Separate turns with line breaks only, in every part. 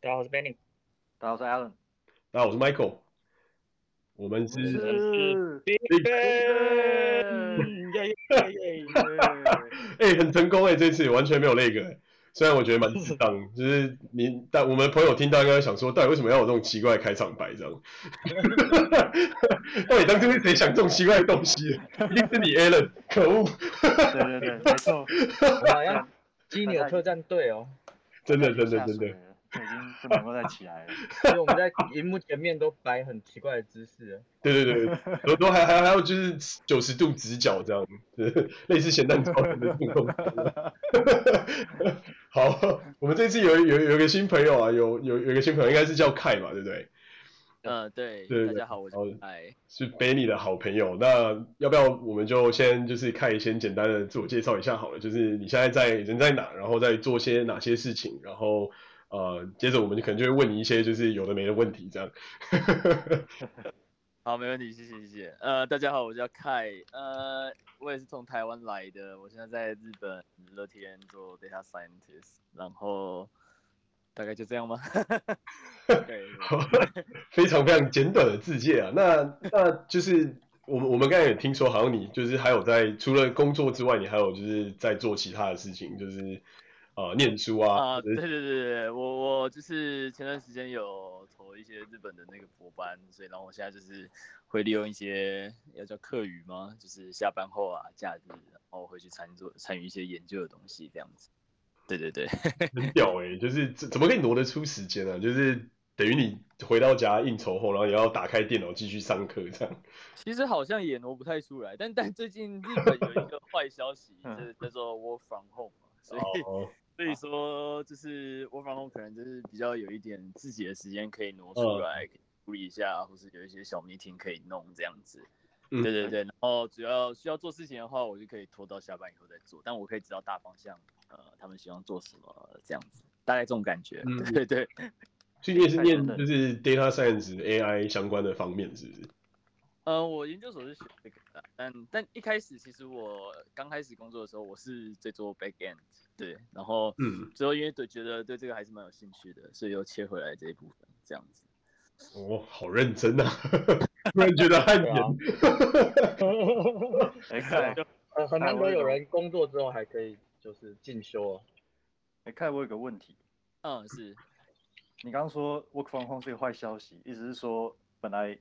大家好，我是 Benny，
大家好，我是 Alan，
大家好，我是 Michael，我们是
是
是
Big
Ben！
Ben，耶耶耶耶！
哎、很成功哎、这次完全没有那个、欸，虽然我觉得蛮适当，就是你但我们朋友听到应该会想说，到底为什么要有这种奇怪的开场白这样？ 到底当初是谁想这种奇怪的东西？一定是你 Alan，可恶！
对对对，没错，
我 好像基纽特战队哦，
真的真
下
的真
水
的，
了，这已经不能够再起来了。
所以我们在荧幕前面都摆很奇怪的姿势 了。
对对对，都都还还还有就是九十度直角这样，就是类似咸蛋超人的运动。 好，我们这次有有有一个新朋友啊，有有有一个新朋友应该是叫凯嘛，对不对？
嗯，对，
对
大
对
家好，我是
好
哎，
是 Benny 的好朋友。那要不要我们就先就是看先简单的自我介绍一下好了，就是你现在在人在哪，然后在做些哪些事情，然后呃，接着我们就可能就会问你一些就是有的没的问题这样。
好，没问题，谢谢谢谢。呃，大家好，我叫凯，呃，我也是从台湾来的，我现在在日本乐天做 data scientist，然后大概就这样吗？对，
非常非常简短的自介啊。那那就是我们我们刚才也听说，好像你就是还有在除了工作之外，你还有就是在做其他的事情，就是呃念书啊，
啊，
或者是
对对对对，我我就是前段时间有投一些日本的那个博班，所以然后我现在就是会利用一些要叫课余吗？就是下班后啊，假日，然后会去参做参与一些研究的东西这样子。对对对，
很屌哎、就是怎怎么可以挪得出时间啊？就是等于你回到家应酬后，然后也要打开电脑继续上课这样。
其实好像也挪不太出来，但但最近日本有一 个坏消息，
嗯
就是叫做 work from home 嘛，所以、
哦，
所以说就是 work from home 可能就是比较有一点自己的时间可以挪
嗯
出来可以处理一下，或是有一些小 meeting 可以弄这样子。
嗯
对对对，然后只要需要做事情的话，我就可以拖到下班以后再做，但我可以知道大方向，呃，他们喜欢做什么这样子，大概这种感觉。
嗯
对对对，
所以你也是念
太多了
就是 data science AI 相关的方面，是不是？
呃，我研究所是学这个的，但但一开始其实我刚开始工作的时候，我是在做 back end，对，然后
嗯，
最后因为对觉得对这个还是蛮有兴趣的，所以又切回来这一部分这样子。
哦，好认真啊！ 突然觉得汗
对
颜。
啊，
哎，
啊
看，
呃很难得有人工作之后还可以就是进修哦。
哎，看，我有个问题，
嗯，是，
你刚刚说 work from home 是一个坏消息，意思是说本来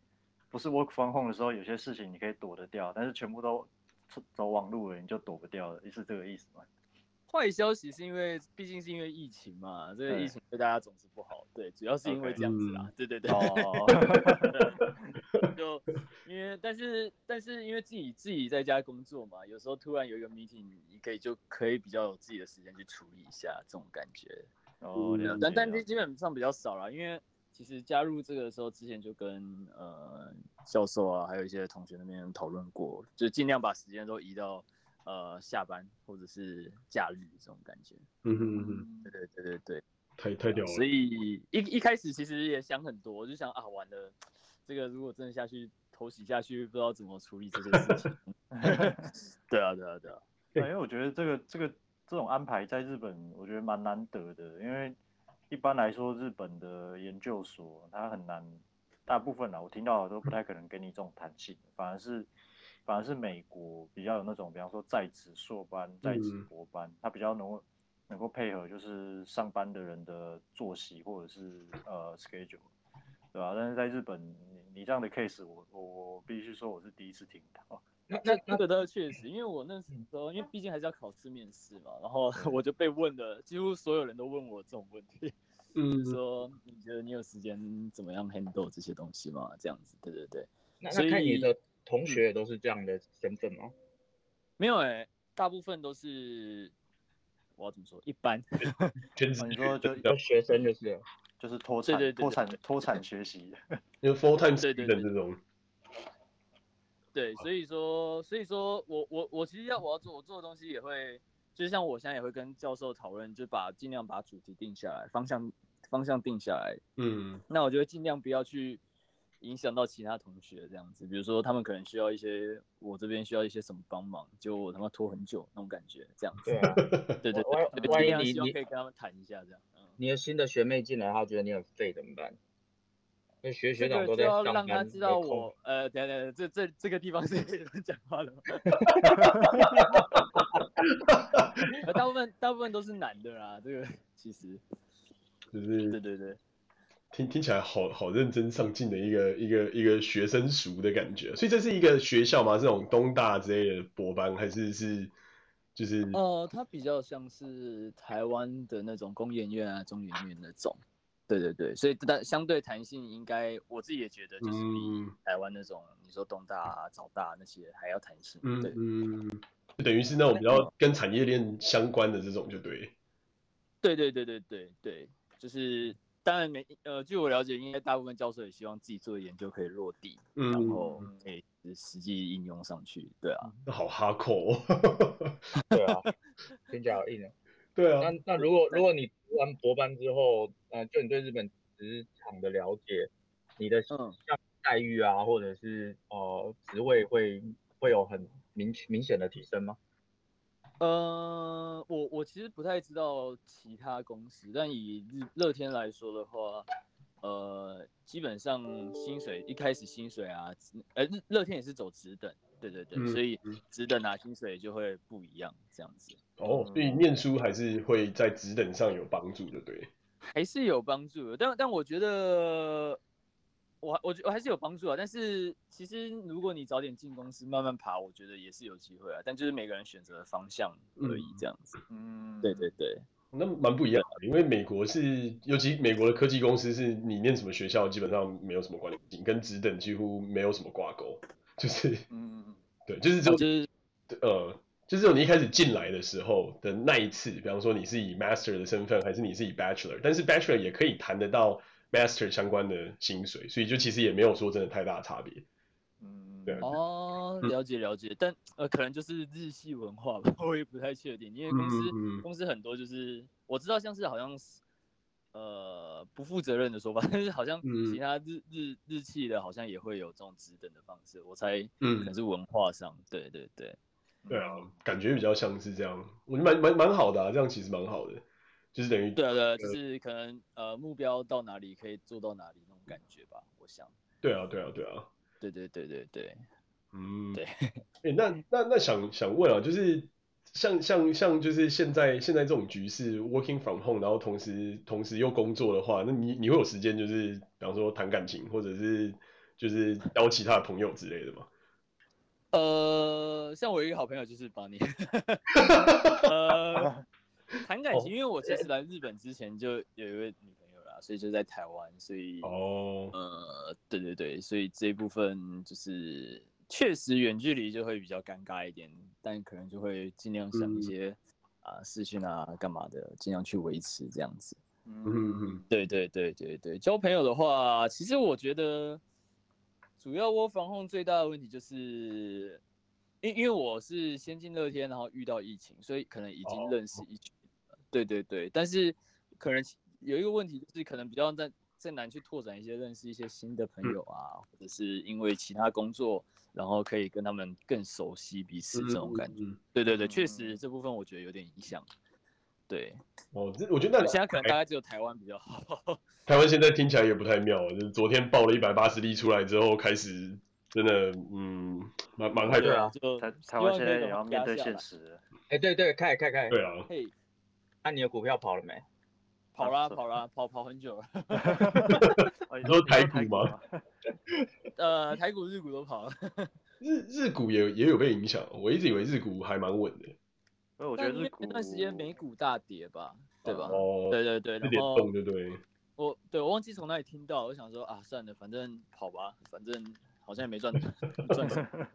不是 work from home 的时候，有些事情你可以躲得掉，但是全部都走走网路了，你就躲不掉了，是这个意思 吗？
坏消息是因为毕竟是因为疫情嘛，这个
对
疫情对大家总是不好，对，主要是因为
OK
这样子啦， 对对对。
哦，
嗯
就因为，但是但是因为自己自己在家工作嘛，有时候突然有一个 meeting，你可以就可以比较有自己的时间去处理一下这种感觉。
哦，
对啊
了解
但但
了
是
解
基本上比较少啦，因为其实加入这个的时候，之前就跟呃教授啊，还有一些同学那边讨论过，就尽量把时间都移到呃下班或者是假日这种感觉。
嗯哼嗯哼，
对对对对对。
太太屌了。
所以一一开始其实也想很多，我就想啊，完了，这个如果真的下去偷袭下去，不知道怎么处理这件事 情。对啊，对啊，对啊，
对，因为我觉得这个这个这种安排在日本，我觉得蛮难得的，因为一般来说日本的研究所它很难，大部分啦，我听到的都不太可能给你这种弹性，反而是反而是美国比较有那种，比方说在职硕班、在职
嗯
博班，它比较能够能够配合就是上班的人的作息或者是呃 schedule。对吧、但是在日本，你你这样的 case，我我我必须说我是第一次听到。
那
那
那
那
那
个倒是确实，因为我那时
嗯
候，因为毕竟还是要考试面试嘛，然后 我就被问的，几乎所有人都问我这种问题，
嗯
就，说你觉得你有时间怎么样 handle 这些东西吗？这样子，对对对，
那
所
那
以
看你的同学也都是这样的身份吗？
没有哎、大部分都是我要怎么说，一般。
全职
哦、你说就
呃
就学生就是了，
就是脱
对
产
对对
脱
对
产
对
脱产学习。
就是 full time
对
student
对对
这种。
对，所以说，所以说我我我其实要我要做我做的东西也会，就是像我现在也会跟教授讨论，就把尽量把主题定下来，方向方向定下来。
嗯
那我就会尽量不要去影响到其他同学这样子，比如说他们可能需要一些我这边需要一些什么帮忙，结果我他妈拖很久那种感觉这样子。
对啊。
对对
万
对，
万一
尽量
你
希望
你
可以跟他们谈一下这样。嗯，
你的新的学妹进来，她觉得你很废怎么办？那学学
这
长
个
都在
就要
上
让
班，
他知道
没空
我，呃，等一下等一下，这这这个地方是可 以乱讲话的 吗？呃大部分大部分都是男的啦，这个其实，
就是
对对对，
听听起来好好认真上进的一个一个一个学生塾的感觉。所以这是一个学校吗？这种东大之类的博班，还是是就是
呃，它比较像是台湾的那种工研院啊、中研院那种，对对对，所以但相对弹性应该我自己也觉得就是比
嗯
台湾那种你说东大啊、早大那些还要弹性，
嗯
对
嗯，就等于是那种比较跟产业链相关的这种，就对。
对对对对对对，就是当然没呃，据我了解，应该大部分教授也希望自己做的研究可以落地，
嗯，
然后可以实际应用上去，对啊，
那好哈扣、哦。
对啊，听起来好硬哦。
对啊
那，那如果如果你读完博班之后，呃，就你对日本职场的了解，你的
嗯
像待遇啊，或者是呃职位会会有很明明显的提升吗？
呃，我我其实不太知道其他公司，但以日乐天来说的话，呃，基本上薪水一开始薪水啊，职呃，日乐天也是走职等，对对对，
嗯
所以
嗯
职等啊，薪水就会不一样，这样子
哦，所以念书还是会在职等上有帮助的，对。
还是有帮助的，但但我觉得。我还我觉我还是有帮助啊，但是其实如果你早点进公司，慢慢爬，我觉得也是有机会啊。但就是每个人选择的方向而已，这样子。
嗯，
对对对，
那蛮不一样的，因为美国是，尤其美国的科技公司是你念什么学校基本上没有什么关联，跟职等几乎没有什么挂钩，就是
嗯，嗯嗯，
对，就是只
哦就
有
是
呃，就是只有你一开始进来的时候的那一次，比方说你是以 master 的身份，还是你是以 bachelor，但是 bachelor 也可以谈得到 master 相关的薪水，所以就其实也没有说真的太大的差别。
嗯，
对啊
哦，
嗯
了解了解，但呃，可能就是日系文化吧， 我也不太确定，因为公司、
嗯嗯嗯
公司很多就是我知道像是好像是呃不负责任的说法，但是好像
嗯
其他日、日日系的好像也会有这种职等的方式，我猜
嗯
可能是文化上，对对对，
对啊，感觉比较像是这样，我觉得蛮蛮蛮好的啊，这样其实蛮好的，就是等于
对啊对啊，就是可能呃目标到哪里可以做到哪里那种感觉吧，我想，
对啊对啊对啊，
对对对对对，
嗯，
对
诶那那那想想问啊，就是像像像就是现在现在这种局势，working from home，然后同时同时又工作的话，那你你会有时间就是比方说谈感情，或者是就是交其他的朋友之类的吗？
呃，像我一个好朋友就是把你，
嗯
呃，谈
哦
感情，因为我其实来日本之前就有一位女朋友啦，所以就在台湾，所以
哦，
呃，对对对，所以这一部分就是确实远距离就会比较尴尬一点，但可能就会尽量想一
嗯
些啊、视讯啊干嘛的，尽量去维持这样子。
嗯，
对对对对对，交朋友的话，其实我觉得主要我防控最大的问题就是，因因为我是先进乐天，然后遇到疫情，所以可能已经
哦
认识一群了。对对对，但是可能其有一个问题就是，可能比较在在难去拓展一些认识一些新的
嗯
朋友啊，或者是因为其他工作，然后可以跟他们更熟悉彼此这种感觉。
嗯。嗯嗯
对对对，确
嗯
实这部分我觉得有点影响。对，
哦，这我觉得那
现在可能大概只有台湾比较好。
台湾现在听起来也不太妙啊，就是昨天爆了一百八十例出来之后，开始真的嗯，蛮蛮害
对
怕。
啊
就
台
希
台
望
湾现
可以
在也
赶
要
快
面
压
对
下
现
来。
实 了，
哎，对对，开开开，
对啊，
嘿，
那、你的股票跑了没？
跑啦
是
跑 啦，跑跑很久了。
哦你
你说台股吗
吗？
呃，台股、日股都跑了，
日日股也也有被影响，我一直以为日股还蛮稳的。
所 以我觉
但
得
因
日
为
股
那段时间美股大跌吧，对吧？
哦，
对对对，
有
然
点
后
动，对不对？
我对我忘记从哪里听到，我想说啊，算了，反正跑吧，反正好像 也没赚赚什么。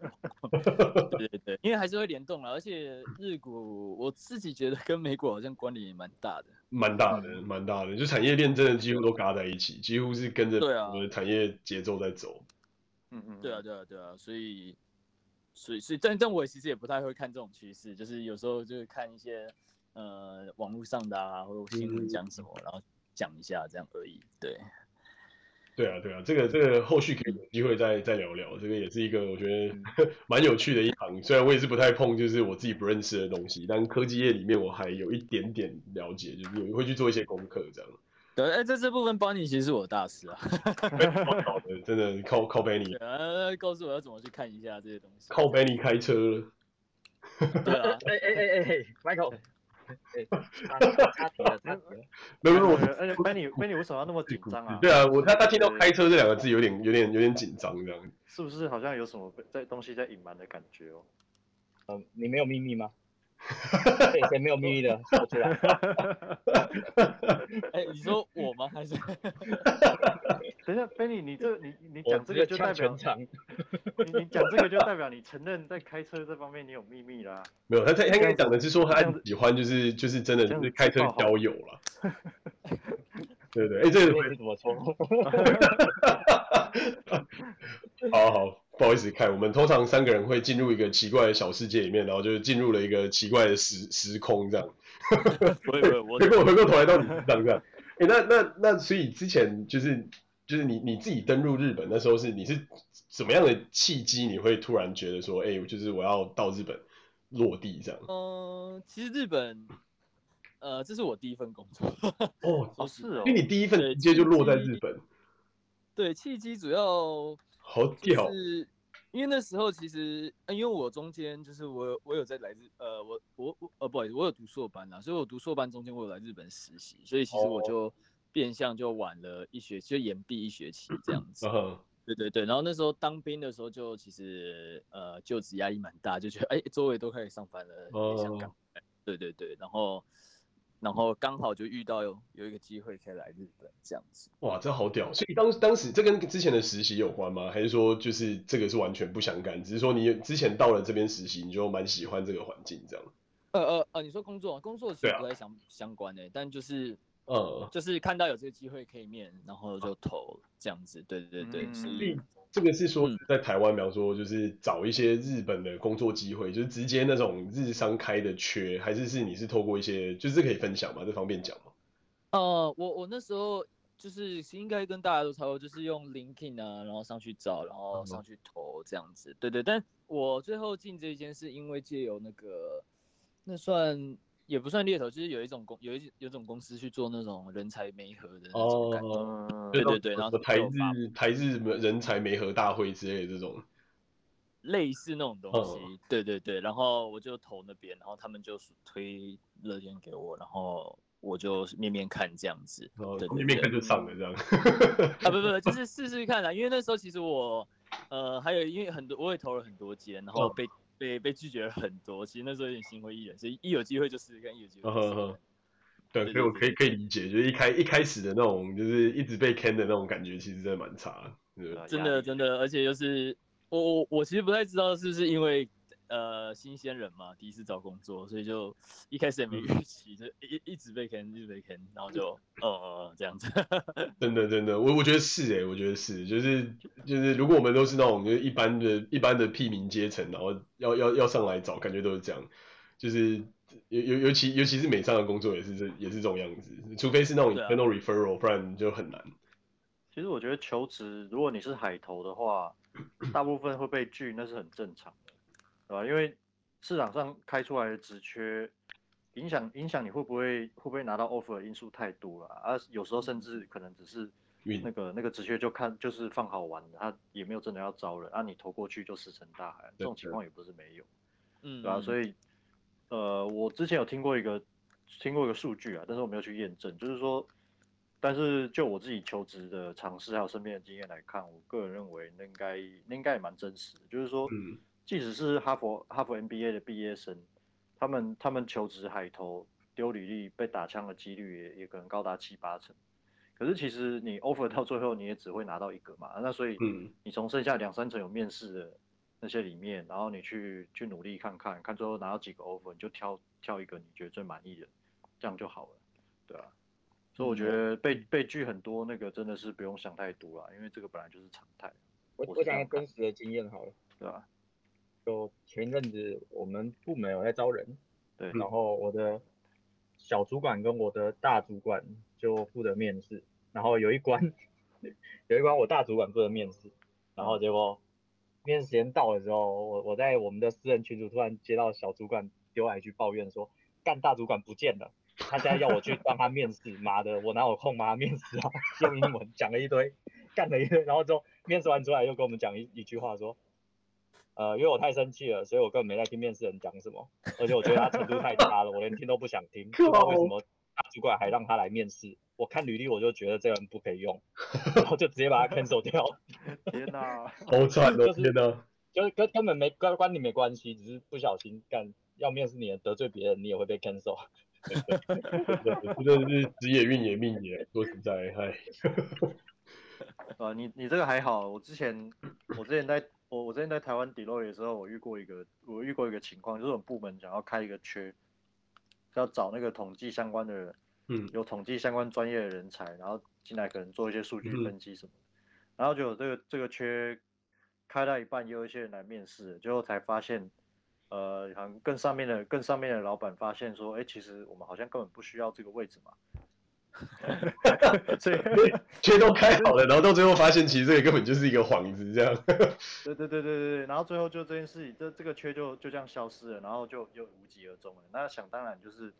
对对对，因为还是会联动了，而且日股我自己觉得跟美股好像关联也蛮大的。
蛮大的，
嗯
蛮大的，就产业链真的几乎都嘎在一起，几乎是跟着
对啊
我们的产业节奏在走。
嗯嗯，
对啊，对啊，对啊，所以，所以，所以，但但我其实也不太会看这种趋势，就是有时候就是看一些呃网络上的啊，或者新闻讲什么，然后讲一下这样而已。对，
对啊，对啊，这个这个后续可以有机会再再聊聊，这个也是一个我觉得
嗯
蛮有趣的一行。虽然我也是不太碰，就是我自己不认识的东西，但科技业里面我还有一点点了解，就是有会去做一些功课这样。
对，哎、在这部分邦尼其实是我的大师啊，
好的，真的靠靠 Benny，
对啊，他告诉我要怎么去看一下这些东西。
靠 Benny 开车了。
对啊，
哎哎哎哎哎，Michael，哎，他他了，他了，
没有没有，啊 我
啊而 且 Benny Benny 为什么要那么紧张啊？
对啊，我他他听到开车这两个字有点有点有点紧张这样。
是不是好像有什么被在东西在隐瞒的感觉 哦？
嗯，你没有秘密吗？对，谁没有秘密的？说出来。
哎、你说我吗？还是
等一下，Benny，你这你你
我
讲这个就
呛
代表
全场，
你你讲这个就代表你承认在开车这方面你有秘密啦。
没有，他他他应该讲的是说他
这样子
喜欢就是就是真的就是开车交友了。 对对，哎，这个
这是怎么说？
好好，不好意思，看我们通常三个人会进入一个奇怪的小世界里面，然后就是进入了一个奇怪的时时空这样。
不会不会，我
结果回过头来到你身上 这样。哎、那那那，所以之前就是就是你你自己登入日本那时候是你是什么样的契机？你会突然觉得说，哎、就是我要到日本落地这样。
嗯、其实日本，呃，这是我第一份工作。
哦，
哦，是哦
因，为你第一份直接就落在日本，
对，契机主要
好 屌
就！是因为那时候其实，呃因为我中间就是我有我有在来自呃我我我呃不好意思，我有读硕班啦，所以我读硕班中间我有来日本实习，所以其实我
哦
就变相就晚了一学期，就延毕一学期这样子
嗯。哼，
对对对，然后那时候当兵的时候就其实呃就职压力蛮大，就觉得哎周围都开始上班了，也想
哦
赶快。对对对，然后然后刚好就遇到有有一个机会可以来日本这样子。
哇，这好屌！所以当当时这跟之前的实习有关吗？还是说就是这个是完全不相干？只是说你之前到了这边实习，你就蛮喜欢这个环境这样。
呃呃呃，你说工作，工作其
对
实
啊
不太相、相关的、但就是
嗯，
就是看到有这个机会可以面，然后就投这样子。对对对，
嗯
所
所以
以
这个是说
嗯
在台湾，比方说就是找一些日本的工作机会，就是直接那种日商开的缺，还是是你是透过一些，就是可以分享嘛，这方便讲嘛。
呃，我我那时候就是应该跟大家都差不多，就是用 LinkedIn 啊，然后上去找，然后上去投这样子。对对，但我最后进这一间是因为借由那个，那算也不算猎头，就是有一种公有一有种公司去做那种人才媒合的那种感觉。
嗯，
对对对
然
然
后
后
台
就有发
日台日人才媒合大会之类的这种，
类似那种东
嗯
西，对对对，然后我就投那边，然后他们就推乐天给我，然后我就面面看这样子，
然后
对
面
对
面
对
看，就上了这样。
啊不 不，就是试试看啦，因为那时候其实我，呃，还有因为很多我也投了很多间，然后
嗯
被、被被拒绝了很多，其实那时候有点心灰意冷，所以一有机会就试试看，一有机会
嗯
就试
哼
试看
哼，对，所以我可以可以理解，就是一开一开始的那种，就是一直被坑的那种感觉，其实真的蛮差。对
对啊
真
压
的
力
真的，而且就是我我我其实不太知道是不是因为呃新鲜人嘛，第一次找工作，所以就一开始也没
嗯
预期，就一一直被坑，一直被坑，然后就呃呃这样子。
啊
真的，真的，我我觉得是诶、欸我觉得是，就是就是，如果我们都是那种就是一般的、一般的屁民阶层，然后要要要上来找，感觉都是这样，就是尤尤尤其尤其是美商的工作也是这也是这种样子，除非是那种
对啊
internal referral，不然就很难。
其实我觉得求职，如果你是海投的话，大部分会被拒，那是很正常的，对吧？因为市场上开出来的职缺，影响影响你会不会会不会拿到 offer 的因素太多了啊。有时候甚至可能只是
运
那个那个职缺就看就是放好玩的，他也没有真的要招人啊，你投过去就石沉大海，这种情况也不是没有。
嗯，
对啊，所
以
以呃，我之前有听过一个听过一个数据啊，但是我没有去验证，就是说，但是就我自己求职的尝试还有身边的经验来看，我个人认为那应该那应该也蛮真实的，就是说，
嗯
即使是哈佛哈佛 MBA 的毕业生，他们他们求职海投丢履历被打枪的几率也也可能高达七八成。可是其实你 offer 到最后，你也只会拿到一个嘛，那所以
嗯，
你从剩下两三层有面试的那些里面，然后你去去努力看看，看最后拿到几个 offer，你就挑挑一个你觉得最满意的，这样就好了，对啊。所以我觉得被被拒很多那个真的是不用想太多啦，因为这个本来就是常态，
我我讲个真实的经验好了，
对啊吧、
就前一阵子我们部门有在招人，
对，
然后我的小主管跟我的大主管就负责面试，然后有一关， 有一关我大主管负责面试，然后结果面试时间到了之后，我我在我们的私人群组突然接到小主管丢来一句抱怨说，干大主管不见了。他现在要我去帮他面试，妈的，我哪有空帮他面试啊？ 用英文讲了一堆，干了一堆，然后之后面试完出来又跟我们讲一一句话说，呃，因为我太生气了，所以我根本没在听面试人讲什么，而且我觉得他程度太差了，我连听都不想听，不知道为什么大主管还让他来面试。我看履历我就觉得这个人不可以用，然后就直接把他 cancel 掉，
天哪，
好惨哦！
就是
天哪，
就是根根本没关关你没关系，只是不小心干要面试你得罪别人，你也会被 cancel。
真的是职业运也命也，说实在，哎，
呃，你你这个还好，我之前我之前在我我之前在台湾 Deloitte 的时候，我遇过一个我遇过一个情况，就是我们部门想要开一个缺，要找那个统计相关的人，
嗯
有统计相关专业的人才，然后进来可能做一些数据
嗯
分析什么的，然后就有这个这个缺开到一半，也有一些人来面试，最后才发现，呃，好像更上面的更上面的老板发现说，哎，其实我们好像根本不需要这个位置嘛， 所以。
缺都开好了，然后到最后发现，其实这个根本就是一个幌子，这样。
对对对对对，对然后最后就这件事情，这这个缺就就这样消失了，然后就又无疾而终了。那想当然就是，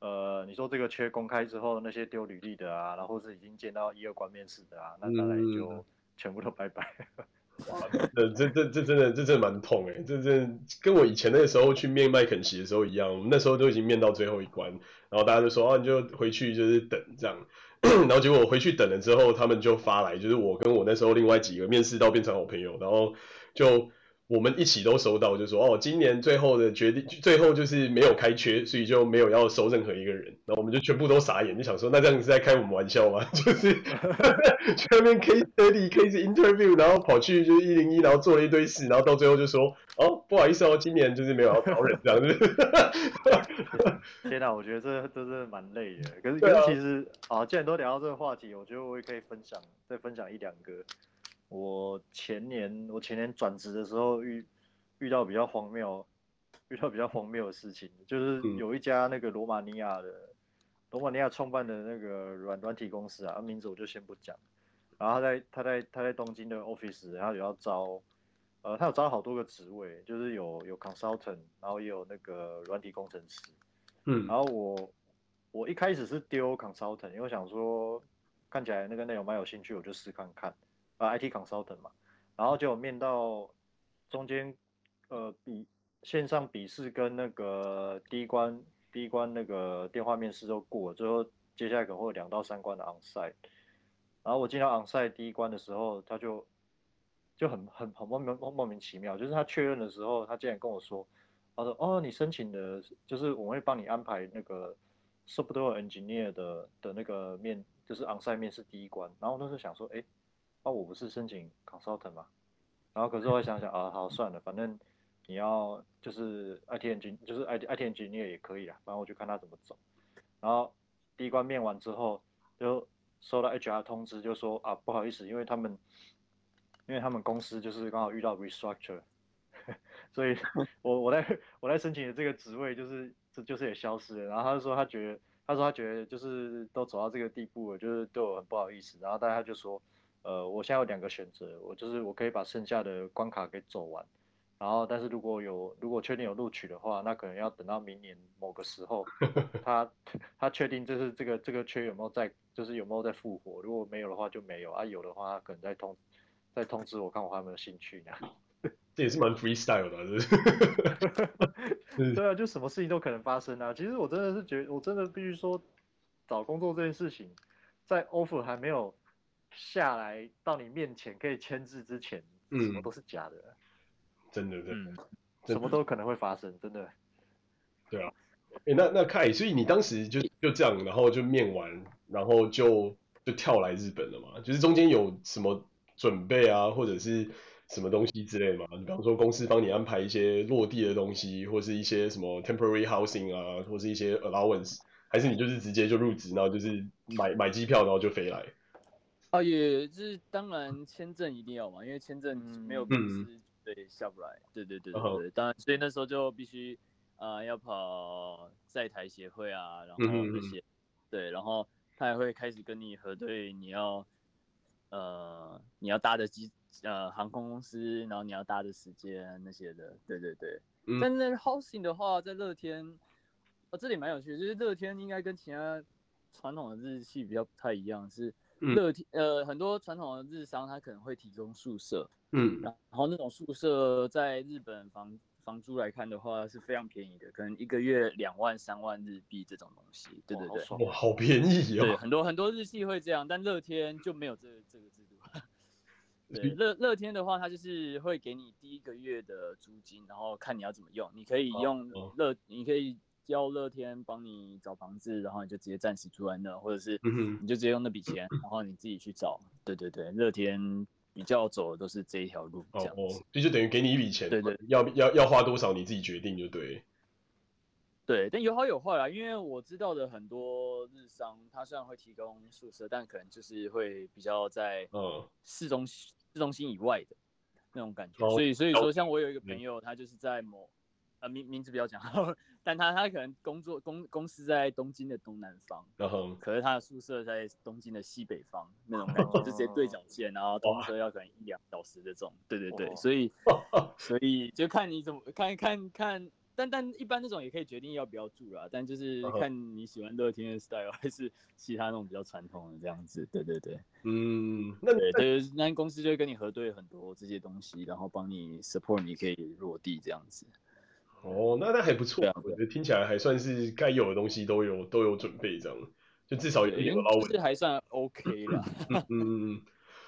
呃，你说这个缺公开之后，那些丢履历的啊，然后是已经见到一二关面试的啊，那当然
嗯
就全部都拜拜。
呃，这这这真的这真的蛮痛哎、这真跟我以前那个时候去面麦肯锡的时候一样，我们那时候都已经面到最后一关，然后大家就说啊，你就回去就是等这样， 然后结果我回去等了之后，他们就发来，就是我跟我那时候另外几个面试到变成好朋友，然后就我们一起都收到，就说哦，今年最后的决定，最后就是没有开缺，所以就没有要收任何一个人，然后我们就全部都傻眼，就想说那这样是在开我们玩笑吗？ 就是。去那边 case study、case interview，然后跑去就是一零一，然后做了一堆事，然后到最后就说，哦，不好意思哦，今年就是没有要招人这样子。
天哪，我觉得这这真的蛮累的。可是
对啊
可是其实啊，既然都聊到这个话题，我觉得我也可以分享，再分享一两个。我前年我前年转职的时候遇遇到比较荒谬，遇到比较荒谬的事情，就是
嗯
有一家那个罗马尼亚的罗马尼亚创办的那个软软体公司啊，名字我就先不讲。然后他在他在他在东京的 office，然后有要招，呃，他有招好多个职位，就是有有 consultant，然后也有那个软体工程师。
嗯
然后我我一开始是丢 consultant，因为我想说看起来那个内容蛮有兴趣，我就试看看。啊、i t consultant 嘛，然后结果面到中间呃笔线上笔试跟那个第一关第一关那个电话面试都过了，最后接下来可能会有两到三关的 onsite。然后我进到 onsite 第一关的时候，他就就很很很莫名莫名其妙，就是他确认的时候，他竟然跟我说，他说：“哦，你申请的，就是我们会帮你安排那个 software engineer 的的那个面，就是 onsite 面试第一关。”然后我那时候想说：“哎，啊，我不是申请 consultant 吗？”然后可是我想想啊，好算了，反正你要就是 IT engineer，就是 IT IT engineer 也可以啦，反正我就看他怎么走。然后第一关面完之后，就收到 HR 通知，就说啊，不好意思，因为他们因为他们公司就是刚好遇到 restructure，所以我我在我在申请的这个职位就是这就是也消失了。然后他就说他觉得他说他觉得就是都走到这个地步了，就是对我很不好意思。然后但他就说，呃，我现在有两个选择，我就是我可以把剩下的关卡给走完。然后，但是如果有如果确定有录取的话，那可能要等到明年某个时候，他他确定就是这个这个缺有没有在，就是有没有在复活。如果没有的话就没有啊，有的话他可能再通再通知我看我还有没有兴趣呢。
这也是蛮 freestyle 的啊，就是
对啊，就什么事情都可能发生啊。其实我真的是觉得，我真的必须说，找工作这件事情，在 offer 还没有下来到你面前可以签字之前，
嗯
什么都是假的，
真的真的。
嗯，
真的
什么都可能会发生，真的。
哎、那那凯，所以你当时就就这样，然后就面完，然后就就跳来日本了嘛？就是中间有什么准备啊，或者是什么东西之类嘛？你比方说公司帮你安排一些落地的东西，或是一些什么 temporary housing 啊，或是一些 allowance，还是你就是直接就入职，然后就是买买机票，然后就飞来？
哦，也就是当然签证一定要嘛，因为签证
嗯
没有公司、对下不来，对对对
嗯
对
哦
哼
对，当然，所以那时候就必须啊、呃要跑在台协会啊，然后
嗯哼嗯
那些、对，然后他还会开始跟你核对你要呃你要搭的机呃航空公司，然后你要搭的时间那些的，对对对。
嗯
但那 housing 的话，在乐天，哦这里蛮有趣的，就是乐天应该跟其他传统的日系比较不太一样，是
嗯
乐天、呃很多传统的日商它可能会提供宿舍，
嗯
然后那种宿舍在日本房房租来看的话是非常便宜的，可能一个月两万三万日币这种东西。对对
好
对，
爽
哇，好便宜
对
哦！
很多很多日系会这样，但乐天就没有这这个制 度。对
嗯
乐乐天的话，它就是会给你第一个月的租金，然后看你要怎么用。你可以用
哦
乐，你可以叫乐天帮你找房子，然后你就直接暂时住在那，或者是
嗯哼
你就直接用那笔钱，然后你自己去找。对对对，乐天比较走的都是这一条路这
哦
样子。
哦，这就等于给你一笔钱，
对对，
要要要花多少你自己决定就对。
对，但有好有坏啦，因为我知道的很多日商，它虽然会提供宿舍，但可能就是会比较在
嗯
市中心、市中心以外的那种感觉。
哦
所以，所以
了
说，像我有一个
嗯
朋友，他就是在某呃名名字不要讲， 但他他可能工作公公司在东京的东南方，
然后
可是他的宿舍在东京的西北方那种感觉，就直接对角线，然后通车要可能一两小时的这种。对对对，
哇
所以
哦
所以就看你怎么看看看，但但一般那种也可以决定要不要住啦，但就是
嗯哼
看你喜欢乐天的 style 还是其他那种比较传统的这样子。对对对
嗯，那
对对，就是那公司就会跟你核对很多这些东西，然后帮你 support 你可以落地这样子。
哦，那那还不错
对啊，
我
对
觉得听起来还算是该有的东西都有都有准备，这样就至少有
对，
一
因
点
为
捞稳
这。还算 OK 啦。
嗯嗯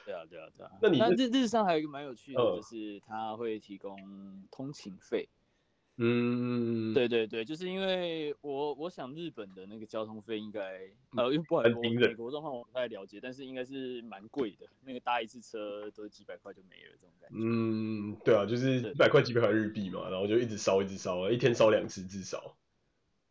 对啊，对啊，对啊。
那你
那
那
日日上还有一个蛮有趣的，
嗯
就是它会提供通勤费。
嗯，嗯，
对对对，就是因为我我想日本的那个交通费应该，呃，因为不好意思，
嗯蛮
我
惊人
美国状况我不太了解，但是应该是蛮贵的，那个搭一次车都是几百块就没了这种感觉。
嗯，对啊，就是
对
一百块几百块日币嘛，然后就一直烧一直烧，一天烧两次至少。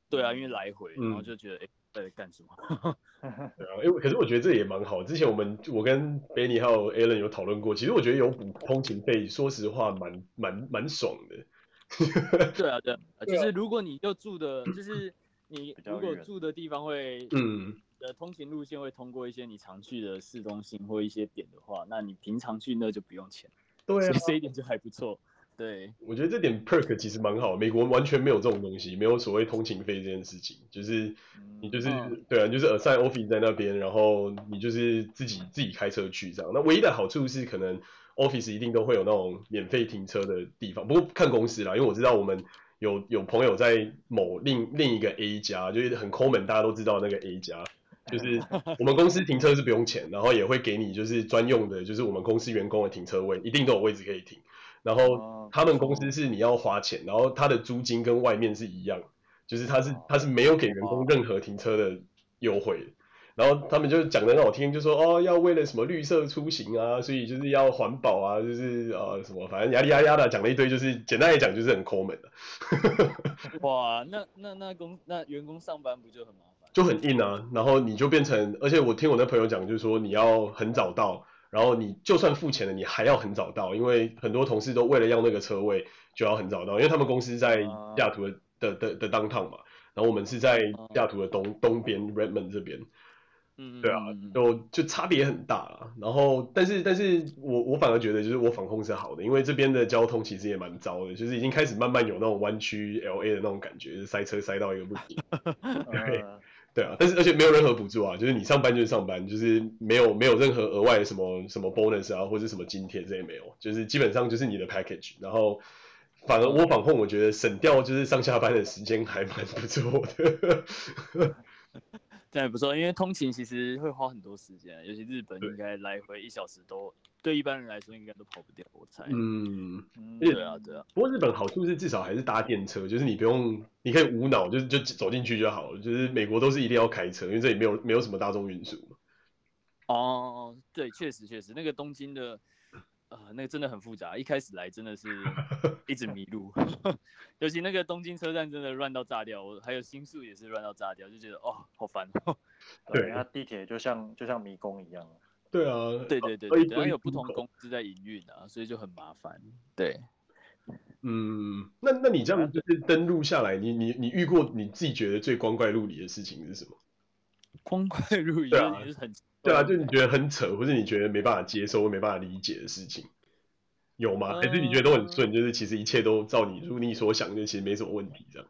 对啊，因为来回，然
嗯
后就觉得哎，在干什么？
对啊，因为可是我觉得这也蛮好。之前我们我跟 Benny 还有 Alan 有讨论过，其实我觉得有补通勤费，说实话蛮蛮蛮爽的。
对啊，对啊，
对
就
啊
是如果你就住的，就是你
比较
如果
远
住的地方会
嗯。
的通勤路线会通过一些你常去的市中心或一些点的话，那你平常去那就不用钱，
对
所
啊
以，这一点就还不错。 对，
我觉得这点 perk 其实蛮好，美国完全没有这种东西，没有所谓通勤费这件事情，就是你就是、
嗯
对啊，你就是 assign office 在那边，然后你就是自己自己开车去这样。那唯一的好处是，可能 office 一定都会有那种免费停车的地方，不过看公司啦，因为我知道我们有有朋友在某另另一个 A 家，就是很抠门，大家都知道那个 A 家。就是我们公司停车是不用钱，然后也会给你就是专用的，就是我们公司员工的停车位，一定都有位置可以停。然后
哦
他们公司是你要花钱，然后他的租金跟外面是一样，就是他是
哦
他是没有给员工任何停车的优惠的。然后他们就讲的很好听，就说哦，要为了什么绿色出行啊，所以就是要环保啊，就是呃什么，反正牙里牙牙的讲了一堆，就是简单来讲就是很啊抠门的，
哇，那那那公那员工上班不就很麻烦？
就很硬啊。然后你就变成，而且我听我那朋友讲，就是说你要很早到，然后你就算付钱了，你还要很早到，因为很多同事都为了要那个车位就要很早到，因为他们公司在
啊
西雅图的的的的 downtown 嘛，然后我们是在西雅图的东东边 Redmond 这边，
嗯，
对啊
嗯嗯嗯
就就差别很大啦。然后，但是但是我我反而觉得就是我防控是好的，因为这边的交通其实也蛮糟的，就是已经开始慢慢有那种湾区 L A 的那种感觉，就是塞车塞到一个不行。
呃
对啊，但是而且没有任何补助啊，就是你上班就是上班，就是没有没有任何额外的什么什么 bonus 啊，或者什么津贴这些没有，就是基本上就是你的 package。然后反而我防控，我觉得省掉就是上下班的时间还蛮不错的。
这样也不错，因为通勤其实会花很多时间，啊尤其日本
对
应该来回一小时都，对一般人来说应该都跑不掉，我猜。
嗯。
嗯
对啊，对啊，
不过日本好处是至少还是搭电车，就是你不用，你可以无脑就就走进去就好了。就是美国都是一定要开车，因为这里没有没有什么大众运输嘛。
哦，对，确实确实，那个东京的，呃，那个真的很复杂，一开始来真的是一直迷路， 尤其那个东京车站真的乱到炸掉，我还有新宿也是乱到炸掉，就觉得哦，好烦哦。
对，因
对
为它地铁就像就像迷宫一样，
对啊，
对对对
然后一
对，然后
堆
有不同
出口
公司在营运啊，所以就很麻烦。对，
嗯，那那你这样
啊
就是登录下来，你你你遇过你自己觉得最光怪陆离的事情是什么？
光怪陆离，
对啊
就是很奇
对啊，就你觉得很扯，或是你觉得没办法接受、没办法理解的事情，有吗？还是你觉得都很
嗯
顺，就是其实一切都照你如你所想，就其实没什么问题这样？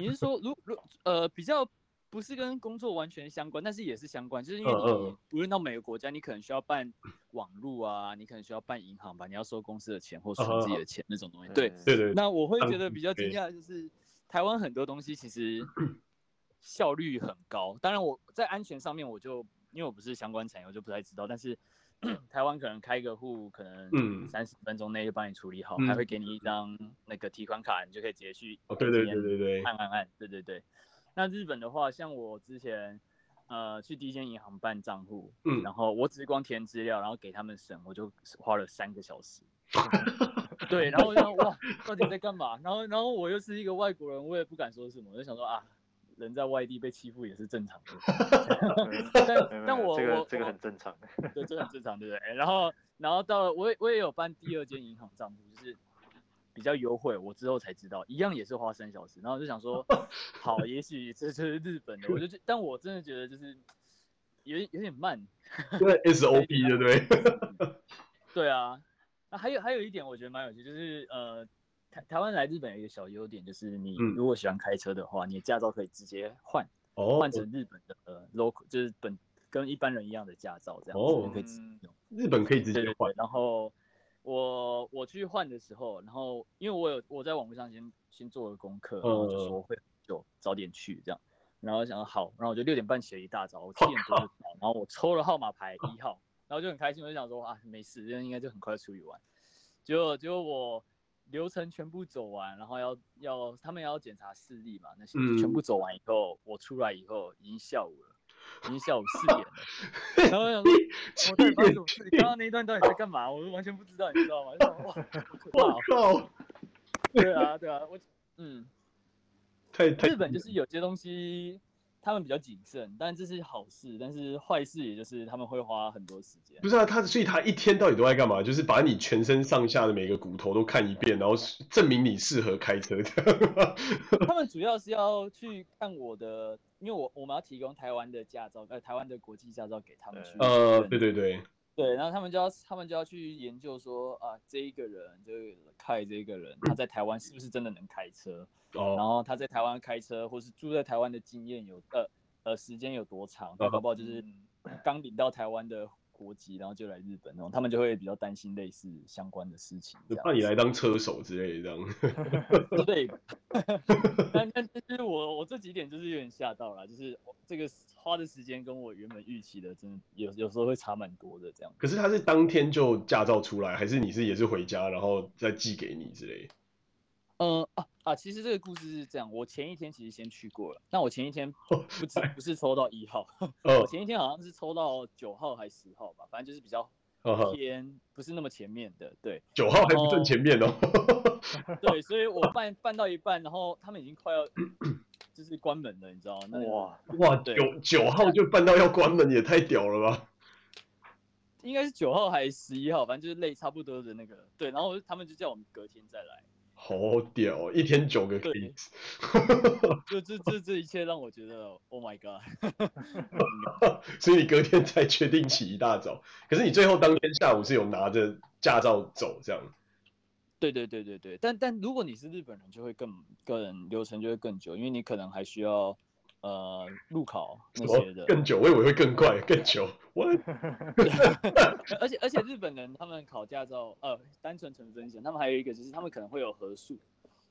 你是说，如如呃比较不是跟工作完全相关，但是也是相关，就是因为
嗯嗯
你
嗯
无论到每个国家，你可能需要办网路啊，你可能需要办银行吧，你要收公司的钱或存
嗯
自己的钱那种东西。对，
对对，
那我会
当
觉得比较惊
对
讶，的就是台湾很多东西其实效率很高。当然，我在安全上面我就因为我不是相关产业，我就不太知道。但是 台湾可能开个户，可
嗯
能三十分钟内就帮你处理好，
嗯
还会给你一张那个提款卡，你就可以直接去
哦，对对
ATM
对对对，
按按按，对对对。那日本的话，像我之前呃去第一间银行办账户，
嗯
然后我只是光填资料，然后给他们审，我就花了三个小 时。对，然后我就想哇，到底在干嘛？然后然后我又是一个外国人，我也不敢说什么，我就想说啊，人在外地被欺负也是正常的。 但但我
这个
我
这个
我
很正常。
对，这很正常，对不哎对？然后，然后到了我也我也有办第二间银行账户，就是比较优惠，我之后才知道，一样也是花三小时。然后就想说，好，也许这就是日本的，我就觉，但我真的觉得就是有点有点慢。嗯
因为 SOP 对不对？
对啊，那还有还有一点我觉得蛮有趣，就是呃，台台湾来日本有一个小优点，就是你
嗯
如果喜欢开车的话，你的驾照可以直接换
哦
换，成日本的呃 local，就是本跟一般人一样的驾照，这样子、
哦
你可以直接用。
日本可以直接
对对
换
对，然后我我去换的时候，然后因为我有我在网络上先先做了功课，
嗯
然后就说会就早点去这样，然后想说好，然后我就六点半起了一大早，我七点多就到，
嗯
然后我抽了号码牌一号，然后就很开心，我就想说啊没事，这应该就很快处理完，结果结果我。流程全部走完，然后要要他们要检查视力嘛，那些
嗯
全部走完以后，我出来以后已经下午了，已经下午四点了， 然后我想说
七
我到底发 生
点
什么事？
去
刚刚那一段到底在干嘛？我都完全不知道，你知道吗？就想哇，好可怕、
我
哦！
靠，
对啊，对啊，我嗯，
太太
日本就是有些东西他们比较谨慎，但这是好事，但是坏事也就是他们会花很多时 间
不。是啊，他所以他一天到底都在干嘛？就是把你全身上下的每个骨头都看一遍，然后证明你适合开车这样吗。
他们主要是要去看我的，因为我我们要提供台湾的驾照，呃，台湾的国际驾照给他们去认 证。
呃，对对对，
对，然后他们就要他们就要去研究说啊，这一个人，这个凯这个人，他在台湾是不是真的能开车？然
哦，
后他在台湾开车，或是住在台湾的经验有呃呃时间有多长？他搞不好就是刚领到台湾的国籍，然后就来日本那种，他们就会比较担心类似相关的事情这
就
样
怕你来当车手之类的这样。
之类的。但但就是我我这几点就是有点吓到了，就是我这个花的时间跟我原本预期的，真的有有时候会差蛮多的这样。
可是他是当天就驾照出来，还是你是也是回家然后再寄给你之类的？
嗯啊啊，其实这个故事是这样，我前一天其实先去过了，那我前一天不止不是抽到一号，我
哦，
前一天好像是抽到九号还十号吧，反正就是比较
哈哈，
偏不是那么前面的，对
九号还不正前面哦。
对，所以我办办到一半，然后他们已经快要就是关门了，你知道那个
哇，
哇，
对
九九号就办到要关门，也太屌了吧！
应该是九号还是十一号，反正就是类差不多的那个，对，然后我就他们就叫我们隔天再来，
好屌，哦一天九个 case，
就这这这一切让我觉得 Oh my God，
所以你隔天才确定起一大早。可是你最后当天下午是有拿着驾照走这样。
对对对对对，但但如果你是日本人，就会更更流程就会更久，因为你可能还需要呃路考
什
那
么
些的，
哦更久？我以为会更快，更久。我
而且而且日本人他们考驾照，呃，单纯纯分险，他们还有一个就是他们可能会有合宿，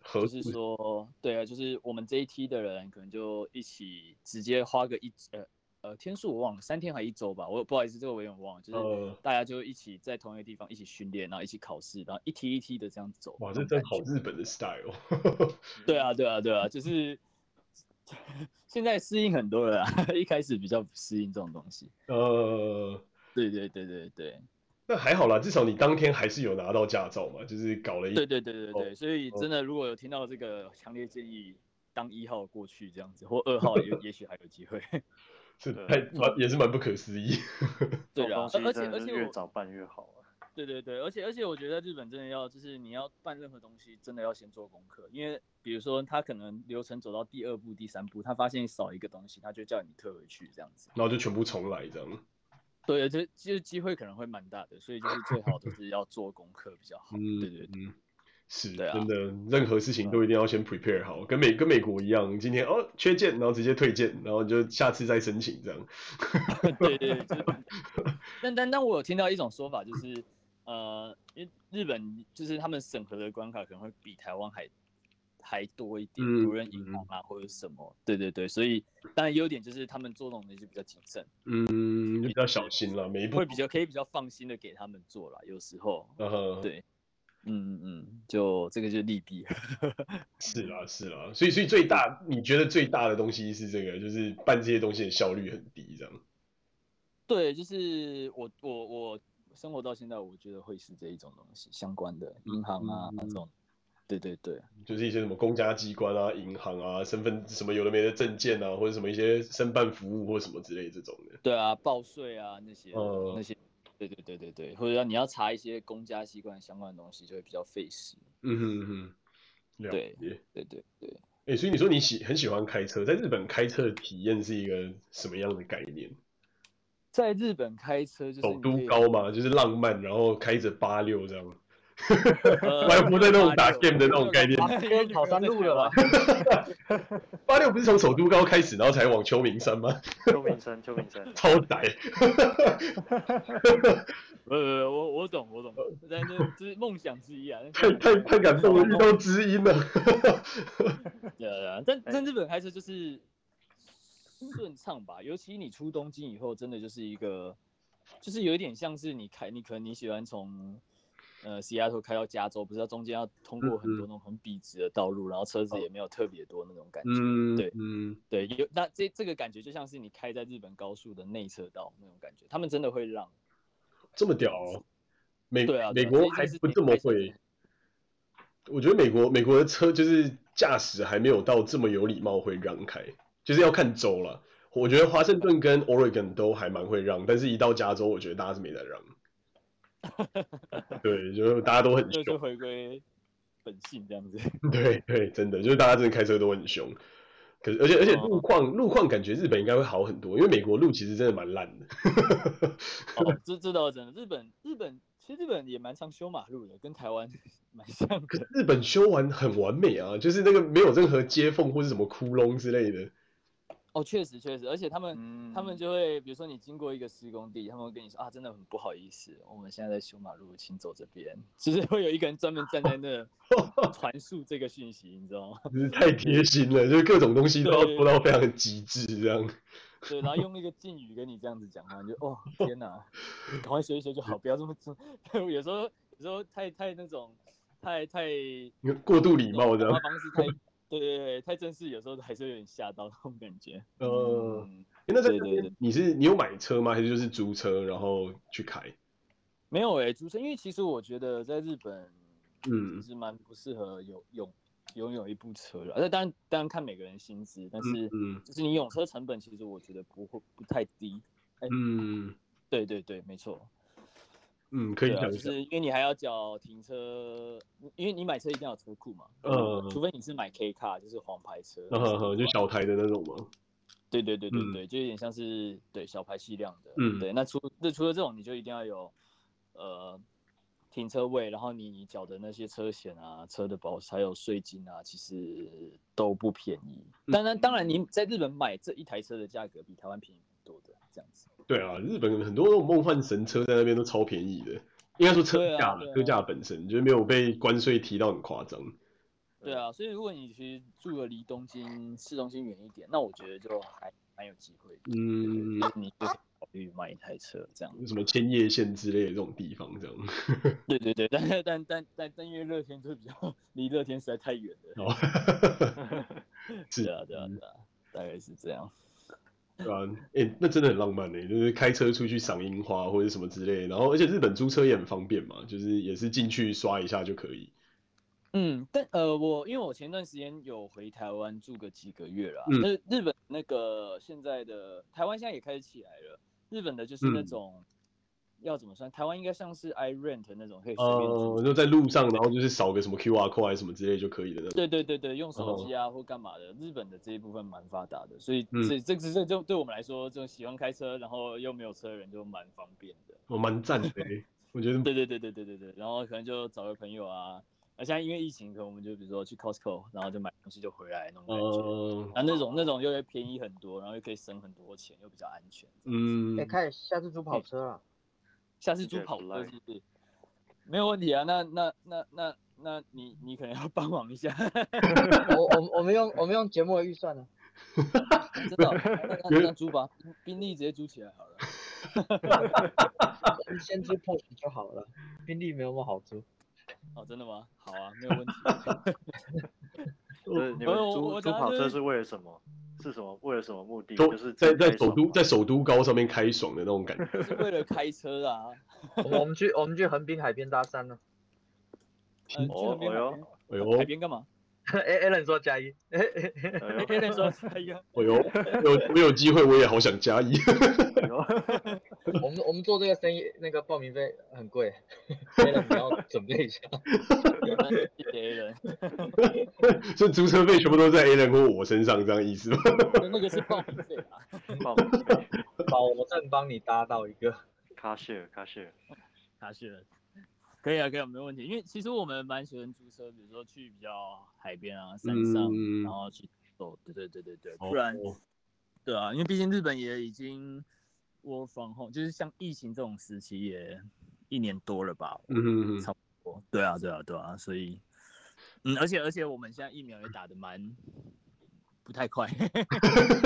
合
就是说，对啊，就是我们这一梯的人可能就一起直接花个一呃呃天数我忘了，三天还一周吧，我不好意思，这个我有点忘了，就是
呃，
大家就一起在同一个地方一起训练，然后一起考试，然后一梯一梯的这样走。
哇，
那
这真
种感
好
觉
日本的 style。
对啊，对啊，对啊，就是 现在适应很多了啦， 一开始比较不适应这种东西。
呃，
对对对对对。
那还好啦，至少你当天还是有拿到驾照嘛，就是搞了一
对对对对对，所以
哦
真的如果有听到这个，强烈建议当一号过去这样子，或二号也 也许还有机会。
是
嗯
对
太蛮也是蛮不可思议。
对
这种
啊，
东
而
西哦真
且而
的是
且
越
我，
早办越好啊。
对对对，而且而且我觉得日本真的要，就是你要办任何东西，真的要先做功课，因为比如说他可能流程走到第二步、第三步，他发现少一个东西，他就叫你退回去这样子。
然后就全部重来这样。
对，这就是机会可能会蛮大的，所以就是最好就是要做功课比较好。
嗯，
对对对
嗯，是，
对啊
真
嗯
的，任何事情都一定要先 prepare 好，跟美跟美国一样，今天哦缺件，然后直接退件，然后你就下次再申请这样。
对对对，就是但但但我有听到一种说法，就是呃，因为日本就是他们审核的关卡可能会比台湾还还多一点，
嗯
无论银行啊或者什么，对对对，所以当然优点就是他们做这种东西比较谨慎，
嗯，就比较小心了，每一步
会 比较可以比较放心的给他们做啦，有时候，
然后
对嗯嗯嗯，就这个就是利弊，
是啦是啦，所以所以最大你觉得最大的东西是这个，就是办这些东西的效率很低这样。
对，就是我我我生活到现在，我觉得会是这一种东西相关的银行啊、
嗯
那种，对对对，
就是一些什么公家机关啊、银行啊、身份什么有的没的证件啊，或者什么一些申办服务或什么之类这种的。
对啊，报税啊那些、
嗯
那些，对对对对对，或者说你要查一些公家机关相关的东西，就会比较费时。
嗯哼哼，了
对
解。
对对对，
哎、所以你说你喜很喜欢开车，在日本开车的体验是一个什么样的概念？
在日本开车就是
首
你可
都
以
高嘛，就是浪漫，然后开着八六这样。
呃
我还活在那种打
86
game 的那种概念
因为你没有在
跑山路了吧
台湾？
八六不是从首都高开始，然后才往秋名山吗？
邱明生，邱明生，
超宅。
不不不，我我懂我懂，但是就是梦想之一啊。
太太太感 动了，遇到知音了。
对啊，但
哎
但日本开车就是顺畅吧，尤其你出东京以后，真的就是一个，就是有一点像是你开，你可能你喜欢从呃西雅图开到加州，不是要中间要通过很多
嗯
那种很笔直的道路，然后车子也没有特别多那种感觉。
哦嗯，
对
嗯，
对，有那这这个感觉就像是你开在日本高速的内车道那种感觉，他们真的会让。
这么屌、哦，美
对啊，对
美
啊
国还不这么会。。我觉得美国美国的车就是驾驶还没有到这么有礼貌会让开，就是要看州了。我觉得华盛顿跟 Oregon 都还蛮会让，但是一到加州，我觉得大家是没在 让。对，就是大家都很
这就
凶，
回归本性这样子。
对对，真的就是大家真的开车都很凶。可是而且而且
哦
路况路况感觉日本应该会好很多，因为美国路其实真的蛮烂的。
哦， 这这倒是真的。日本日本其实日本也蛮常修马路的，跟台湾 蛮像
可是
的。
日本修完很完美啊，就是那个没有任何接缝或是什么窟窿之类的。
哦，确实确实，而且他们、
嗯，
他们就会，比如说你经过一个施工地，他们会跟你说啊，真的很不好意思，我们现在在修马路，请走这边。就是 会有一个人专门站在 那传述这个讯息，你知道吗？
真是太贴心了，就是各种东西都要做到非常极致这样。
对，然后用那个敬语跟你这样子讲话，你就哦天哪，赶快学一学就好，不要这么做。 有时候有时候太太那种太太
过度礼貌这
讲话
样，
方式太对对对太正式，有时候还是会有点吓到那种感觉。
呃，
嗯，
诶那在
对
那
对
边
对
你是你有买车吗？还是就是租车然后去开？
没有哎、主持人，因为其实我觉得在日本，
嗯
其实蛮不适合有拥拥有一部车的，啊而当然当然看每个人薪资，但是
嗯
就是你用车成本，其实我觉得不会不太低。
嗯
对对对，没错，
嗯，可以
对
讲
啊，
一
就
下。
是因为你还要缴停车，因为你买车一定要有车库嘛，
嗯
除非你是买 K 卡，就是黄牌车，
嗯哼哼，就小台的那种吗？
对对对对
嗯
对，就有点像是对小排气量的，
嗯
对。那除那除了这种，你就一定要有呃停车位，然后你你缴的那些车险啊、车的保还有税金啊，其实都不便宜。
嗯
当然，当然你在日本买这一台车的价格比台湾便宜很多的，这样子。
对啊，日本很多那种梦幻神车在那边都超便宜的，应该说车
对啊
价啦
对啊
车价本身就是没有被关税提到很夸张。
对啊，所以如果你其实住的离东京市中心远一点，那我觉得就还蛮有机会的，
嗯，
你就可以考虑买一台车这样。
什么千叶县之类的这种地方，这样。
对对对，但是但但但但因为乐天就比较离乐天实在太远了。
哦 是嗯
对啊，对啊，对啊，大概是这样。
对啊，哎、那真的很浪漫呢、就是开车出去赏樱花或者什么之类的，然后而且日本租车也很方便嘛，就是也是进去刷一下就可以。
嗯，但呃，我因为我前段时间有回台湾住个几个月啦，
嗯
那、日本那个现在的台湾现在也开始起来了，日本的就是那
嗯
种、要怎么算？台湾应该像是 iRent 那种可以随便租
呃，就在路上，然后就是扫个什么 QR code 还是什么之类就可以的那种。
对对对对，用手
哦
机啊或干嘛的，日本的这一部分蛮发达的，所以
嗯
这这这这就对我们来说，就喜欢开车然后又没有车的人就蛮方便的。
我蛮赞的欸，我觉得
对对对对对对对，然后可能就找个朋友啊，那现在因为疫情，可能我们就比如说去 Costco，然后就买东西就回来那种感觉。
呃
那那种那种又会便宜很多，然后又可以省很多钱，又比较安全。
嗯
哎、开始下次租跑车 啊，
下次
听
租
起来
跑
不
车
赖
是不是？没有问题啊，那那那那那你你可能要帮忙一下，
我我我们用我们用节目的预算呢、
真的哦、那那那租吧，宾宾利直接租起来好了。
啊，先租 Porsche 就好了，宾利没有那么好租。
哦，真的吗？好啊，没有问题。
不是你
我
们
我
租
我
租
等下
跑车
就是
是为了什么？是什么？为了什么目的？
都
就是
在
自己
在
开
首都
爽
在
嘛
首都高上面开爽的那种感觉。
就是为了开车啊，
我们我们去我们去横滨海边搭山呢、
呃，去
哦
旁边
哎呦
哎
海 边海
呦，
边干嘛？
哎、a l a n 说加一，哎、
哎呦
那天 说加 一啊，
哎呦，有我有机会我也好想加一。
哎呦
我们我们做这个生意那个报名费很贵 a l a n 你要准备一下。
哎
一别人，
所以租车费全部都在 A 人或我身上，这样意思吗？
那个是报名费啊。
报名费
保证帮你搭到一个。
卡谢卡谢，
他去了，可以啊，可以啊，没有问题。因为其实我们蛮喜欢租车，比如说去比较海边啊、山上，
嗯哦
然后去走，对对对对对，不然，对啊，因为毕竟日本也已经 work from home，就是像疫情这种时期也一年多了吧，
嗯，
差不多。对啊，对啊，对啊，所以，嗯，而且而且我们现在疫苗也打得蛮不太快，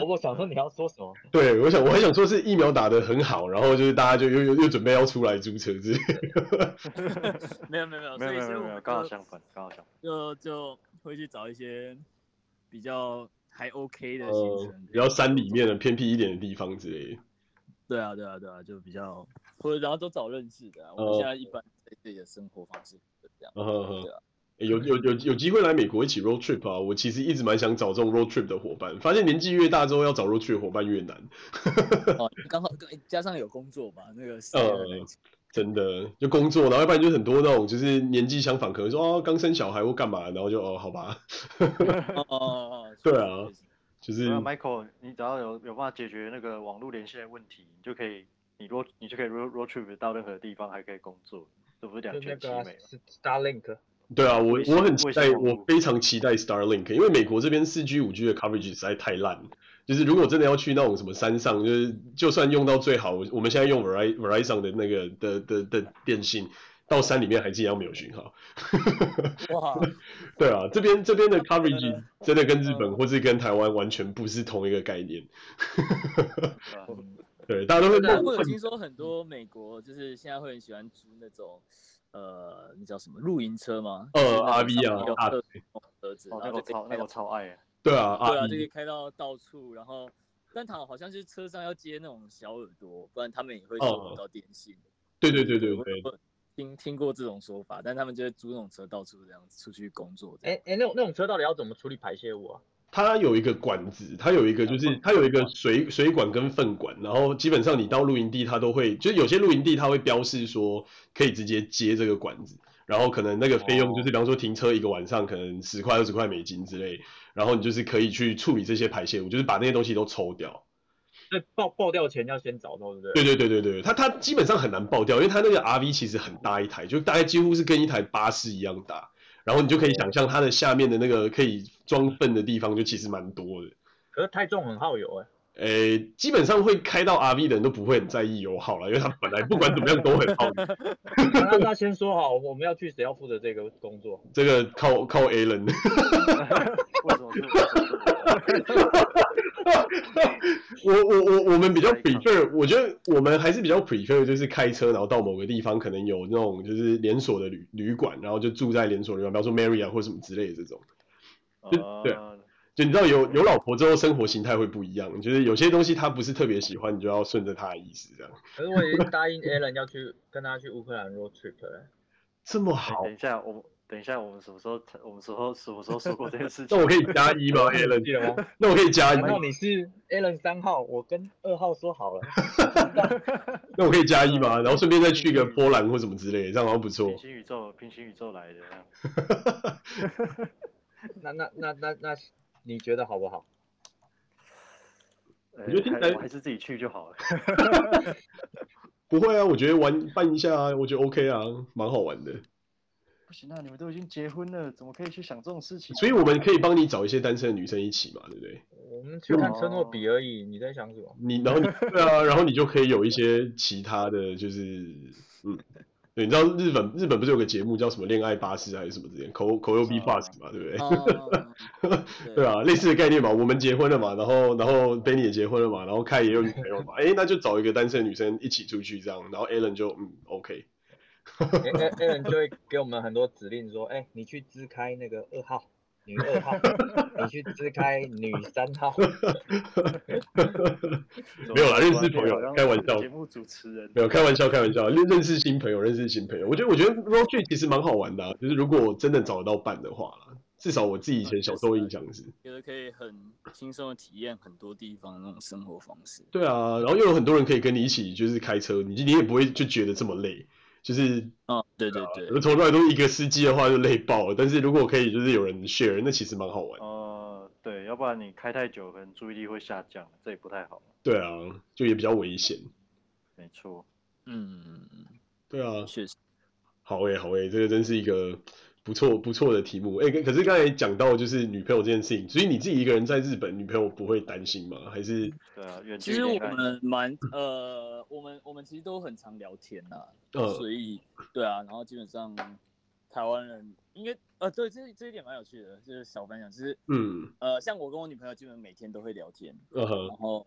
我我想说你要说什么？
对，我想我还想说是疫苗打得很好，然后就是大家就又又又准备要出来租车之类的。
没有没有没
没有
有，哦所以
没
所以
有
我
没有，
们
刚好
就
相反，刚好相反。
就就会去找一些比较还 OK 的行
呃
程，，
比较山里面的偏僻一点的地方之类的。
对啊对啊对啊，就比较或者然后都找认识的啊、我们
哦
现在一般在自己的生活方式就这样。
嗯哼哼
对啊
欸有有有有机会来美国一起 road trip 啊！我其实一直蛮想找这种 road trip 的伙伴，发现年纪越大之后要找 road trip 的伙伴越难，
哦，刚好刚加上有工作嘛，那个时间很难
呃，真的就工作，然后要不然就是很多那种就是年纪相仿，可能说哦刚生小孩或干嘛，然后就哦好吧，
哦哦哦，哦
对啊
确实确实
就是
那 Michael，你只要有有办法解决那个网络连线的问题，你就可以，你 road 你就可以 road road trip 到任何地方，还可以工作，这不是两
就那
全其
个啊
美吗？
S- Starlink，
对啊，我
卫星
我很期待，
卫星网络
我非常期待 Starlink，因为美国这边四 G、五 G 的 coverage 实在太烂了。就是如果真的要去那种什么山上，就是就算用到最好，我我们现在用 Veri- Verizon 的那个的的的的电信，到山里面还是一样没有讯号。
哇，
对啊，这边这边的 coverage
呃
真的跟日本
呃
或是跟台湾完全不是同一个概念。
对吧哦
嗯
对，大家都会
对啊，我
梦
有听说很多美国就是现在会很喜欢租那种，呃，那叫什么露营车吗？
呃
就是那种
RV 啊
上面有
啊
车车子，
哦，
然
那
后
个
就
超
可以
那
开
个
到
超 爱欸，
对啊，
对啊，
阿
就可
姨
以开到到处，然后但他好像是车上要接那种小耳朵，不然他们也会收
哦
不到电信。
对对对对
我
对，
我听听过这种说法，但他们就会租那种车到处这样出去工作这
哎
样。
哎，那种那种车到底要怎么处理排泄物啊？
它有一个管子，它有一个就是它有一个水水管跟粪管，然后基本上你到露营地，它都会，就是有些露营地它会标示说可以直接接这个管子，然后可能那个费用就是，比方说停车一个晚上可能十块二十块美金之类，然后你就是可以去处理这些排泄物，就是把那些东西都抽掉。
那爆爆掉前要先找到，对不
对
对？
对对对对，它它基本上很难爆掉，因为它那个 RV 其实很大一台，就大概几乎是跟一台巴士一样大，然后你就可以想象它的下面的那个可以装粪的地方就其实蛮多的。
可是太重很耗油哎、
诶，呃基本上会开到 RV 的人都不会很在意油耗了，因为他本来不管怎么样都很耗油。
那那先说好，我们要去谁要负责这个工作？
这个靠靠 A 人，
为什么是？为什么是我
我我我我们比较 prefer，我觉得我们还是比较 prefer 就是开车，然后到某个地方，可能有那种就是连锁的旅旅馆，然后就住在连锁旅馆，比方说 Marriott 啊或什么之类的这种。 对
呃，
就你知道有有老婆之后，生活形态会不一样，就是有些东西她不是特别喜欢，你就要顺着她的意思这样。
可是我已经答应 Alan 要去跟他去乌克兰 road trip 了、
这么好
等一下，我等一下我们什么时候我们什么时候什么时候说过这件事情？
那我可以加一 吗哦，Alan？哎
记 得吗？
那我可以加一
难，道你是 Alan 三号？我跟二号说好了，
那我可以加一吗？然后顺便再去一个波兰或什么之类的，这样好像不错
平。行宇宙平行宇宙来的，
那那那那那，你觉得好不好？
呃
我觉得听起来
还我还是自己去就好了。
不会啊，我觉得玩办一下啊，我觉得 OK 啊，蛮好玩的。
不行啊，你们都已经结婚了，怎么可以去想这种事情？啊
所以我们可以帮你找一些单身的女生一起嘛，对不对？
我们去看车诺比而已，你在想什么？
你然后你对啊，然后你就可以有一些其他的就是嗯，对，你知道日本日本不是有个节目叫什么恋爱巴士还是什么之类的，口口又 B
啊
bus 嘛，对 不对？
哦
对啊，类似的概念嘛。我们结婚了嘛，然后然后 Benny 也结婚了嘛，然后凯也有女朋友嘛，哎，那就找一个单身的女生一起出去这样，然后 Alan 就嗯 OK，
哎哎
Alan 就会给我们很多指令，说，哎、你去支开那个二号女二号，你去支开女三号，
没有啦认识
突然间
朋友
好像
开玩笑
节目主持人
没有开玩笑，开玩笑，认认识新朋友，认识新朋友。我觉得我觉得 road trip 其实蛮好玩的啊、就是如果我真的找得到伴的话啦，至少我自己以前小时候印象是。
觉得可以很轻松的体验很多地方的那种生活方式。
对啊，然后又有很多人可以跟你一起，就是开车，你你也不会就觉得这么累。就是
嗯，对对对，
从头到尾都一个司机的话就累爆了，但是如果可以就是有人 share，那其实蛮好玩。
呃，对，要不然你开太久，可能注意力会下降，这也不太好。
对啊，就也比较危险。
没错，
嗯，
对啊，
确实，
好诶、好诶、欸这个真是一个不错不错的题目。欸诶、可可是刚才讲到就是女朋友这件事情，所以你自己一个人在日本，女朋友不会担心吗？还是
对啊，远
其
距
实我
离恋爱
们蛮呃，我们我们其实都很常聊天呐、
呃
所以对啊，然后基本上台湾人应该呃，对这这一点蛮有趣的，就是小分享，就是
嗯
呃，像我跟我女朋友基本每天都会聊天，
嗯哼
然后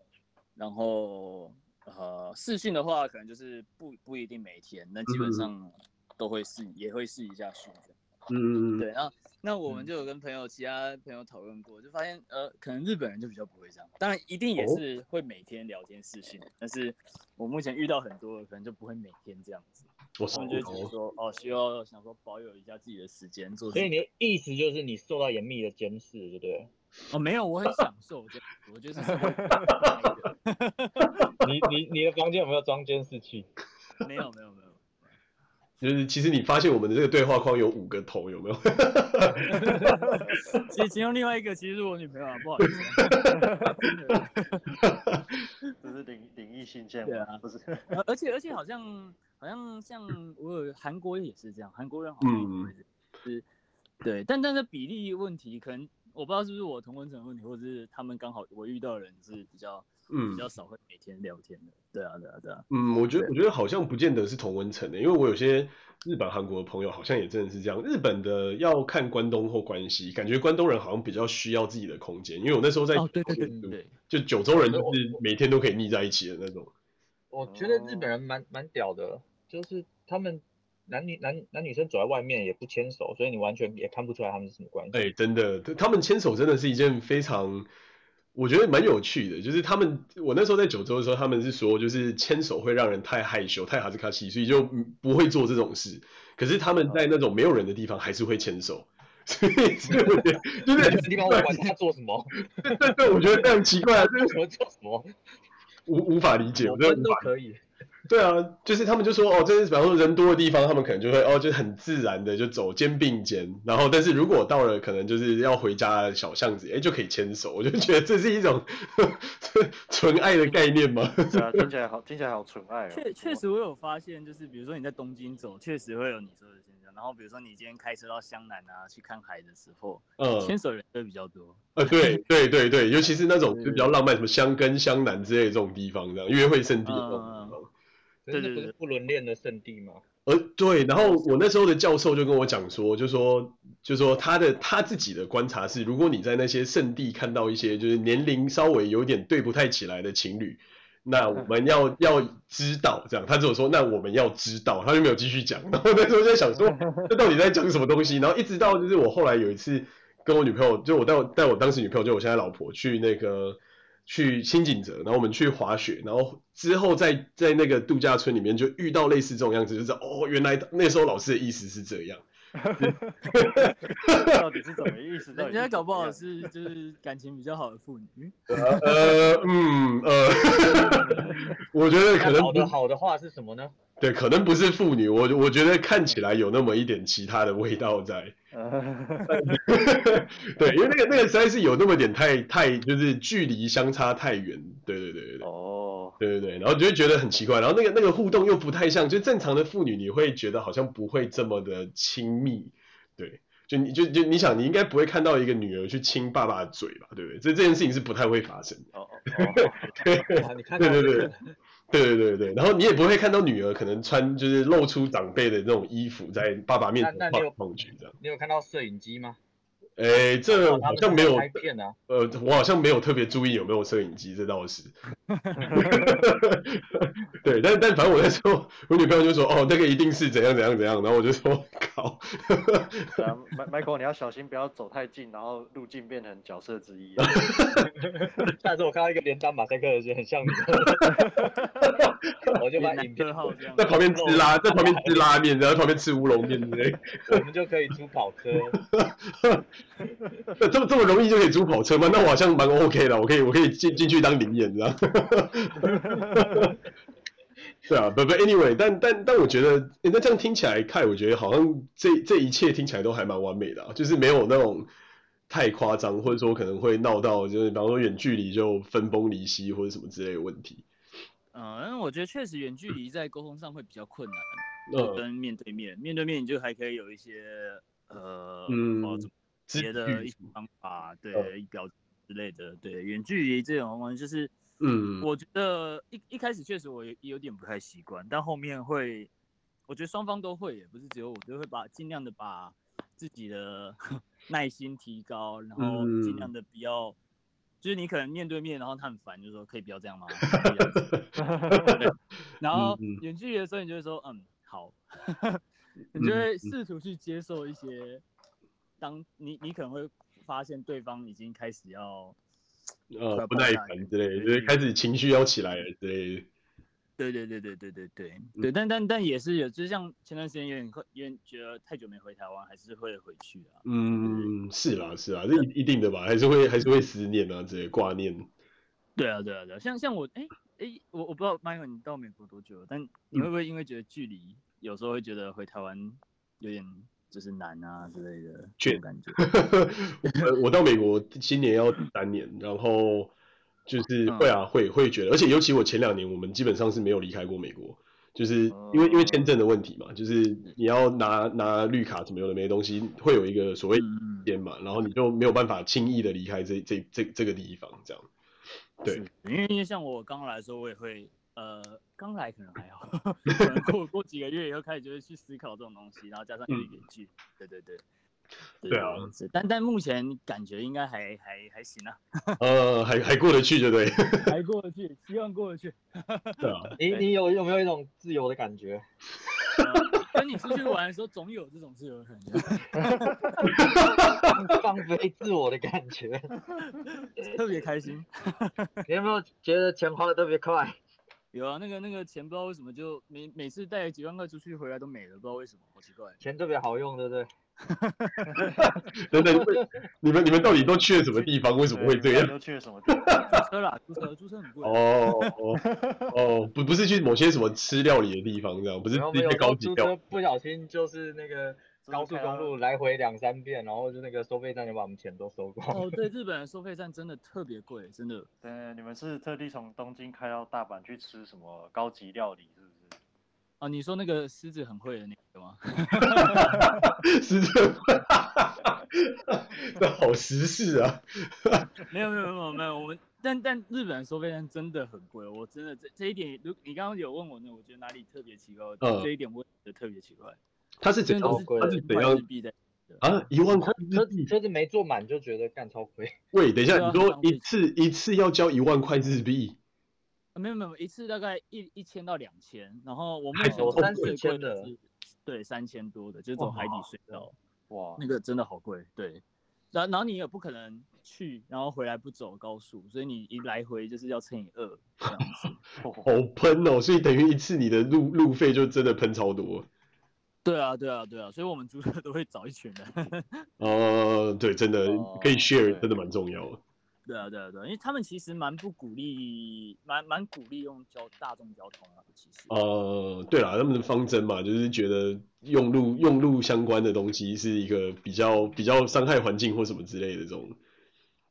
然后呃，视讯的话可能就是不不一定每天，那
嗯
基本上都会试，也会试一下讯这样
嗯嗯嗯
对，那那我们
嗯
就有跟朋友、其他朋友讨论过，就发现呃，可能日本人就比较不会这样，当然一定也
哦
是会每天聊天视讯，但是我目前遇到很多可能就不会每天这样子，
我
他
操
们就会觉得说哦，需要想说保有一下自己的时间做自
所以
己。
你的意思就是你受到严密的监视，对不对？
哦，没有，我很享受这样子，我觉得这是 我
你你你的房间有没有装监视器？
没有没有 没有，
就是其实你发现我们的这个对话框有五个头，有没 有？
其实其中另外一个其实是我女朋友啊，不好意思啊、
这是灵灵异信件
对
吗？
啊
不是，
呃而且而且好像好像像我有韩国也是这样，韩国人好像也
嗯
会是，是对，但但是比例问题可能我不知道是不是我同温层的问题，或者是他们刚好我遇到的人是比较
嗯
比较少会每天聊天的，对啊对啊对啊，
嗯，我觉得我觉得好像不见得是同温层的，欸因为我有些日本、韩国的朋友好像也真的是这样。日本的要看关东或关西，感觉关东人好像比较需要自己的空间，因为我那时候在
哦对
九
对
州
对
念
对
书
对，
就九州人就是每天都可以腻在一起的那种。
我觉得日本人蛮蛮屌的，就是他们男女男男女生走在外面也不牵手，所以你完全也看不出来他们是什么关系。
哎，真的，他们牵手真的是一件非常，我觉得蛮有趣的。就是他们，我那时候在九州的时候，他们是说，就是牵手会让人太害羞、太哈斯卡西，所以就嗯不会做这种事。可是他们在那种没有人的地方，还是会牵手。所以，所以我觉得，就
这
是
个地方我管他做什么，
对对对，我觉得非常奇怪啊，就是
我做什么，
无无法理解，
我
我真的
们
无
都
法
可以。
对啊，就是他们就说哦，这是比方说人多的地方，他们可能就会哦，就是很自然的就走肩并肩，然后但是如果到了可能就是要回家的小巷子，哎，就可以牵手，我就觉得这是一种 纯爱的概念吗？
对啊，听起来好，听起来好纯
啊
爱哦。
确确实我有发现，就是比如说你在东京走，确实会有你说的现象，然后比如说你今天开车到湘南啊去看海的时候，
嗯
牵，手人会比较多，
呃， 对对对对，尤其是那种
是
就比较浪漫，什么香根、香南之类的这种地方，这样约会圣地的这种
嗯
地方。
可是
对对
那不是
对
不伦恋的圣地吗？
呃，对，然后我那时候的教授就跟我讲说，就说就说他的他自己的观察是，如果你在那些圣地看到一些就是年龄稍微有点对不太起来的情侣，那我们要要知道这样，他只有说那我们要知道，他就没有继续讲。然后那时 候就在想说，这到底在讲什么东西？然后一直到就是我后来有一次跟我女朋友，就我带我带我当时女朋友，就我现在老婆去那个去新井泽，然后我们去滑雪，然后之后在在那个度假村里面就遇到类似这种样子，就是哦，原来那时候老师的意思是这样，
到底是怎么意思？到
人
底是
家搞不
怎
好
么
是就是感情比较好的妇女，
呃，嗯，呃， 我觉得可
那
能
搞
不
得好的话是什么呢？
对，可能不是妇女，我我觉得看起来有那么一点其他的味道在。
样，
对，因为那个那个实在是有那么点太太，就是距离相差太远。对对对对 对。
哦，
对对对，然后就会觉得很奇怪，然后那个那个互动又不太像，就正常的妇女，你会觉得好像不会这么的亲密，对，就你就就你想，你应该不会看到一个女儿去亲爸爸的嘴吧，对不对？这这件事情是不太会发生的，
哦哦哦，
哇你看到这
对对
个
对对对对，然后你也不会看到女儿可能穿就是露出长辈的那种衣服在爸爸面前
那那
晃
你有
来晃去这样，
你有看到摄影机吗？
哎，这
哇他
好
们
像没
在
有
拍片啊，
呃，我好像没有特别注意有没有摄影机，这倒是。对，但但反正我那时候，我女朋友就说，哦，那个一定是怎样怎样怎样，然后我就说，靠，
对啊，Mi-，Michael，你要小心，不要走太近，然后路径变成角色之 一啊。
下次我看到一个连打马赛克的人很像你， 我就把影片
特，号这样
在。旁边吃拉，在旁边吃拉面，然后在旁边吃乌龙面之类的，
我们就可以租跑车。
那这么这么容易就可以租跑车吗？那我好像蛮 OK 的，我可以我可以进进去当灵眼这样。 对啊，不不，anyway，但但但我觉得，诶那这样听起来，看我觉得好像这这一切听起来都还蛮完美的、啊，就是没有那种太夸张，或者说可能会闹到就是比方说远距离就分崩离析或者什么之类的问题。
嗯，但我觉得确实远距离在沟通上会比较困难，就
嗯
跟面对面，面对面你就还可以有一些呃，
嗯
我怎么
肢
别的一些方
嗯
法，对，表达之类的，对，远距离这种东西就是。
嗯
我觉得一一开始确实我有有点不太习惯，但后面会，我觉得双方都会，也不是只有我，就会把尽量的把自己的 耐心提高，然后尽
嗯
量的不要，就是你可能面对面，然后他很烦，就说可以不要这 样吗？可以不要这样然后
嗯
远距离的时候，你就会说嗯好， 你
嗯
就会试图去接受一些，当你你可能会发现对方已经开始要。快
呃
要
不
爆
耐
炸
烦之类的，
对
就是
对
开始情绪要起来了之类的。
对对对对对对对
嗯
对，但但但也是有，就像前段时间有点快，有点觉得太久没回台湾，还是会回去啊。
嗯，是啦，是啦，这一一定的吧，还是会还是会思念啊，之类挂念。
对啊对啊对啊，像像我哎哎，我我不知道 Michael 你到美国多久了，但你会不会因为觉得距离，有时候会觉得回台湾有点就是难啊之类的这
倦
种感觉？
我我到美国今年要三年，然后就是会啊，会会觉得，而且尤其我前两年，我们基本上是没有离开过美国，就是因为因为签证的问题嘛，就是你要拿拿绿卡什么有的没的东西，会有一个所谓
嗯，
间嘛，然后你就没有办法轻易的离开这这这这个地方，这样。 对
是，因为因为像我刚来的时候，我也会呃，刚来可能还 好， 可能过过几个月以后开始就会去思考这种东西，然后加上有一点距离，对对对。
嗯对啊
是，但但目前感觉应该还还还行啊，
呃，还还过得去，对不对？
还过得去，希望过得去。
对啊，
你你有有没有一种自由的感觉？
呃跟你出去玩的时候，总有这种自由的感 觉，
放放飞自我的感觉？
哎特别开心。
你有没有觉得钱花的特别快？
有啊，那个那个钱不知道为什么就每每次带几万块出去回来都没了，不知道为什么，好奇怪。
钱特别好用，对不对？
等等，你们你们到底都去了什么地方？为什么会
对
这
你们
样？
都去了什么地方？
租车啦，租车，租车很贵啊。
哦哦哦，不不是去某些什么吃料理的地方，这样不是
然后我
吃
们有
一些
时
高
候
级
租
料理
车不小心就是那个高速公路来回两三遍，然后就那个收费站就把我们钱都收光。
哦，对，日本的收费站真的特别贵，真的。
对，你们是特地从东京开到大阪去吃什么高级料理，是不是？
哦，你说那个狮子很会的那个吗？
是这样， 那好时事啊！
没有没有没有没有，我们 但但日本的收费站真的很贵，哦我真的这这一点，如你刚刚有问我呢，我觉得哪里特别奇怪，我
嗯
这一点我也觉得特别奇怪，
他是怎
真的
样
都是？
贵
他是
10
怎
块
样
日币在
啊？一万块日
车
币？
车子没坐满就觉得干超亏，
喂，等一下，
对啊
你说
浪费
一次一次要交一万块日币？
啊没有没有，一次大概一一千到两千，然后我目
还
前
有
知道
哎三四
最
千
贵
的
是，对，三千多的，就是走海底隧道，
哇，
那个真的好贵，对。然然后你也不可能去，然后回来不走高速，所以你一来回就是要乘以二这样子。
哦好喷哦！所以等于一次你的路路费就真的喷超多。
对啊，对啊，对啊，所以我们租客都会找一群人。
哦，对，真的
哦
可以 share，
对
真的蛮重要的。
对啊，对啊，对啊，因为他们其实蛮不鼓励，蛮蛮鼓励用交大众交通啊，其实。
呃，对啦，他们的方针嘛，就是觉得用路用路相关的东西是一个比较比较伤害环境或什么之类的这种。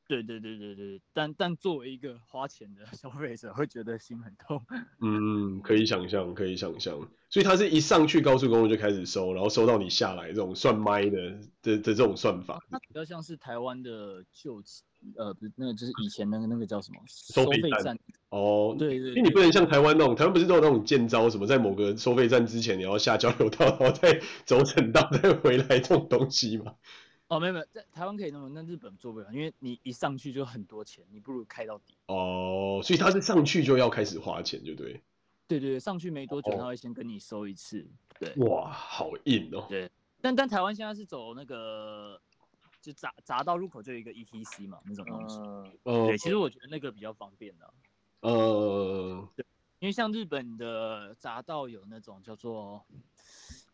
对对对对对，但但作为一个花钱的 消费者，会觉得心很痛。
嗯，可以想象，可以想象。所以他是一上去高速公路就开始收，然后收到你下来这种算麦的的的这种算法，
它比较像是台湾的旧起，呃，不是那个，就是以前那个那个叫什么
收费
费
站
站。
哦，
对对
因为你不能像台湾那种，台湾不是都有那种建招，什么在某个收费站之前你要下交流道，然后再走省道再回来这种东西嘛？
哦，没有没有，在台湾可以那么，但日本做不了，因为你一上去就很多钱，你不如开到底。
哦，所以他是上去就要开始花钱，就对。
对对对，上去没多久
哦
他会先跟你收一次。对，
哇，好硬哦。
但但台湾现在是走那个，就砸砸到入口就有一个 ETC 嘛，那种东西。
嗯，
呃
对，其实我觉得那个比较方便的、
呃，
因为像日本的匝道有那种叫做，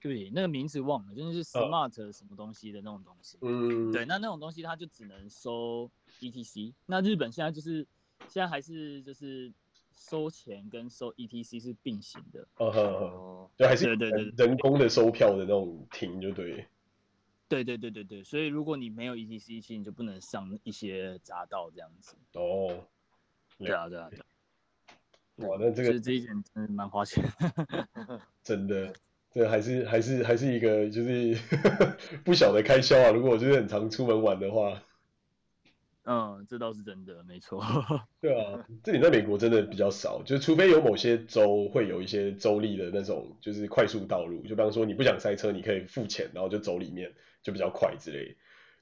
对不起，那个名字忘了，真的是 smart 什么东西的那种东西。
嗯，
对，那那种东西它就只能收 ETC。那日本现在就是现在还是就是收钱跟收 ETC 是并行的。
呃呵，
哦，
就还是
对对对
人工的收票的那种停，就对。
对对对对对，所以如果你没有 ETC，其实你就不能上一些匝道这样子。
哦，
对啊对啊，对啊
哇，那这
所
个
以这一点真的 蛮花钱。
真的，这还是还是还是一个就是 不小的开销啊。如果我就是很常出门玩的话，
嗯，这倒是真的，没错。
对啊，这里在美国真的比较少，就是除非有某些州会有一些州立的那种就是快速道路，就比方说你不想塞车，你可以付钱，然后就走里面，就比较快之类的。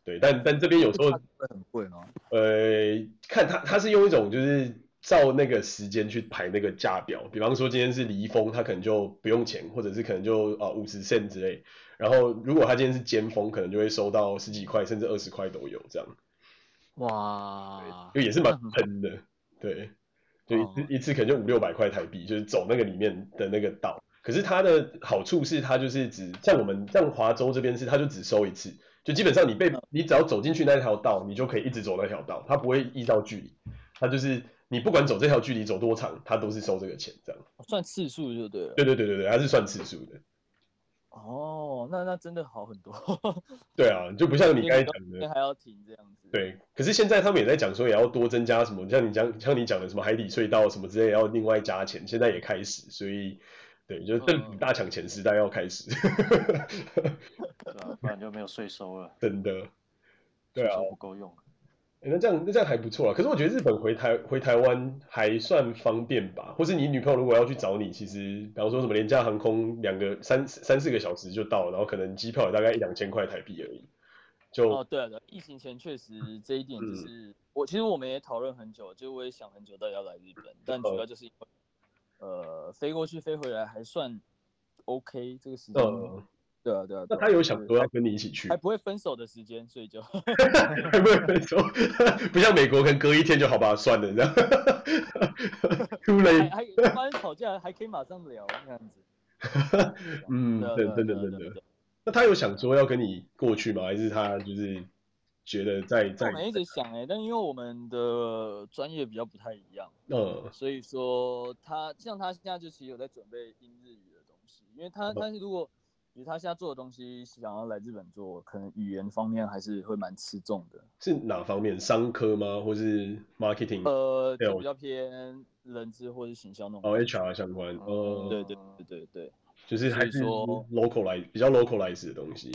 对，但但这边有时候
会很贵吗？
呃，看他他是用一种就是照那个时间去排那个价表，比方说今天是离峰，他可能就不用钱，或者是可能就啊五十 cent 之类。然后如果他今天是尖峰，可能就会收到十几块甚至二十块都有这样，
哇，哦
就也是蛮
那很
喷的，对，就一
哦
次一次可能就五六百块台币，就是走那个里面的那个道。可是它的好处是，它就是只像我们像华州这边是，它就只收一次，就基本上你被你只要走进去那条道，你就可以一直走那条道，它不会依照距离，它就是你不管走这条距离走多长，它都是收这个钱这样。
算次数就对了。
对对对对对，它是算次数的。
哦，那那真的好很多。
对啊，就不像你刚才讲的，
还要停这样子。
对，可是现在他们也在讲说，也要多增加什么，像你讲，像你讲的什么海底隧道什么之类，要另外加钱，现在也开始，所以对，就是政府
嗯
大抢钱时代要开始，
对啊，不然就没有税收了，
真的，对
税，
啊
收不够用。
诶那这样那这样还不错啊。可是我觉得日本回台回台湾还算方便吧，或是你女朋友如果要去找你，其实比方说什么廉价航空，两个三三四个小时就到了，然后可能机票也大概一两千块台币而已，就嗯
哦，对啊，对啊，疫情前确实这一点就是、我，其实我们也讨论很久，就我也想很久到底要来日本，但主要就是因为，呃，飞过去飞回来还算 OK 这个时间。
呃，
对啊，对啊。
那
对啊
他有想说
就是
要跟你一起去吗
还不会分手的时间，所以 就
还没有分手，不像美国，可能隔一天就好吧，算了这样。Too
还
late，
还发生吵架还可以马上聊这样子。
嗯，
对啊
真
对
的
啊
真
对
的真
啊对
的。
啊对啊
那他有想说要跟你过去吗？还是他就是觉得在
我
在
们一直想哎、但因为我们的专业比较不太一样。
呃
所以说他像他现在就其实有在准备英日语的东西，因为
哦
他但是如果比如他现在做的东西想要来日本做，可能语言方面还是会蛮吃重的。
是哪方面？商科吗？或是 marketing？
呃，
对
就
我
比较偏人资或是行销那种。
哦，HR 相关，
哦
呃，
对对对对对
就是还是
所以说
localize 比较 localize 的东西。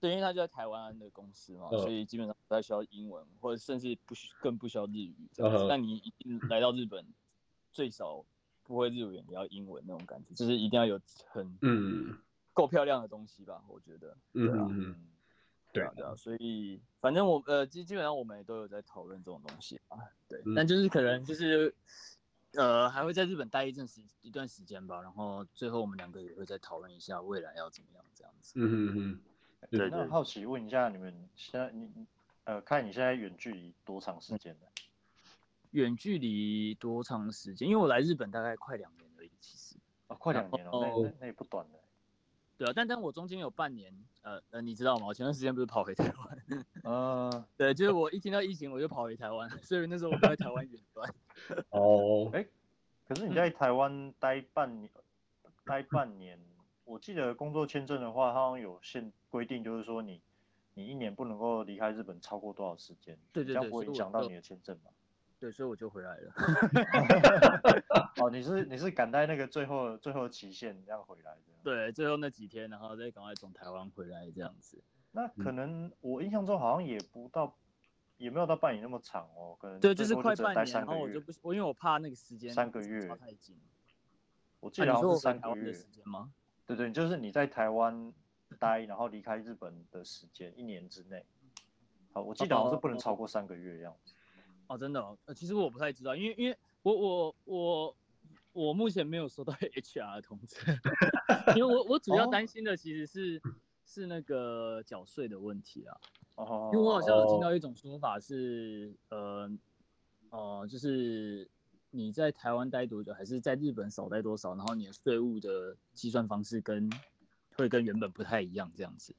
对，因为他就在台湾的公司嘛，
嗯
所以基本上不太需要英文，或者甚至不需更不需要日语这样
嗯
子。
哼
但你一定来到日本，最少不会日语也要英文那种感觉，就是一定要有很
嗯
够漂亮的东西吧，我觉得。
嗯
对啊
嗯嗯，对
啊，对啊，所以反正我呃基基本上我们也都有在讨论这种东西啊，对，
嗯
但就是可能就是呃还会在日本待一阵时一段时间吧，然后最后我们两个也会再讨论一下未来要怎么样这样子。
嗯嗯嗯。
对
那
对，
好奇问一下，你们现在你你呃，看你现在远距离多长时间了？
远距离多长时间？因为我来日本大概快两年而已，其实。
哦，快两年了，
然后
那那那也不短了。
对啊，但但我中间有半年，呃呃，你知道吗？我前段时间不是跑回台湾，
呃，
对，就是我一听到疫情我就跑回台湾，所以那时候我都在台湾远端。
哦，
可是你
嗯
在台湾待半年，待半年，我记得工作签证的话，它好像有限规定，就是说你你一年不能够离开日本超过多少时间，
对对
这样
对
不会
所以
影
我
响到
就
你的签证嘛？
对，所以我就回来了。
哦，你是你是赶在那个最后最后期限要回来的。
对，最后那几天，然后再赶快从台湾回来这样子。
那可能我印象中好像也不到，也没有到半年那么长哦，可能
对，就
最
是
多
快
只能
半
待
年，
三
然
个
后我
月
就不，我因为我怕那个时间
三个月
抓太紧。
我记
啊、
得
你
好像是
说我回
三
台
个
湾的
月
时。间吗？
对对，就是你在台湾待，然后离开日本的时间一年之内。好，我记得好像是不能超过三个月的样子。
哦，真的、哦，呃，其实我不太知道，因为因为我我我我目前没有收到 HR 的通知， 因为我我主要
哦
担心的其实是、是那个缴税的问题啊，
哦
因，为我好像有听到一种说法是，呃呃，就是你在台湾待多久，还是在日本少待多少，然后你的税务的计算方式跟会跟原本不太一样这样子。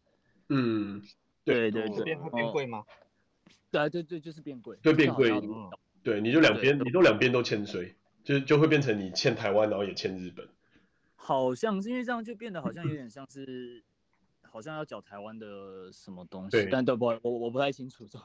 嗯，
对对
哦
这
对，
边会变贵吗？
对啊对对，就是变贵，
就变贵
这好像
嗯，
对，你就两边，
对
你都两边都欠税，就就会变成你欠台湾，然后也欠日本。
好像是因为这样就变得好像有点像是，好像要缴台湾的什么东西
对，
但都不我我不太清楚这种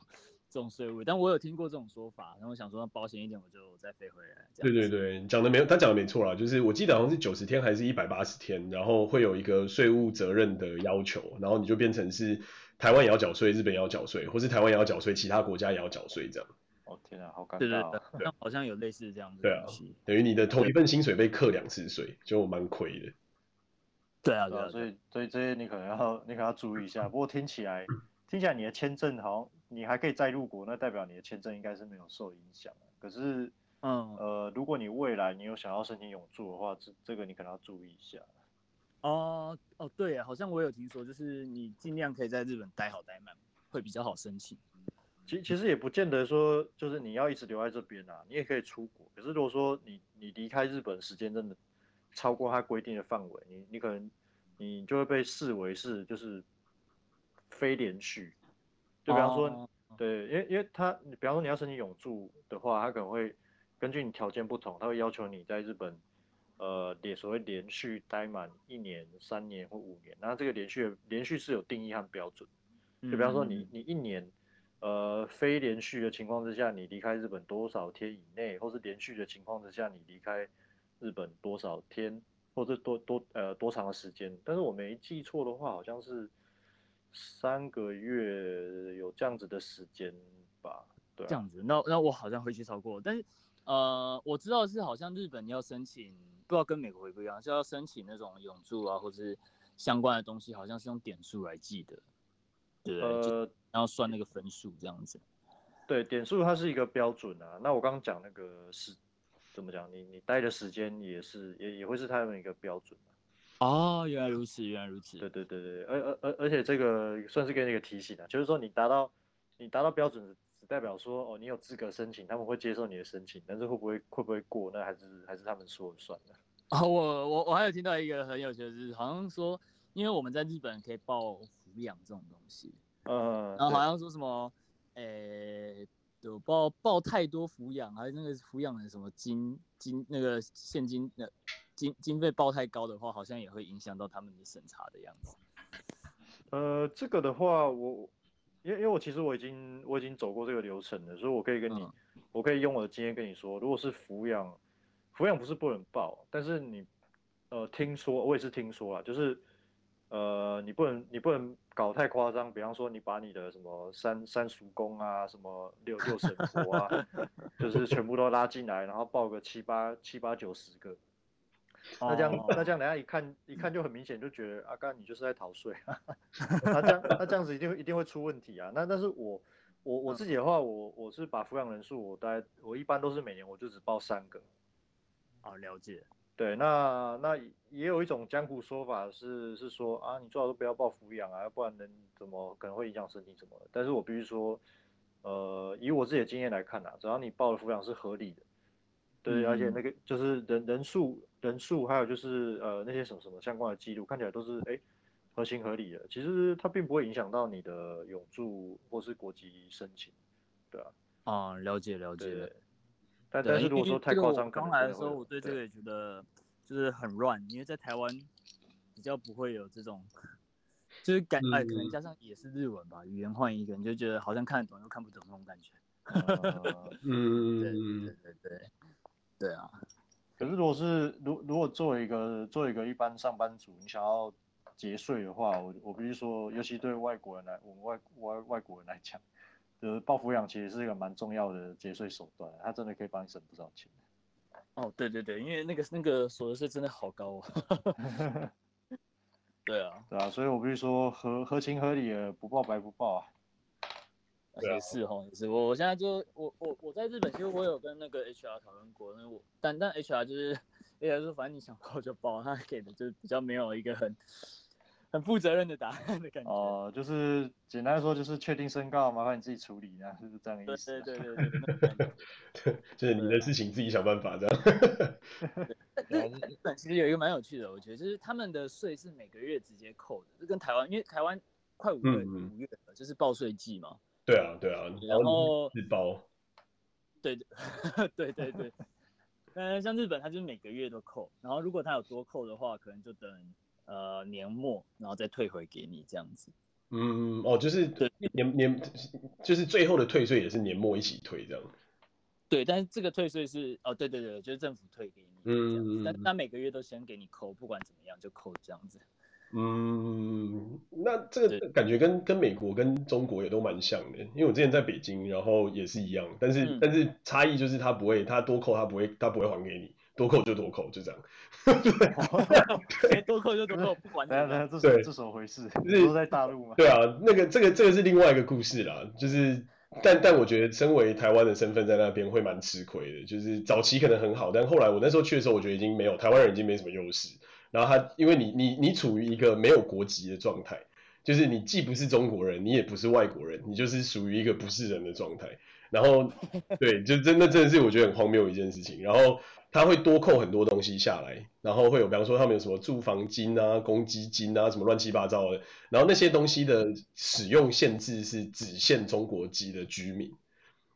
这种税务，但我有听过这种说法，然后我想说保险一点，我就再飞回来。这
对
样
对
子，
对，讲的没有，他讲的没错啦，就是我记得好像是九十天还是一百八十天，然后会有一个税务责任的要求，然后你就变成是台湾也要缴税，日本也要缴税，或是台湾也要缴税，其他国家也要缴税，这样
哦天啊，好尴
对对
尬
对
哦。，
那好像有类似这样的
对啊
东西。
等于你的同一份薪水被课两次税，就蛮亏的。
对啊，
对
对
啊，
啊，
所
对啊
以所以这些你可能要你可能要注意一下。不过听起来听起来你的签证好像你还可以再入国，那代表你的签证应该是没有受影响的。可是
嗯，
呃，如果你未来你有想要申请永住的话，这这个你可能要注意一下。
哦哦，对啊，好像我有听说，就是你尽量可以在日本待好待满，会比较好申请。
其其实也不见得说，就是你要一直留在这边啊，你也可以出国。可是如果说你你离开日本时间真的超过它规定的范围，你你可能你就会被视为是就是非连续。就比方说，
哦
对，因为因为他，你比方说你要申请永住的话，他可能会根据你条件不同，他会要求你在日本，呃，连所谓连续待满一年、三年或五年。那这个连续连续是有定义和标准。就比方说你
嗯
你一年，呃，非连续的情况之下，你离开日本多少天以内，或是连续的情况之下，你离开日本多少天，或者多多呃多长的时间？但是我没记错的话，好像是三个月有这样子的时间吧？对、
这
啊，
样子，那那我好像回去超过，但是呃，我知道是好像日本要申请，不知道跟美国一不一样，是要申请那种永住啊，或是相关的东西，好像是用点数来记的，对不对？就
呃，
然后算那个分数这样子。
对，点数它是一个标准啊。那我刚刚讲那个是怎么讲？你你待的时间也是也也会是他们一个标准。啊
哦，原来如此，原来如此。
对 对对对，而而而而且这个算是给你一个提醒啊，就是说你达到你达到标准，只代表说哦你有资格申请，他们会接受你的申请，但是会不会会不会过，那还是还是他们说了算的。
啊，我我我还有听到一个很有趣的是，好像说，因为我们在日本可以报抚养这种东西，
嗯，
然后好
对
像说什么，诶、有报报太多抚养，还有那个抚养的什么金金那个现金的、呃、经经费报太高的话，好像也会影响到他们的审查的样子。
呃，这个的话，我因为因为我其实我已经我已经走过这个流程了，所以我可以跟你，
嗯
我可以用我的经验跟你说，如果是抚养，抚养不是不能报，但是你呃听说我也是听说啦，就是呃你不能你不能搞太夸张，比方说你把你的什么三三叔公啊，什么六六婶婆啊，就是全部都拉进来，然后报个七八七八九十个，
哦
那这样，那这样，人家一看一看就很明显，就觉得阿啊干、你就是在逃税啊。 那这样，那这样子一定会一定会出问题啊。那但是我我我自己的话，我我是把抚养人数，我大概我一般都是每年我就只报三个。
哦，了解。
对，那那也有一种江湖说法是是说啊，你最好都不要报抚养啊，要不然能怎么可能会影响身体什么的。但是我必须说，呃，以我自己的经验来看啊，只要你报的抚养是合理的，对，而且
嗯
那个就是人人数人数，还有就是呃那些什么什么相关的记录，看起来都是哎合情合理的。其实它并不会影响到你的永住或是国籍申请，对啊，
哦，了解了解。
对。但
对
但是
因
如果
因
说
为
太
因为
夸
我
张，可
刚
能
来
真
的
的
时
会
候，
有
我对这
对
个也觉得就是很乱，因为在台湾比较不会有这种，就是感哎、可能
嗯
加上也是日文吧，语言换一个，你就觉得好像看得懂又看不懂那种感觉。
呃
对对
嗯，
对对，对啊，
可是如果是如如果作为一个作为一个一般上班族，你想要节税的话，我我必须说，尤其对外国人来，我们外外外国人来讲，就是报抚养其实是一个蛮重要的节税手段，它真的可以帮你省不少钱。
哦对对对，因为那个那个所得税真的好高 哦。对啊，
对啊，所以我必须说合合情合理的，不报白不报啊。
啊
也是哈，也是我我现在就我我我在日本，其实我有跟那个 HR 讨论过，那我但但 HR 就是 HR 说，反正你想报就报，他给的就是比较没有一个很很负责任的答案的感觉。
哦、就是简单说，就是确定申告，麻烦你自己处理啊，就是这样的
对
意思
对
啊。
对对对，那种感觉。
就是你的事情自己想办法这样。
对啊
但日本其实有一个蛮有趣的，我觉得就是他们的税是每个月直接扣的，这跟台湾因为台湾快五月
嗯嗯
五月了，就是报税季嘛。
对啊，对啊，
然后
自包，
对对 对对对。呃，像日本，它就是每个月都扣，然后如果它有多扣的话，可能就等呃年末，然后再退回给你这样子。
嗯，哦，就是年年就是最后的退税也是年末一起退这样。
对，但是这个退税是哦，对对对，就是政府退给你这样子，
嗯
但是它每个月都先给你扣，不管怎么样就扣这样 子。
嗯，那这个
对
感觉跟跟美国跟中国也都蛮像的，因为我之前在北京，然后也是一样，但是
嗯
但是差异就是他不会，他多扣他不会，他不会还给你，多扣就多扣，就这样。
哎多扣就多扣，不管怎
等一下等一下，
么样。
啊这是
对
这怎么回事？
是
你都在大陆吗？
对啊，那个这个这个是另外一个故事啦，就是但但我觉得身为台湾的身份在那边会蛮吃亏的，就是早期可能很好，但后来我那时候去的时候，我觉得已经没有台湾人已经没什么优势，然后他因为你你你处于一个没有国籍的状态，就是你既不是中国人，你也不是外国人，你就是属于一个不是人的状态，然后对，就真的真的是我觉得很荒谬的一件事情，然后。他会多扣很多东西下来，然后会有，比方说他们有什么住房金啊、公积金啊，什么乱七八糟的，然后那些东西的使用限制是只限中国籍的居民，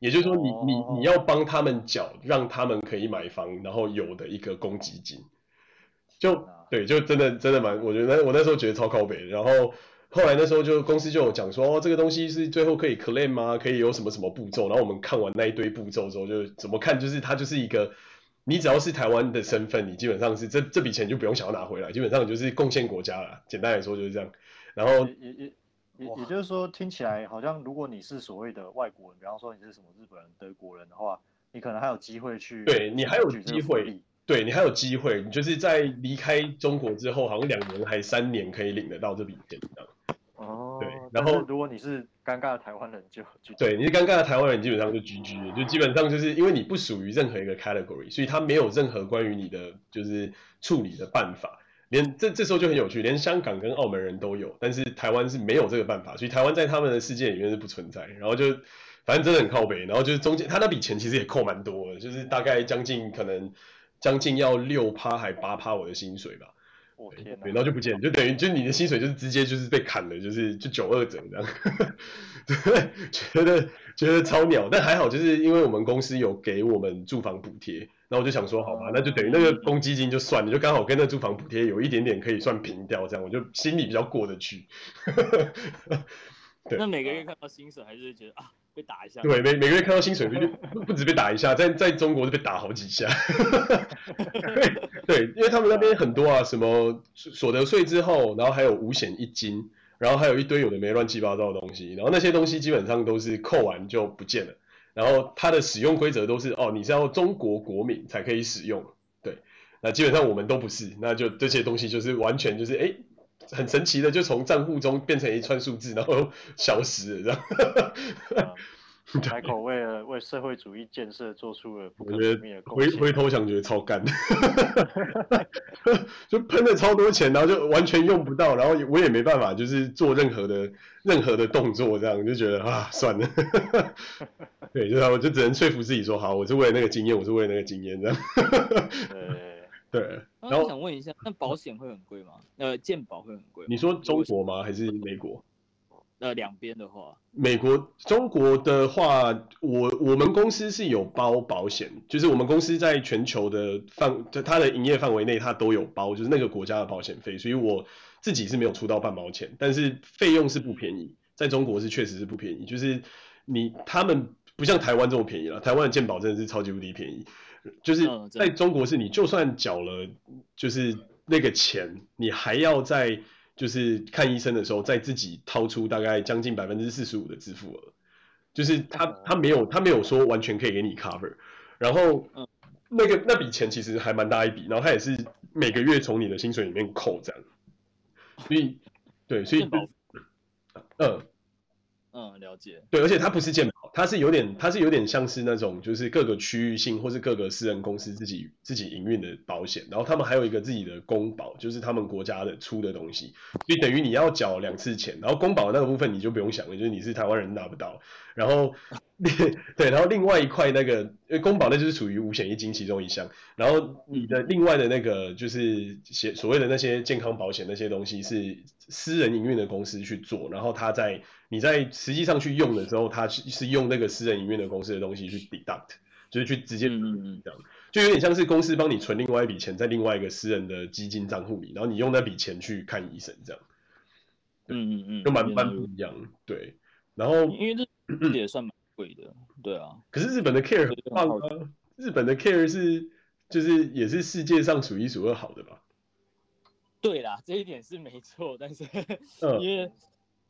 也就是说你，你你
哦
要帮他们缴，让他们可以买房，然后有的一个公积金，就
天哪
对，就真的真的蛮，我觉得我那时候觉得超靠北的，然后。后来那时候就公司就有讲说，哦，这个东西是最后可以 claim 吗？可以有什么什么步骤？然后我们看完那一堆步骤之后，就怎么看，就是它就是一个，你只要是台湾的身份，你基本上是这这笔钱就不用想要拿回来，基本上就是贡献国家了。简单来说就是这样。然后
也也也也
哇
也就是说，听起来好像如果你是所谓的外国人，比方说你是什么日本人、德国人的话，你可能还有机会去
对你还有
去争取这个
机会
福利
对你还有机会，你就是在离开中国之后，好像两年还三年可以领得到这笔钱这样。
哦。
对然
但是
后
如果你是尴尬的台湾人就，就
对，你是尴尬的台湾人，基本上就 GG 了，就基本上就是因为你不属于任何一个 category，所以他没有任何关于你的就是处理的办法。连这这时候就很有趣，连香港跟澳门人都有，但是台湾是没有这个办法，所以台湾在他们的世界里面是不存在。然后就反正真的很靠北，然后就是中间他那笔钱其实也扣蛮多的，就是大概将近可能将近要六趴还八趴我的薪水吧。
我
对，
天哪，
然后就不见，就等于就你的薪水就是直接就是被砍了，就是就九二折这样， 对，觉得觉得超鸟，但还好，就是因为我们公司有给我们住房补贴，然后我就想说，好吧，那就等于那个公积金就算了，就刚好跟那住房补贴有一点点可以算平掉，这样我就心里比较过得去。 对
那每个月看到薪水，还是觉得啊被打一下。
对，每每个月看到薪水就不不止被打一下，在在中国是被打好几下。 对，因为他们那边很多啊，什么所得税之后，然后还有五险一金，然后还有一堆有的没乱七八糟的东西，然后那些东西基本上都是扣完就不见了。然后它的使用规则都是哦，你是要中国国民才可以使用，对。那基本上我们都不是，那就这些东西就是完全就是哎，很神奇的就从账户中变成一串数字，然后消失了这样。
啊 Michael 为了为社会主义建设做出了不
我
可
觉
磨
得
灭的贡
回
献。
回头想觉得超干， 就喷了超多钱，然后就完全用不到，然后也我也没办法，就是做任何的任何的动作，这样就觉得啊算了， 对，就我就只能说服自己说好，我是为了那个经验，我是为了那个经验这样。
对，
对，
然
然
后
后
我想问一下，那保险会很贵吗？呃，健保会很贵吗？
你说中国吗？还是美国？
呃两边的话，
美国、中国的话，我我们公司是有包保险，就是我们公司在全球的范，就它的营业范围内，它都有包，就是那个国家的保险费，所以我自己是没有出到半毛钱，但是费用是不便宜，在中国是确实是不便宜，就是你他们不像台湾这么便宜了，台湾的健保真的是超级无敌便宜，就是
嗯真的
在中国是你就算缴了就是那个钱，你还要在就是看医生的时候再自己掏出大概将近百分之四十五的支付额，就是他
嗯
他没有他没有说完全可以给你 cover，然后
嗯
那个那笔钱其实还蛮大一笔，然后他也是每个月从你的薪水里面扣这样，所以对，所以
健保
嗯。
嗯了解，
对，而且它不是健保，它是有点，它是有点像是那种，就是各个区域性或是各个私人公司自己自己营运的保险，然后他们还有一个自己的公保，就是他们国家的出的东西，所以等于你要缴两次钱，然后公保的那个部分你就不用想了，就是你是台湾人拿不到，然后对，然后另外一块那个，因为公保那就是属于五险一金其中一项，然后你
嗯
的另外的那个就是些所谓的那些健康保险那些东西是私人营运的公司去做，然后他在你在实际上去用的时候，他是是用那个私人营运的公司的东西去 deduct，就是去直接
嗯嗯嗯
这样，就有点像是公司帮你存另外一笔钱在另外一个私人的基金账户里，然后你用那笔钱去看医生，这样
嗯嗯嗯，
就蛮
原来
蛮
如
不一样，对。然后
因为这也算蛮贵的，对啊，
可是日本的 care 很棒
对
啊，日本的 care 是就是也是世界上数一数二好的吧？
对啦，这一点是没错，但是
嗯，
因为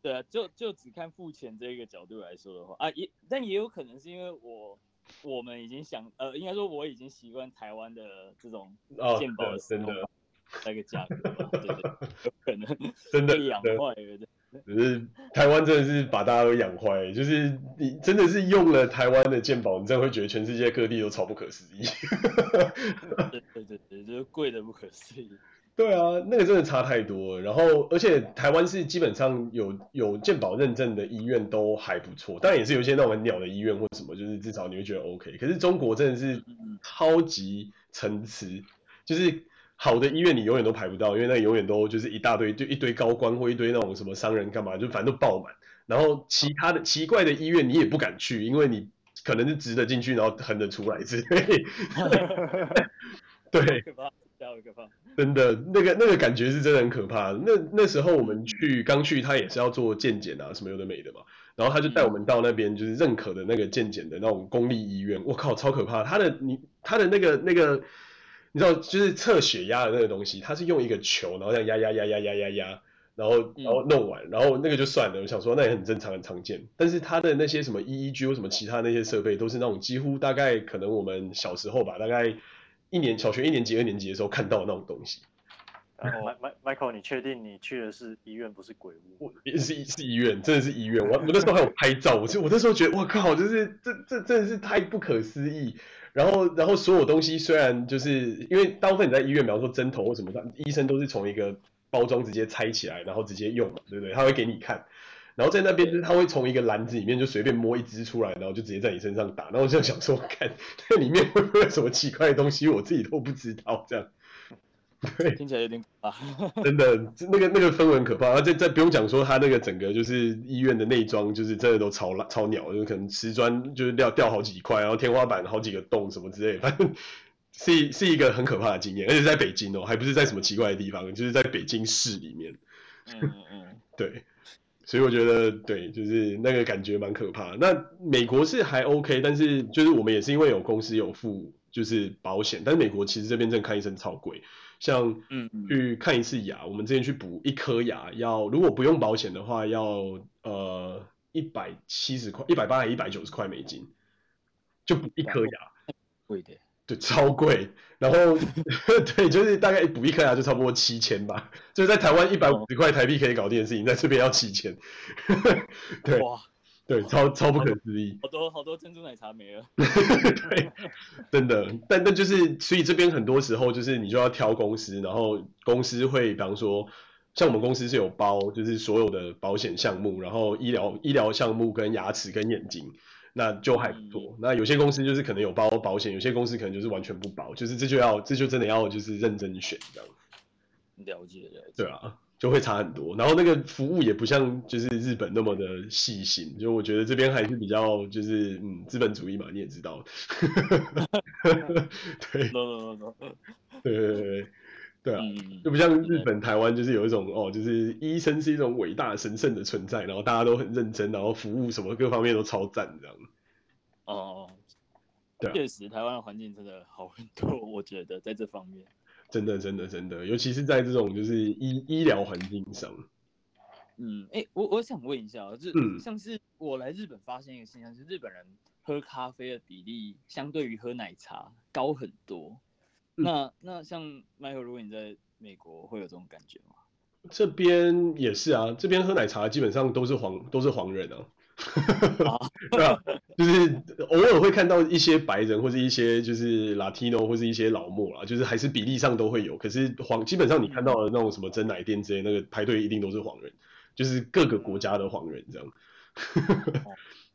对啊，就就只看付钱这个角度来说的话啊，也但也有可能是因为我我们已经想呃，应该说我已经习惯台湾的这种
哦
健保的使
真的
用法那个价格吧，对对，有可能
真的
被养
真的
坏了的，
只是台湾真的是把大家都养坏，就是你真的是用了台湾的健保，你真的会觉得全世界各地都超不可思议。
对对对对，就是贵的不可思议。
对啊，那个真的差太多了。然后，而且
啊
台湾是基本上有有健保认证的医院都还不错，当然也是有一些那种很鸟的医院或什么，就是至少你会觉得 OK。可是中国真的是
嗯
超级参差，就是好的医院你永远都排不到，因为那永远都就是一大堆就一堆高官或一堆那种什么商人干嘛，就反正都爆满。然后其他的奇怪的医院你也不敢去，因为你可能是直的进去，然后横的出来之类。对，
可怕，下一个吧。
真的，那个那个感觉是真的很可怕。那那时候我们去刚去，他也是要做健检啊，什么有的没的嘛。然后他就带我们到那边，就是认可的那个健检的那种公立医院。我靠，超可怕！他的你他的那个那个，你知道，就是测血压的那个东西，他是用一个球，然后这样压压压压压压压，然后然后弄完，然后那个就算了。我想说那也很正常，很常见。但是他的那些什么 EEG 或什么其他那些设备，都是那种几乎大概可能我们小时候吧，大概。一年小学一年级、二年级的时候看到的那种东西，
麦麦 Michael，你确定你去的是医院，不是鬼屋？
我也是是医院，真的是医院。我我那时候还有拍照，我就我那时候觉得，我靠，就是这这真的是太不可思议。然后然后所有东西虽然就是因为大部分你在医院，比方说针头或什么的，医生都是从一个包装直接拆起来，然后直接用嘛，对不对？他会给你看。然后在那边就是他会从一个篮子里面就随便摸一只出来，然后就直接在你身上打。然后我就想说， 看那里面会不会有什么奇怪的东西，我自己都不知道这样。对，
听起来有点可 怕。
真的，这那个那个氛围很可怕。然后再再不用讲说，他那个整个就是医院的内装，就是真的都超烂超鸟，就是可能瓷砖就是掉掉好几块，然后天花板好几个洞什么之类的，反正是是一个很可怕的经验。而且在北京哦，还不是在什么奇怪的地方，就是在北京市里面。
嗯嗯嗯，
对，所以我觉得对，就是那个感觉蛮可怕。那美国是还 OK，但是就是我们也是因为有公司有付就是保险，但是美国其实这边真的看医生超贵，像
嗯嗯
去看一次牙，我们之前去补一颗牙要如果不用保险的话要呃一百七十块、一百八还一百九十块美金，就补一颗牙。
贵的。
对，超贵。然后， 对，就是大概补一颗牙就差不多七千吧，就是在台湾一百五十块台币可以搞定的事情，在这边要七千。 对
哇，
对，超超不可思议。
好多好多珍珠奶茶没了。
对，真的，但但就是，所以这边很多时候就是你就要挑公司，然后公司会，比方说，像我们公司是有包，就是所有的保险项目，然后医疗医疗项目跟牙齿跟眼睛，那就还不错。那有些公司就是可能有包保险，有些公司可能就是完全不包，就是这就要这就真的要就是认真选这样。
了解了解。
对啊，就会差很多。然后那个服务也不像就是日本那么的细心，就我觉得这边还是比较就是嗯资本主义嘛，你也知道。对
no no no no。
对对对对对啊。
嗯，
就不像日本、台湾，就是有一种哦，就是医生是一种伟大神圣的存在，然后大家都很认真，然后服务什么各方面都超赞这样。
哦，
对啊
确实台湾的环境真的好很多， 我觉得在这方面。
真的，真的，真的，尤其是在这种就是医医疗环境上，
嗯，哎、我我想问一下哦，就
嗯
像是我来日本发现一个现象，就是日本人喝咖啡的比例相对于喝奶茶高很多。
嗯
那那像 Michael，如果你在美国会有这种感觉吗？
这边也是啊，这边喝奶茶基本上都是黄都是黄人啊，
哦
对啊，就是偶尔会看到一些白人或者一些就是 Latino 或是一些老墨啊，就是还是比例上都会有，可是黄基本上你看到的那种什么真奶店之类，那个排队一定都是黄人，就是各个国家的黄人这样。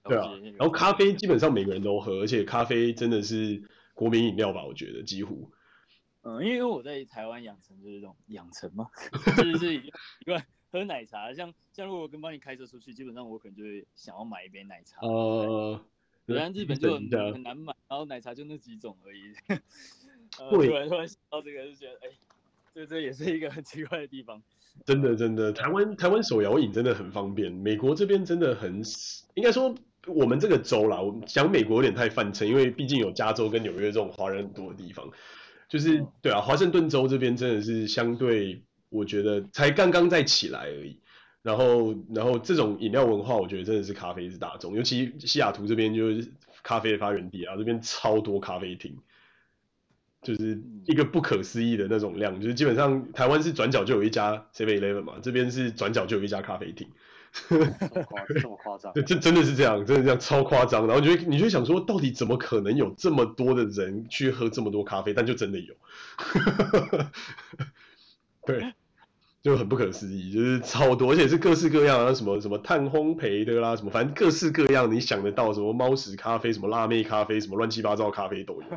对啊
了解，
然后咖啡基本上每个人都喝，而且咖啡真的是国民饮料吧，我觉得几乎。
嗯，因为我在台湾养成就是这种养成 嘛，就是是一个习惯喝奶茶，像像如果我跟帮你开车出去，基本上我可能就会想要买一杯奶茶。
呃，
然后日本就
等
很
一下
很难买，然后奶茶就那几种而已。 呃，
对
突然突然想到这个，就觉得哎，这这也是一个很奇怪的地方。
真的真的，台湾台湾手摇饮真的很方便，美国这边真的很，应该说我们这个州啦，我们讲美国有点太泛称，因为毕竟有加州跟纽约这种华人很多的地方，就是
嗯
对啊，华盛顿州这边真的是相对，我觉得才刚刚在起来而已。然后，然后这种饮料文化，我觉得真的是咖啡是大众，尤其西雅图这边就是咖啡的发源地啊，这边超多咖啡厅，就是
嗯
一个不可思议的那种量，就是基本上台湾是转角就有一家 Seven Eleven 嘛，这边是转角就有一家咖啡厅，
这么夸这么夸张啊
对，，这真的是这样，真的这样超夸张。然后你就会你就会想说，到底怎么可能有这么多的人去喝这么多咖啡？但就真的有， 对，就很不可思议，就是超多，而且是各式各样啊，什么什么碳烘焙的啦，什么反正各式各样你想得到，什么猫屎咖啡，什么辣妹咖啡，什么乱七八糟的咖啡都有，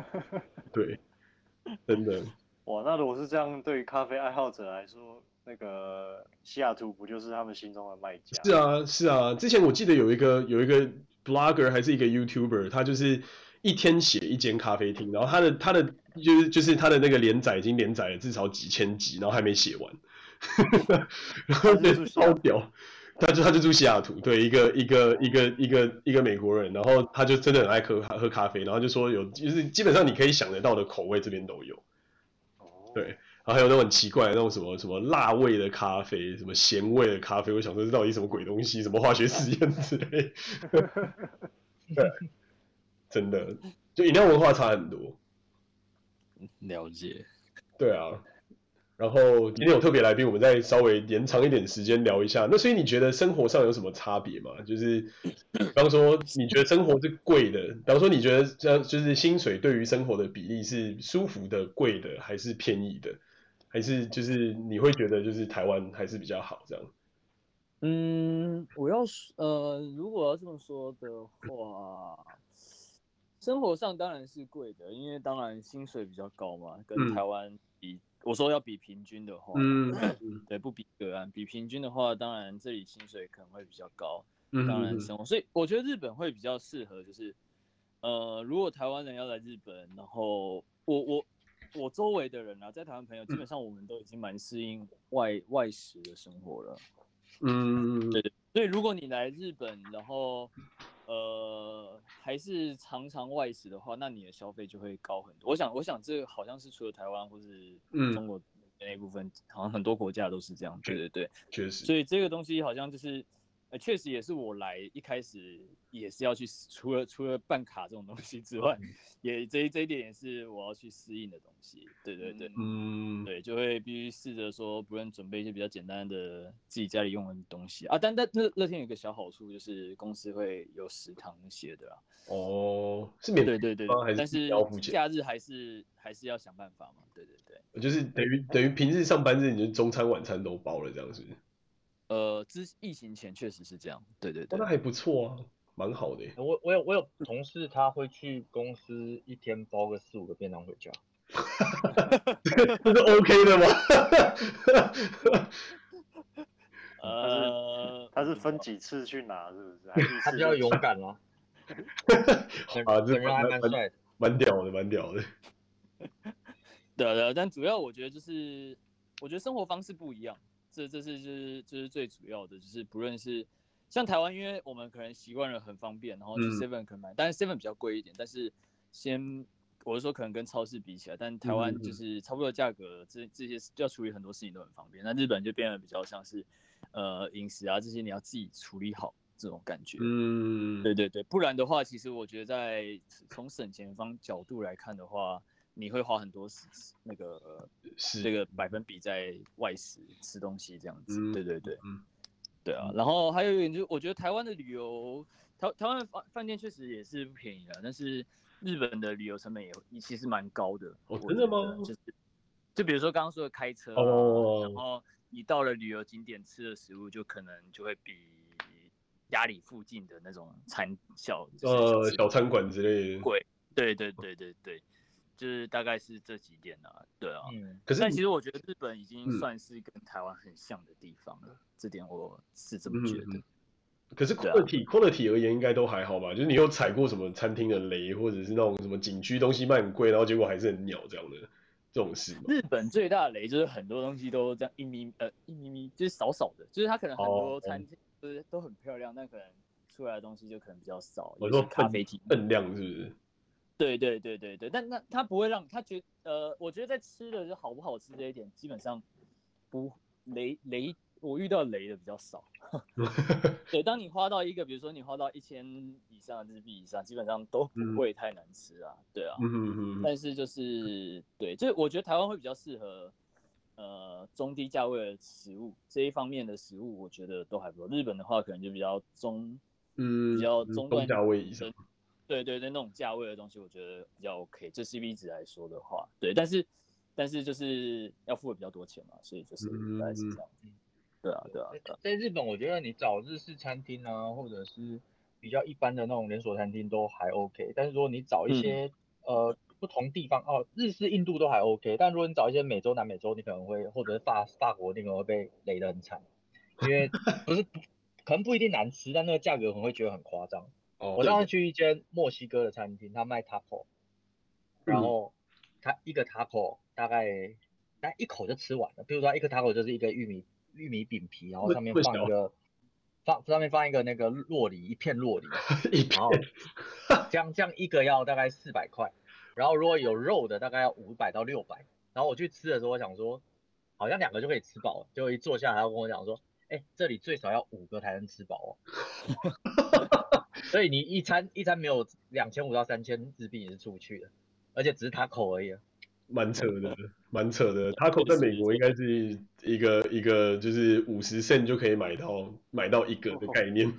对，真的。
哇，那如果是这样，对于咖啡爱好者来说，那个西雅图不就是他们心中的卖家？
是，啊，是啊，之前我记得有一个有一个 blogger 还是一个 YouTuber，他就是一天写一间咖啡厅，然后他的他的就是就是他的那个连载已经连载了至少几千集，然后还没写完，然后
他
被
是住西雅
超屌。他就他就住西雅图，对，一个一个一个一个一个美国人，然后他就真的很爱喝喝咖啡，然后就说有就是基本上你可以想得到的口味这边都有，
哦
对然后还有那种很奇怪的那种什么什么辣味的咖啡，什么咸味的咖啡，我想说这到底什么鬼东西，什么化学实验之类。对， 真的，就饮料文化差很多。
了解，
对啊，然后今天有特别来宾，我们再稍微延长一点时间聊一下。那所以你觉得生活上有什么差别吗？就是比方说，你觉得生活是贵的，比方说你觉得这就是薪水对于生活的比例是舒服的、贵的，还是便宜的，还是就是你会觉得就是台湾还是比较好这样？
嗯，我要说呃，如果要这么说的话，生活上当然是贵的，因为当然薪水比较高嘛，
嗯
跟台湾比，我说要比平均的话，
嗯
对，不比个案，比平均的话，当然这里薪水可能会比较高，
嗯
当然生活，所以我觉得日本会比较适合，就是呃，如果台湾人要来日本，然后我我我周围的人啊，在台湾朋友，
嗯
基本上我们都已经蛮适应外外食的生活了。
嗯
对所以如果你来日本，然后呃还是常常外食的话，那你的消费就会高很多。我想，我想这好像是除了台湾或是
嗯
中国那一部分，好像很多国家都是这样。对对对。
确实，
所以这个东西好像就是，呃，确实也是我来一开始也是要去适，除了除了办卡这种东西之外，也这一这一点也是我要去适应的东西。对对对、
嗯
对，就会必须试着说，不论准备一些比较简单的自己家里用的东西啊。但但乐乐天有一个小好处，就是公司会有食堂那些的啦。啊
哦，是免
对对对
吗还是，
但
自己
是
要付钱
假日还是还是要想办法嘛。对对对。
就是等于等于平日上班日，你就中餐晚餐都包了这样是不是？
呃，之疫情前确实是这样，对对
哦
对，
那还不错啊。蛮好的耶。
我我有我有同事他会去公司一天包个四五个便当回家，
这是 OK 的吗？
呃，
他是分几次去拿，是 不是？还是一
嗯他
次
比
就
较勇敢 啦，本
啊，这
本人还
蛮
蛮
蛮
帅的。
蛮屌的，蛮屌的。
对啊对啊，但主要我觉得就是，我觉得生活方式不一样，这这是就是就是最主要的，就是不论是像台湾，因为我们可能习惯了很方便，然后去
嗯
Seven 可能买，但是 Seven 比较贵一点，但是先我是说可能跟超市比起来，但台湾
嗯嗯
就
嗯
是差不多的价格，这这些要处理很多事情都很方便，那日本就变得比较像是呃饮食啊这些你要自己处理好这种感觉，
嗯，
对对对，不然的话，其实我觉得在从省钱方角度来看的话，你会花很多时那个
是
这个百分比在外食吃东西这样子。
嗯
对对对，
嗯
对啊。然后还有一点就是，我觉得台湾的旅游，台台湾的饭饭店确实也是不便宜的，但是日本的旅游成本也也其实蛮高的。
哦
我
真的
觉得
吗
就是就比如说刚刚说的开车、啊，
哦
然后你到了旅游景点吃的食物，就可能就会比家里附近的那种餐小就是
呃
小
小
吃
餐馆之类的。
贵。对对对对对，就是大概是这几点啊，对啊。
嗯，
可是
但
你
其实我觉得日本已经
嗯
算是跟台湾很像的地方了，这点我是这么觉得。
嗯可是
对啊
quality、quality 而言应该都还好吧？就是你有踩过什么餐厅的雷，或者是那种什么景区东西卖很贵，然后结果还是很鸟这样的这种事吗？
日本最大的雷就是很多东西都这样一咪呃一咪咪，就是少少的，就是它可能很
哦
多餐厅就是都很漂亮，但可能出来的东西就可能比较少，
我
尤
说
其咖啡厅。
分量是不是？
对对对对对，但那它不会让他觉呃，我觉得在吃的就好不好吃这一点，基本上不雷雷，我遇到雷的比较少。对，当你花到一个，比如说你花到一千以上的日币以上，基本上都不会太难吃啊，对啊。
嗯哼哼，
但是就是对，就是我觉得台湾会比较适合，呃，中低价位的食物这一方面的食物，我觉得都还不错。日本的话，可能就比较中，
嗯，
比较
嗯中
中段
价位以上，
对对对，那种价位的东西，我觉得比较 OK。就 CP 值来说的话，对，但是但是就是要付的比较多钱嘛，所以就是
嗯
大概是这样。对啊，对啊，对啊，
在日本我觉得你找日式餐厅啊，或者是比较一般的那种连锁餐厅都还 OK，但是如果你找
嗯
一些、呃不同地方哦，日式、印度都还 OK，但如果你找一些美洲、南美洲，你可能会或者是法法国，你可能会被雷得很惨，因为不是不可能不一定难吃，但那个价格可能会觉得很夸张。
哦，
我上次去一间墨西哥的餐厅，他卖 taco，然
嗯
后他一个 taco 大概他一口就吃完了。比如说他一个 taco 就是一个玉米玉米饼皮，然后
那
上面
那
放
小
一个放上面放一个那个洛梨，一片洛梨，
一片
然后
哦
这样这样一个要大概四百块，然后如果有肉的大概要五百到六百。然后我去吃的时候，我想说好像两个就可以吃饱了，结果一坐下来他跟我讲说。哎、这里最少要五个才能吃饱哦，哦 所以你一餐一餐没有两千五到三千日币也是出不去的，而且只是他口而已啊。
蛮扯的，蛮扯的。Taco 在美国应该是一个一个就是五十 cent 就可以买到买到一个的概念。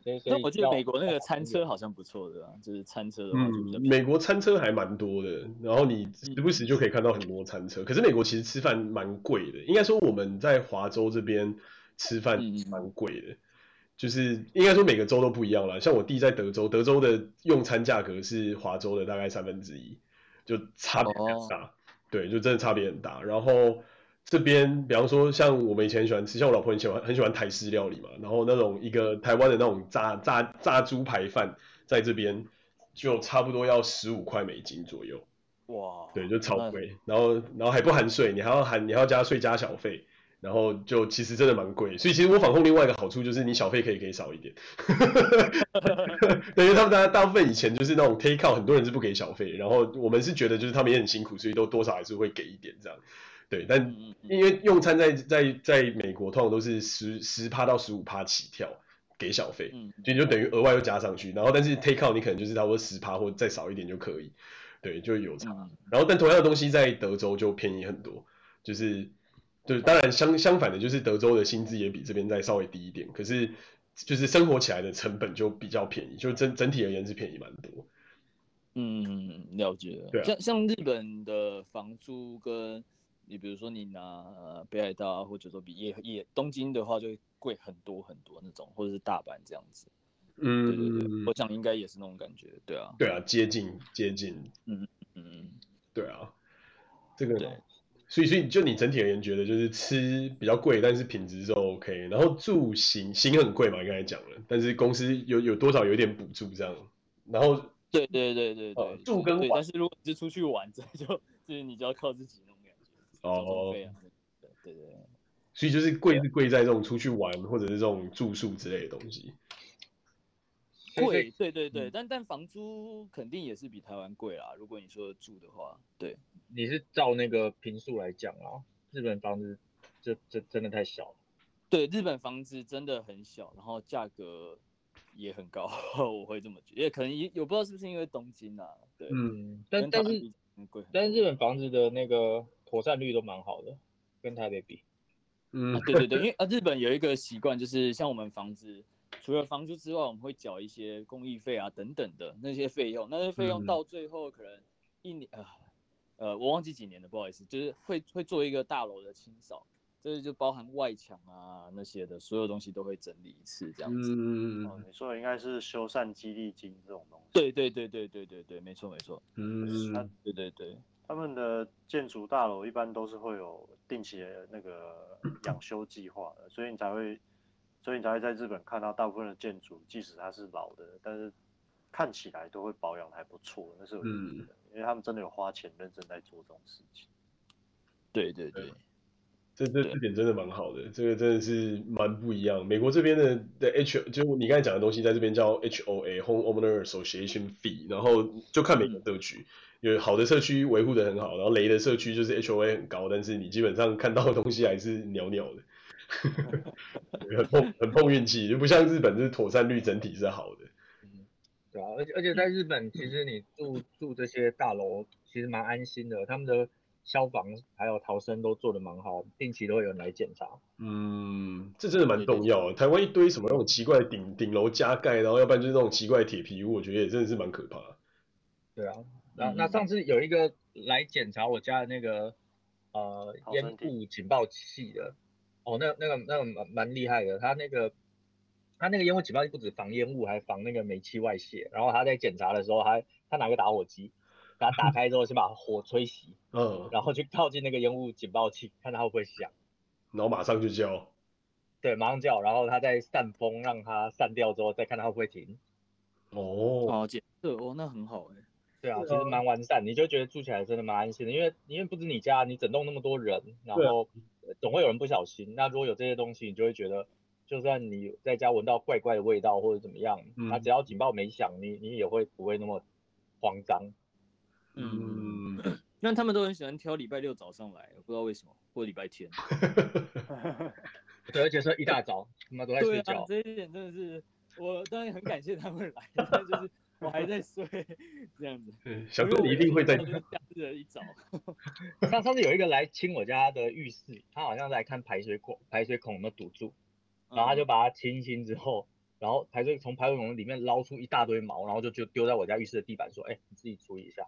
所以所
那
以
我记得
要
美国那个餐车好像不错的啊，就是餐车的话就比较
嗯，
便宜。
美国餐车还蛮多的，然后你时不时就可以看到很多餐车。可是美国其实吃饭蛮贵的，应该说我们在华州这边吃饭
嗯嗯
蛮贵的，就是应该说每个州都不一样啦。像我弟在德州，德州的用餐价格是华州的大概三分之一，就差别
嗯哦
很大。对，就真的差别很大。然后这边，比方说像我们以前很喜欢吃，像我老婆很喜欢很喜欢台式料理嘛，然后那种一个台湾的那种炸炸炸猪排饭，在这边就差不多要十五块美金左右，
哦
哇，
对，就超
那
贵。然后然后还不含税，你还要含你还要加税加小费。然后就其实真的蛮贵，所以其实我访控另外一个好处就是你小费可以给少一点， 对，因为他们大家大部分以前就是那种 take out，很多人是不给小费，然后我们是觉得就是他们也很辛苦，所以都多少还是会给一点这样，对，但
嗯嗯嗯。
因为用餐在在在美国通常都是十十趴到十五趴起跳给小费，
嗯
就你就等于额外又加上去，然后但是 take out 你可能就是差不多十趴或再少一点就可以，对，就有差。
嗯
然后但同样的东西在德州就便宜很多，就是就是当然相相反的，就是德州的薪资也比这边再稍微低一点，可是就是生活起来的成本就比较便宜，就整整体而言是便宜蛮多。
嗯，了解了。
对啊
像像日本的房租跟你比如说你拿呃北海道啊，或者说比也也东京的话，就会贵很多很多那种，或者是大阪这样子。对对对，
嗯
我，想应该也是那种感觉，对啊，
对啊，接近接近，
嗯，
对啊，这个
对，
所以所以就你整体而言觉得就是吃比较贵，但是品质是 OK，然后住行行很贵嘛，刚才讲了，但是公司有有多少有一点补助这样，然后
对对对对
呃
哦
对，
住跟
对，
玩
但是如果你是出去玩， 这就就是你就要靠自己那种感觉，
哦
交通费啊，对对对，
所以就是贵是贵在这种出去玩或者是这种住宿之类的东西，
所以所以
贵，对对对，但但房租肯定也是比台湾贵啦，如果你说住的话，对，
你是照那个平数来讲啊，日本房子这这真的太小了。
对，日本房子真的很小，然后价格也很高， 我会这么觉得，也可能也我不知道是不是因为东京啊，对，
嗯
嗯，但
跟
但
台湾
是
比很贵很多，
但是日本房子的那个妥善率都蛮好的，跟台北比。
嗯
啊，对对对，因为啊，日本有一个习惯，就是像我们房子，除了房租之外，我们会缴一些公益费啊等等的那些费用，那些费用
嗯
到最后可能一年啊、呃，我忘记几年了，不好意思，就是会会做一个大楼的清扫，这就包含外墙啊那些的，所有东西都会整理一次这样子。
哦
嗯，
你说的应该是修缮激励金这种东西。
对对对对对对对，没错没错，
嗯，
对对对，
他们的建筑大楼一般都是会有定期的那个
嗯
养修计划的，所以你才会，所以你才会在日本看到大部分的建筑，即使它是老的，但是看起来都会保养得还不错，那是有意义的，
嗯
因为他们真的有花钱认真在做这种事情。
对对对，
这这
对
这点真的蛮好的，这个真的是蛮不一样。美国这边的的 H 就你刚才讲的东西，在这边叫 HOA（Home Owner Association Fee），然后就看每个社区，有好的社区维护的很好，然后雷的社区就是 HOA 很高，但是你基本上看到的东西还是袅袅的，很碰很碰运气，就不像日本，就是妥善率整体是好的。
对啊，而且而且在日本，其实你住住这些大楼其实蛮安心的，他们的消防还有逃生都做得蛮好，定期都会有人来检查。
嗯，这真的蛮重要的。台湾一堆什么那种奇怪的顶顶楼加盖，然后要不然就是那种奇怪的铁皮屋，我觉得也真的是蛮可怕的。
对啊，那那
嗯
上次有一个来检查我家的那个呃
逃生
烟
梯
雾警报器的，哦，那那个那个蛮蛮厉害的，他那个他那个烟雾警报器不止防烟雾，还防那个煤气外泄。然后他在检查的时候还他拿个打火机，把它打开之后先把火吹熄，
嗯，
然后去靠近那个烟雾警报器，看它会不会响。
然后马上就交。
对，马上叫，然后他再扇风，让它散掉之后，再看它会不会停。
哦，
哦，检测哦，那很好哎、
对啊，
是
其实
啊
蛮完善，你就觉得住起来真的蛮安心的，因为因为不止你家，你整栋那么多人，然
对啊
后呃总会有人不小心。那如果有这些东西，你就会觉得，就算你在家闻到怪怪的味道或者怎么样，那、
嗯
只要警报没响，你你也会不会那么慌张。
嗯，
因为他们都很喜欢挑礼拜六早上来，我不知道为什么，或礼拜天。
对，而且说一大早他妈都在
对
睡
啊
觉，，
这一点真的是，我当然很感谢他们来，但就是我还在睡这样子。
对小哥你一定会在
因为我就是假日的一早，
上上次有一个来清我家的浴室，他好像来看排水孔，排水孔有没有堵住， 然
嗯
后他就把它清一清之后，然后排水从排水孔里面捞出一大堆毛，然后就就丢在我家浴室的地板，说：“哎、你自己处理一下。”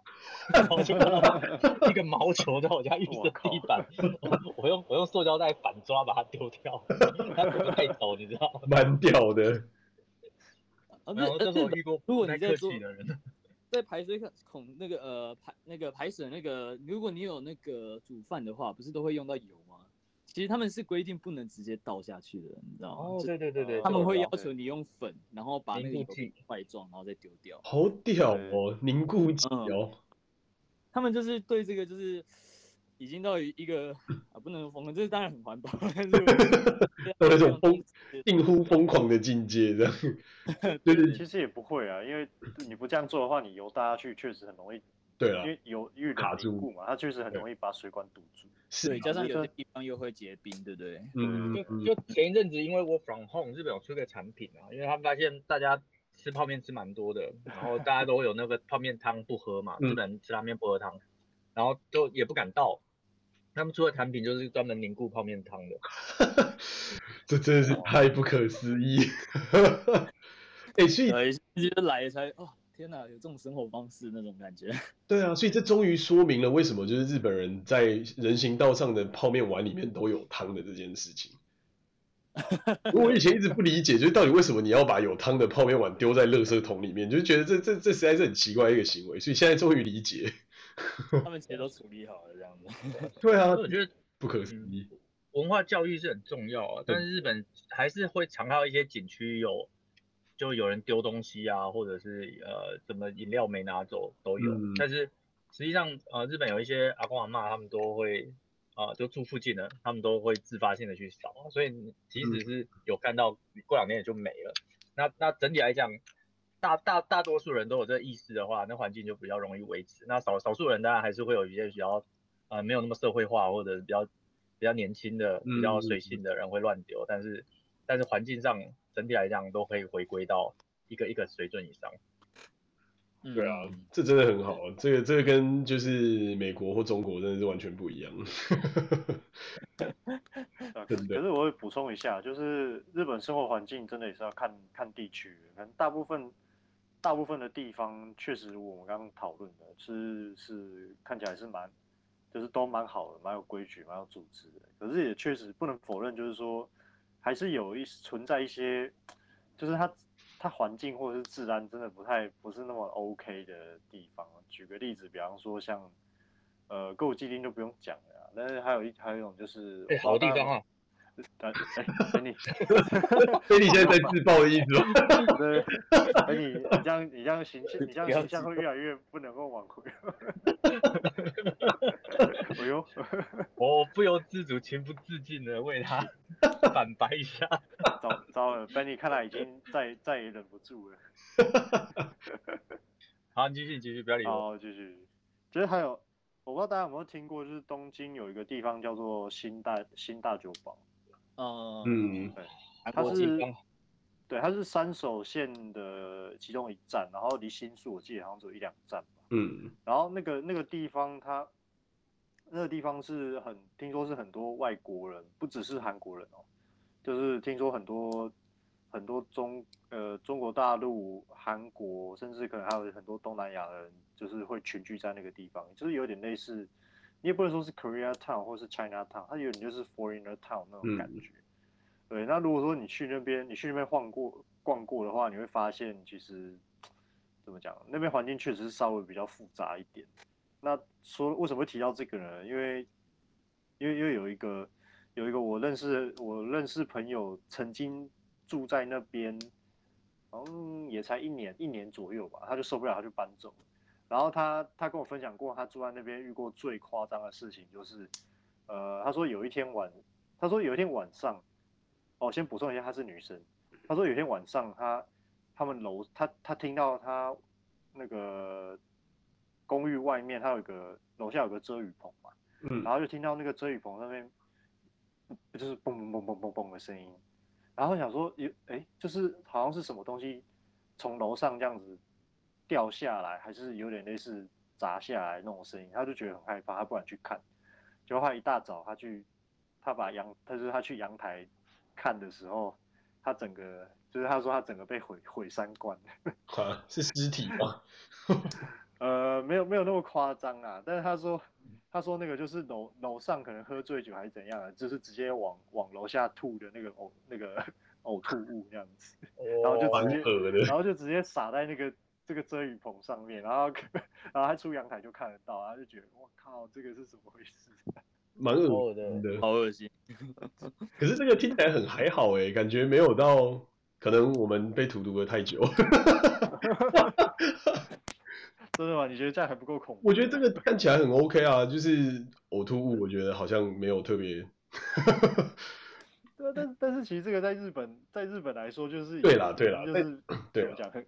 然后就看到 一个毛球在我家浴室的地板，我我用我用塑胶袋反抓把它丢掉， 它不会带走，你知道吗？
蛮屌的。
啊，
然后这
日
是我
日
遇过
如
不
果
太
你在
客
做
气的人，
在排水孔那个呃排那个排水那个，如果你有那个煮饭的话，不是都会用到油吗？其实他们是规定不能直接倒下去的，你知道吗？
哦，
就
对对 对对，
他们
这我
会
知
要
道
求你用粉，然后把那个
凝
油
固剂
块状，然后再丢掉。
好屌哦，凝固剂
嗯
哦，
他们就是对这个就是已经到一个啊不能说疯狂，这是当然很环保，但是
到
我
那
这
种
种
疯近乎疯狂的境界 这样。
其实也不会啊，因为你不这样做的话，你油搭下去确实很容易，
对
因
了，
为油遇
卡
冷
住
凝固嘛，它确实很容易把水管堵住。
是
对，加
我
上
觉
有
得
些地方又会结冰，对不对？
嗯
就
嗯
就前一阵子，因为 work from home，日本有出一个产品啊，因为他们发现大家吃泡面吃蛮多的，然后大家都有那个泡面汤不喝嘛，
嗯
日本人吃拉面不喝汤，然后就也不敢倒。他们出的产品就是专门凝固泡面汤的，
这真 的是太不可思议。哎，所以
对，就是来了才哦，天哪，有这种生活方式那种感觉。
对啊，所以这终于说明了为什么就是日本人在人行道上的泡面碗里面都有汤的这件事情。我以前一直不理解，就是到底为什么你要把有汤的泡面碗丢在垃圾桶里面，就是觉得这这这实在是很奇怪的一个行为，所以现在终于理解。
他们其实都处理好了这样子。
对啊
所以，我觉得
不可思议。
文化教育是很重要啊，但是日本还是会常到一些景区有，就有人丢东西啊，或者是呃怎么饮料没拿走都有。
嗯
但是实际上呃日本有一些阿公阿妈他们都会啊、呃就住附近的，他们都会自发性的去扫啊，所以你即使是有看到，过两年也就没了。那那整体来讲。大大大多数人都有这个意识的话，那环境就比较容易维持。那少少数人当然还是会有一些比较呃没有那么社会化或者是比较比较年轻的、
嗯
比较随性的人会乱丢，但是但是环境上整体来讲都可以回归到一个一个水准以上。
对啊，这真的很好，啊这个这个跟就是美国或中国真的是完全不一 样。
啊可
真的
可是我会补充一下，就是日本生活环境真的也是要看看地区，可能大部分大部分的地方确实我们刚刚讨论的是是看起来是蛮就是都蛮好的，蛮有规矩，蛮有组织的。可是也确实不能否认，就是说还是有一存在一些，就是它它环境或者是治安真的不太不是那么 OK 的地方。举个例子，比方说像呃购物基金就不用讲了啊、但是还有一还有一种就是
哎、好地方啊！
等哎，等你，
所以你现在在自爆的意思吗？
对，等你，你这样，你这样形象，你这样形象会越来越不能够挽回。 哎呦，
我不由自主、情不自禁的为 他反白一下。
糟糟了，Benny 看来已经再再也忍不住了。
好，你继续，你继续，不要理我。
哦，继续，就是还有，我不知道大家有没有听过，就是东京有一个地方叫做新大新大久保，
嗯
嗯，
韩
它
国
是
地方
对，它是三手线的其中一站，然后离新宿我记得好像只有一两站吧。
嗯
然后那个那个地方它，那个地方是很听说是很多外国人，不只是韩国人哦，就是听说很多很多中呃中国大陆、韩国，甚至可能还有很多东南亚的人，就是会群居在那个地方，就是有点类似，你也不能说是 Korea Town 或是 China Town，它有点就是 Foreigner Town 那种感
嗯
觉。对，那如果说你去那边，你去那边晃过逛过的话，你会发现其实怎么讲，那边环境确实是稍微比较复杂一点。那说为什么会提到这个呢？因为因为因为有一个有一个我认识我认识朋友曾经住在那边，好像也才一年一年左右吧，他就受不了，他就搬走了。然后他他跟我分享过，他住在那边遇过最夸张的事情就是，呃，他说有一天晚，他说有一天晚上，哦，先补充一下，她是女生。她说有一天晚上她他们楼，她她听到她那个公寓外面，她有一个楼下有个遮雨棚嘛，
嗯
然后就听到那个遮雨棚那边就是嘣嘣嘣嘣嘣嘣的声音，然后想说有哎，就是好像是什么东西从楼上这样子掉下来，还是有点类似砸下来那种声音，他就觉得很害怕，他不敢去看。结果他一大早他去，他把阳，他就是他去阳台看的时候，他整个就是他说他整个被毁毁三观。
啊，是尸体吗？
呃，没有没有那么夸张啊，但是他说他说那个就是楼楼上可能喝醉酒还是怎样啊，就是直接往往楼下吐的那个呕那个 呕吐物这样子，然后就
蛮
直接
恶的。
然后就直接洒在那个这个遮雨棚上面，然后 然后他出阳台就看得到，他就觉得我靠，这个是怎么回事？
蛮恶
哦对
心的。
好恶心。
可是这个听起来很还好哎、感觉没有到，可能我们被荼毒的太久。
真的吗？你觉得这样还不够恐怖？
我觉得这个看起来很 OK 啊，就是呕吐物，我觉得好像没有特别。
对啊，但是但是其实这个在日本，在日本来说就是已
对啦
经
对啦
就
但
是
对
怎么
啦
讲，很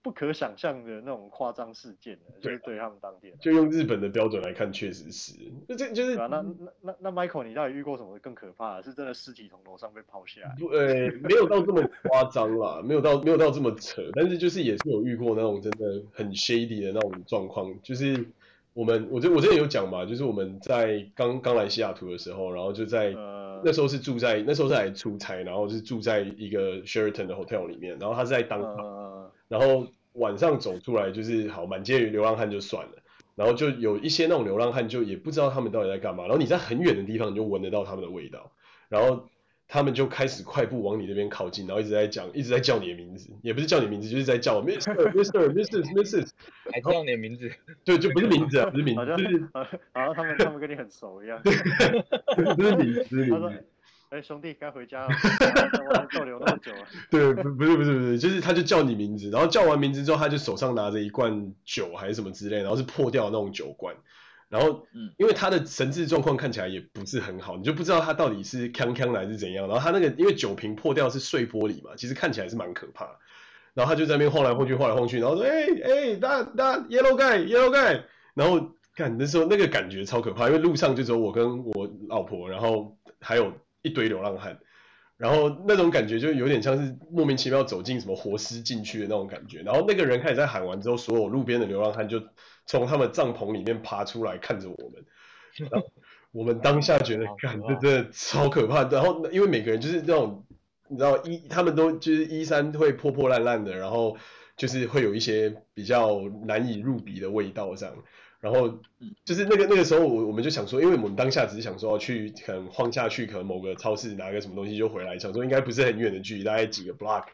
不可想象的那种夸张事件了，就是对他们当地人。
就用日本的标准来看，确实是，那这就是
对啊，那那那那 Michael，你到底遇过什么更可怕的？是真的尸体从楼上被抛下来？
不，呃，没有到这么夸张啦， 没有到没有到这么扯，但是就是也是有遇过那种真的很 shady 的那种状况，就是我们我这我之前有讲嘛，就是我们在刚刚来西雅图的时候，然后就在
呃，
那时候是住在那时候是来出差，然后是住在一个 Sheraton 的 hotel 里面，然后他是在当
呃，
然后晚上走出来就是好满街流浪汉就算了，然后就有一些那种流浪汉就也不知道他们到底在干嘛，然后你在很远的地方你就闻得到他们的味道，然后他们就开始快步往你这边靠近，然后一直在讲一直在叫你的名字，也不是叫你名字，就是在叫 Mister Mister Mrs Mrs，
还知道你的名字，
对，就不是名字啊，不是名
好
字，
像
就是
好像好像他们他们跟你很熟一样。
不是名字，不
他
是名
说
字。：“
哎、兄弟，该回家了，在外面逗留那么久了。
对，不不是不是不是，就是他就叫你名字，然后叫完名字之后，他就手上拿着一罐酒还是什么之类，然后是破掉的那种酒罐，然后
嗯
因为他的神志状况看起来也不是很好，你就不知道他到底是康康的还是怎样。然后他那个因为酒瓶破掉是碎玻璃嘛，其实看起来是蛮可怕的。然后他就在那边晃来晃去，晃来晃去，然后说：“哎、哎、那那 yellow guy yellow guy。”然后看那时候那个感觉超可怕，因为路上就只有我跟我老婆，然后还有一堆流浪汉。然后那种感觉就有点像是莫名其妙走进什么活尸禁区的那种感觉。然后那个人开始在喊完之后，所有路边的流浪汉就从他们帐篷里面爬出来看着我们。然后我们当下觉得，看这真的超可怕。然后因为每个人就是那种，你知道衣他们都就是衣衫会破破烂烂的，然后就是会有一些比较难以入鼻的味道这样。然后就是那个那个时候，我我们就想说，因为我们当下只是想说要去可能晃下去，可能某个超市拿个什么东西就回来，想说应该不是很远的距离，大概几个 block。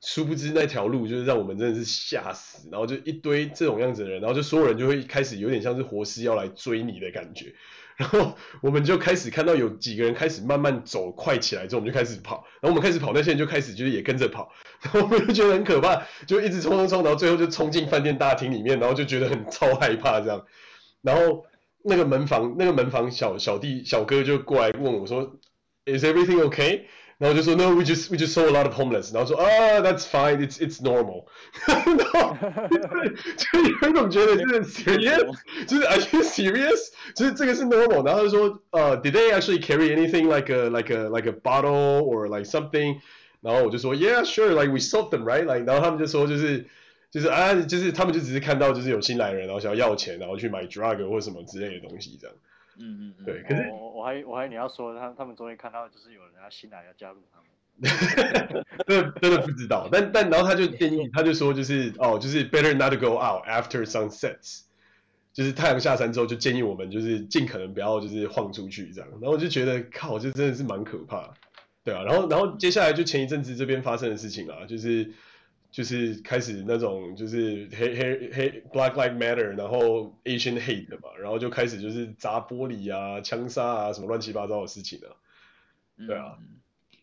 殊不知那条路就是让我们真的是吓死，然后就一堆这种样子的人，然后就所有人就会开始有点像是活尸要来追你的感觉，然后我们就开始看到有几个人开始慢慢走快起来之后，我们就开始跑，然后我们开始跑，那些人就开始就是也跟着跑，然后我们就觉得很可怕，就一直冲冲冲，然后最后就冲进饭店大厅里面，然后就觉得很 超害怕这样。然后那个门房那个门房小小弟小哥就过来问我说，Is everything okay？然后我就说 No, we just we just saw a lot of homeless。然后说啊、That's oh, fine, it's it's normal。然 后就有一种觉得就是 serious，就是 Are you serious？就是这个是 normal。然后他就说呃、d i d uh, they actually carry anything like a like a like a bottle or like something？然后我就说 Yeah, sure, like we sold them, right? Like 然后他们就说就是就是啊，就是他们就只是看到就是有新来人，然后想要要钱，然后去买 drug 或什么之类的东西这样。
嗯嗯嗯，
对，可是
哦我我我还我还你要说他他们终于看到就是有人要新来要加入他们。
真的真的不知道，但但然后他就建议，他就说就是哦，就是 better not to go out after sunsets，就是太阳下山之后就建议我们就是尽可能不要就是晃出去这样，然后我就觉得靠，这真的是蛮可怕的，对啊，然后然后接下来就前一阵子这边发生的事情啊，就是就是开始那种就是黑黑黑 Black Lives Matter，然后 Asian hate 嘛，然后就开始就是砸玻璃啊、枪杀啊什么乱七八糟的事情啊，
嗯
对啊，
嗯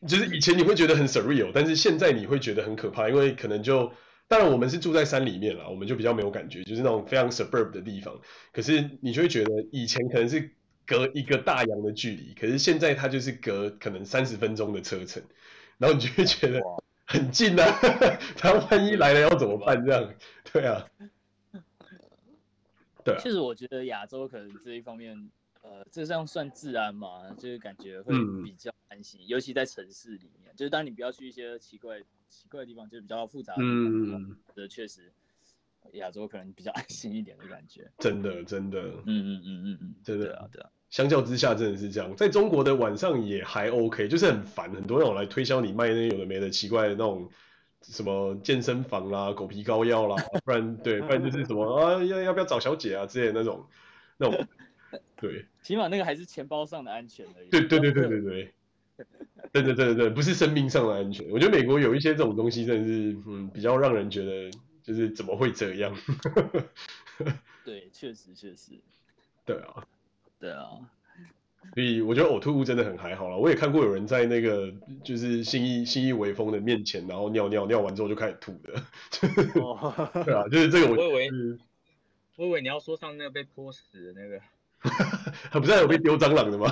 就是以前你会觉得很 surreal，但是现在你会觉得很可怕，因为可能就当然我们是住在山里面啦，我们就比较没有感觉，就是那种非常 suburb 的地方。可是你就会觉得以前可能是隔一个大洋的距离，可是现在它就是隔可能三十分钟的车程，然后你就会觉得很近啊， 他万一来了要怎么办？这样，对啊，对啊
确实，我觉得亚洲可能这一方面，呃，这样算治安嘛，就是感觉会
嗯
比较安心，尤其在城市里面，就是当你不要去一些奇怪奇怪的地方，就是比较复杂的地方，
嗯，
的确实，亚洲可能比较 安心一点的感觉。
真的真的，
嗯嗯嗯嗯嗯，
真的
对啊对啊，
相较之下真的是这样，在中国的晚上也还 OK，就是很烦，很多那种来推销你卖那些有的没的奇怪的那种什么健身房啦、狗皮膏药啦，不然对，不然就是什么啊要要不要找小姐啊之类的那种那种，对
起码那个还是钱包上的安全而已。
对对对对对对，对对对对，不是生命上的安全。我觉得美国有一些这种东西真的是嗯比较让人觉得就是怎么会这样，
对，确实确实，
对啊。
对啊，
所以我觉得呕吐物真的很还好啦。我也看过有人在那个就是信义信义微风的面前，然后尿尿尿完之后就开始吐的。
哦，
对啊，就是这个我
我以为
是
我以为你要说上那个被泼死的那个，
他不是还有被丢蟑螂的吗？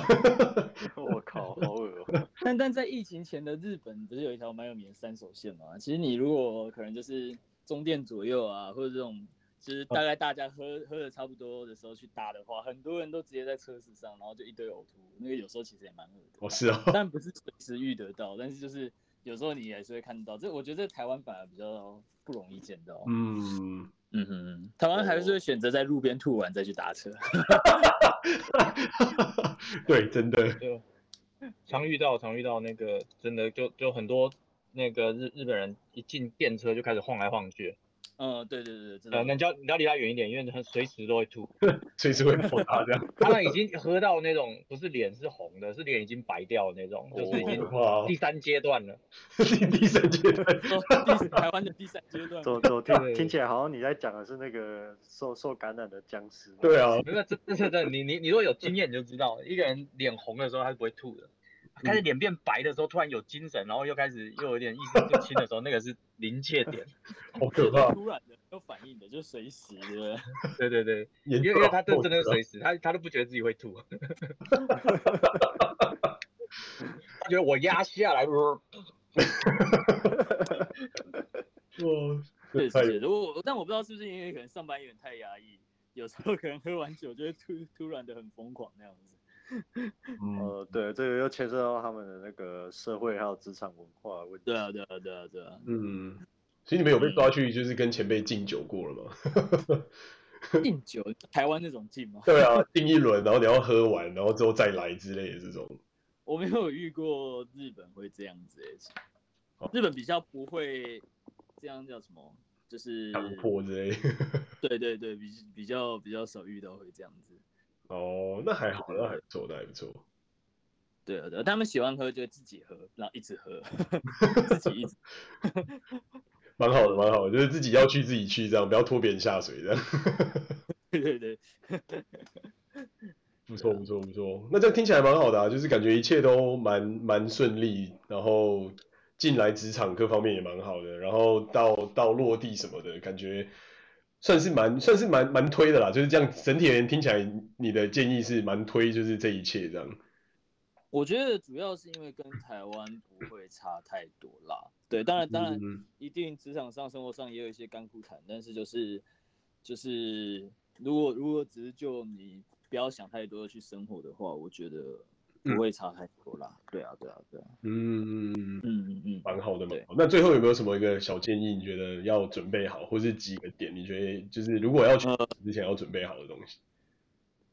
我靠，好恶哦、
但但在疫情前的日本，不是有一条蛮有名的三手线吗？其实你如果可能就是中店左右啊，或者这种就是大概大家喝、喝的差不多的时候去搭的话，很多人都直接在车子上，然后就一堆呕吐，那个有时候其实也蛮恶的。
哦，是啊，
但不是随时遇得到，但是就是有时候你还是会看到。这我觉得在台湾反而比较不容易见到。
嗯，
嗯哼，台湾还是会选择在路边吐完再去搭车。
对，真的，
常遇到常遇到那个真的就就很多那个日日本人一进电车就开始晃来晃去，
嗯，对对对，真
呃，
哦
的。
那你就要你要离他远一点，因为他随时都会吐。
随时会破大这样。
他们已经喝到那种不是脸是红的，是脸已经白掉的那种，就是已经
哇，
第三阶段了。
第第三阶段，
说哦第台湾的第三阶段，
走走
对
听听起来好像你在讲的是那个受受感染的僵尸。
对啊，
没有，真真真的，你你你如果有经验你就知道，一个人脸红的时候他是不会吐的，开始脸变白的时候突然有精神，然后又开始又有点意识不清的时候，那个是临界点。
好可怕，
突然的，没有反应的，就随时 的。
对对对，
研
因
究
为因为他真
好
真的是
可怕
随时，他他都不觉得自己会 吐，他觉得我压下来，呃
嗯哇，
确
太
实，如果但我不知道是不是因为可能上班有点太压抑，有时候可能喝完酒就会突突然的很疯狂那样子。
嗯，
呃，对，这个又牵涉到他们的那个社会还有职场文化的问 题。
对啊，对啊，对啊，对啊。
嗯，所以你们有被抓去就是跟前辈敬酒过了吗？ 嗯
敬酒，台湾那种敬吗？
对啊，敬一轮，然后你要喝完，然后之后再来之类的这种。
我没有遇过日本会这样子、欸
哦，
日本比较不会这样叫什么，就是
强迫之类的。
对对对，比比较比较少遇到会这样子。
哦，那还好，那还不错，那还不错。
对啊，对啊，他们喜欢喝就会自己喝，然后一直喝， 自己一直。
蛮好的，蛮好的，就是自己要去自己去这样，不要拖别人下水这样。
对对对，
不错，不错，不错。那这样听起来蛮好的啊，就是感觉一切都蛮蛮顺利，然后进来职场各方面也蛮好的，然后到到落地什么的，感觉算是蛮算是蛮蛮推的啦。就是这样，整体而言听起来你的建议是蛮推，就是这一切这样。
我觉得主要是因为跟台湾不会差太多啦。对，当然当然，
嗯
一定职场上、生活上也有一些甘苦谈，但是就是就是，如果如果只是就你不要想太多的去生活的话，我觉得不会差太多啦。对啊，对啊，对啊，
嗯，
嗯嗯嗯，
蛮好的嘛
对。
那最后有没有什么一个小建议？你觉得要准备好，或是几个点？你觉得就是如果要去之前要准备好的东西？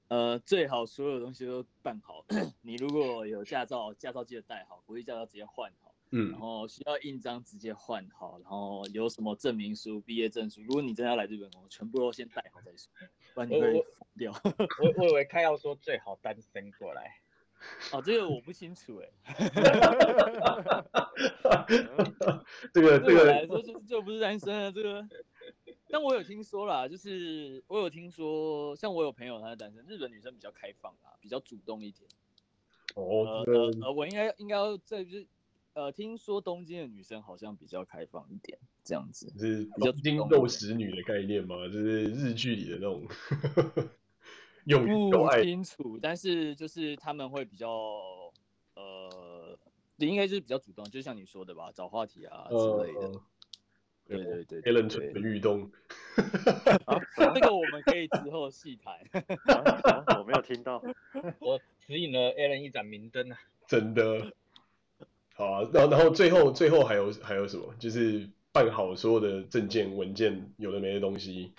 呃，最好所有东西都办好。 你如果有驾照，驾照记得带好，不会驾照直接换好。
嗯
然后需要印章直接换好，然后有什么证明书、毕业证书，如果你真的要来日本工作，全部都先带好再说，不然你会
我
疯掉。
我我以为开要说最好单身过来，
哦，这个我不清楚哎、
这个这
对我
个
来说就是就不是单身啊，这个。但我有听说啦，就是我有听说，像我有朋友他是单身，日本女生比较开放啦，比较主动一 点。
哦
呃，
这个
呃呃，我应该应该要再就是，呃，听说东京的女生好像比较开放一点，这样子。
是
比较
东京
主动一
肉
点
食女的概念吗？就是日剧里的那种 用语都
不
爱
清楚，但是就是他们会比较，呃，对应该就是比较主动，就像你说的吧，找话题啊之
呃
类的。对对对对
Alan 蠢的
对，啊
律动，
这个我们可以之后细谈。
啊啊我没有听到。
我指引了 Alan 一盏明灯啊。
真的。好啊，然后然后最后最后还有还有什么？就是办好所有的证件文件，有的没的东 西。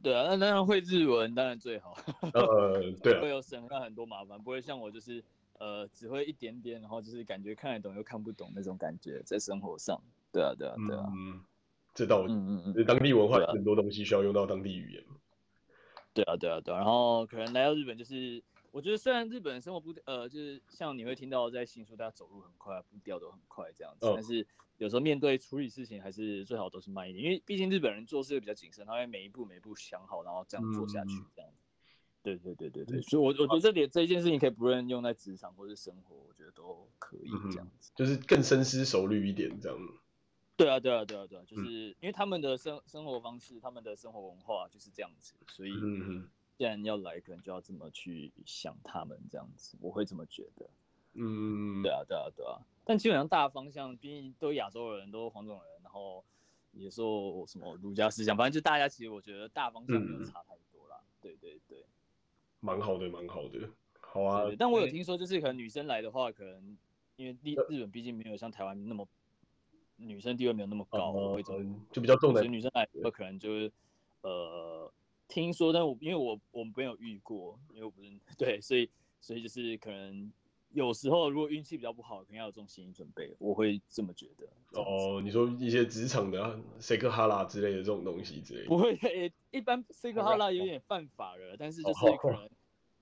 对啊，那当然会日文，当然最好，
呃，对啊
会，有省下很多麻烦，不会像我就是呃只会一点点，然后就是感觉看得懂又看不懂那种感觉，在生活上。对啊，对啊，对啊，
嗯，这倒
嗯嗯嗯。
就是当地文化
对啊
很多东西需要用到当地语言。
对啊，对啊，对啊。然后可能来到日本，就是我觉得虽然日本生活步呃，就是像你会听到在新书，大家走路很快，步调都很快这样子，
嗯
但是有时候面对处理事情，还是最好都是慢一点，因为毕竟日本人做事比较谨慎，他会每一步每一步想好，然后这样做下去
嗯
这样子。对对对对对，所以我我觉得这点这件事情可以不论用在职场或是生活，我觉得都可以
嗯
这样子。
就是更深思熟虑一点这样。
对啊，对啊，对啊，对啊，
嗯
就是因为他们的生生活方式，他们的生活文化就是这样子，所以
嗯嗯
既然要来，可能就要这么去想他们这样子，我会这么觉得。
嗯，
对啊，对啊，对啊。但基本上大方向，毕竟都亚洲人，都黄种人，然后也受什么儒家思想，反正就大家其实我觉得大方向没有差太多啦。对对对
蛮好的，蛮好的。好啊
对，对。但我有听说，就是可能女生来的话，可能因为日日本毕竟没有像台湾那么女生地位没有那么高，我会这么
嗯就比较重
所
男
以。女生来说可能就是呃，听 说，但我因为我我没有遇过，因为我不是对，所以所以就是可能有时候如果运气比较不好，可能要有这种心理准备，我会这么觉得。这样子，
哦，你说一些职场的塞克哈拉之类的这种东西之类的
不，会，诶一般 C 个哈拉有点犯法了，但
哦
是就是可能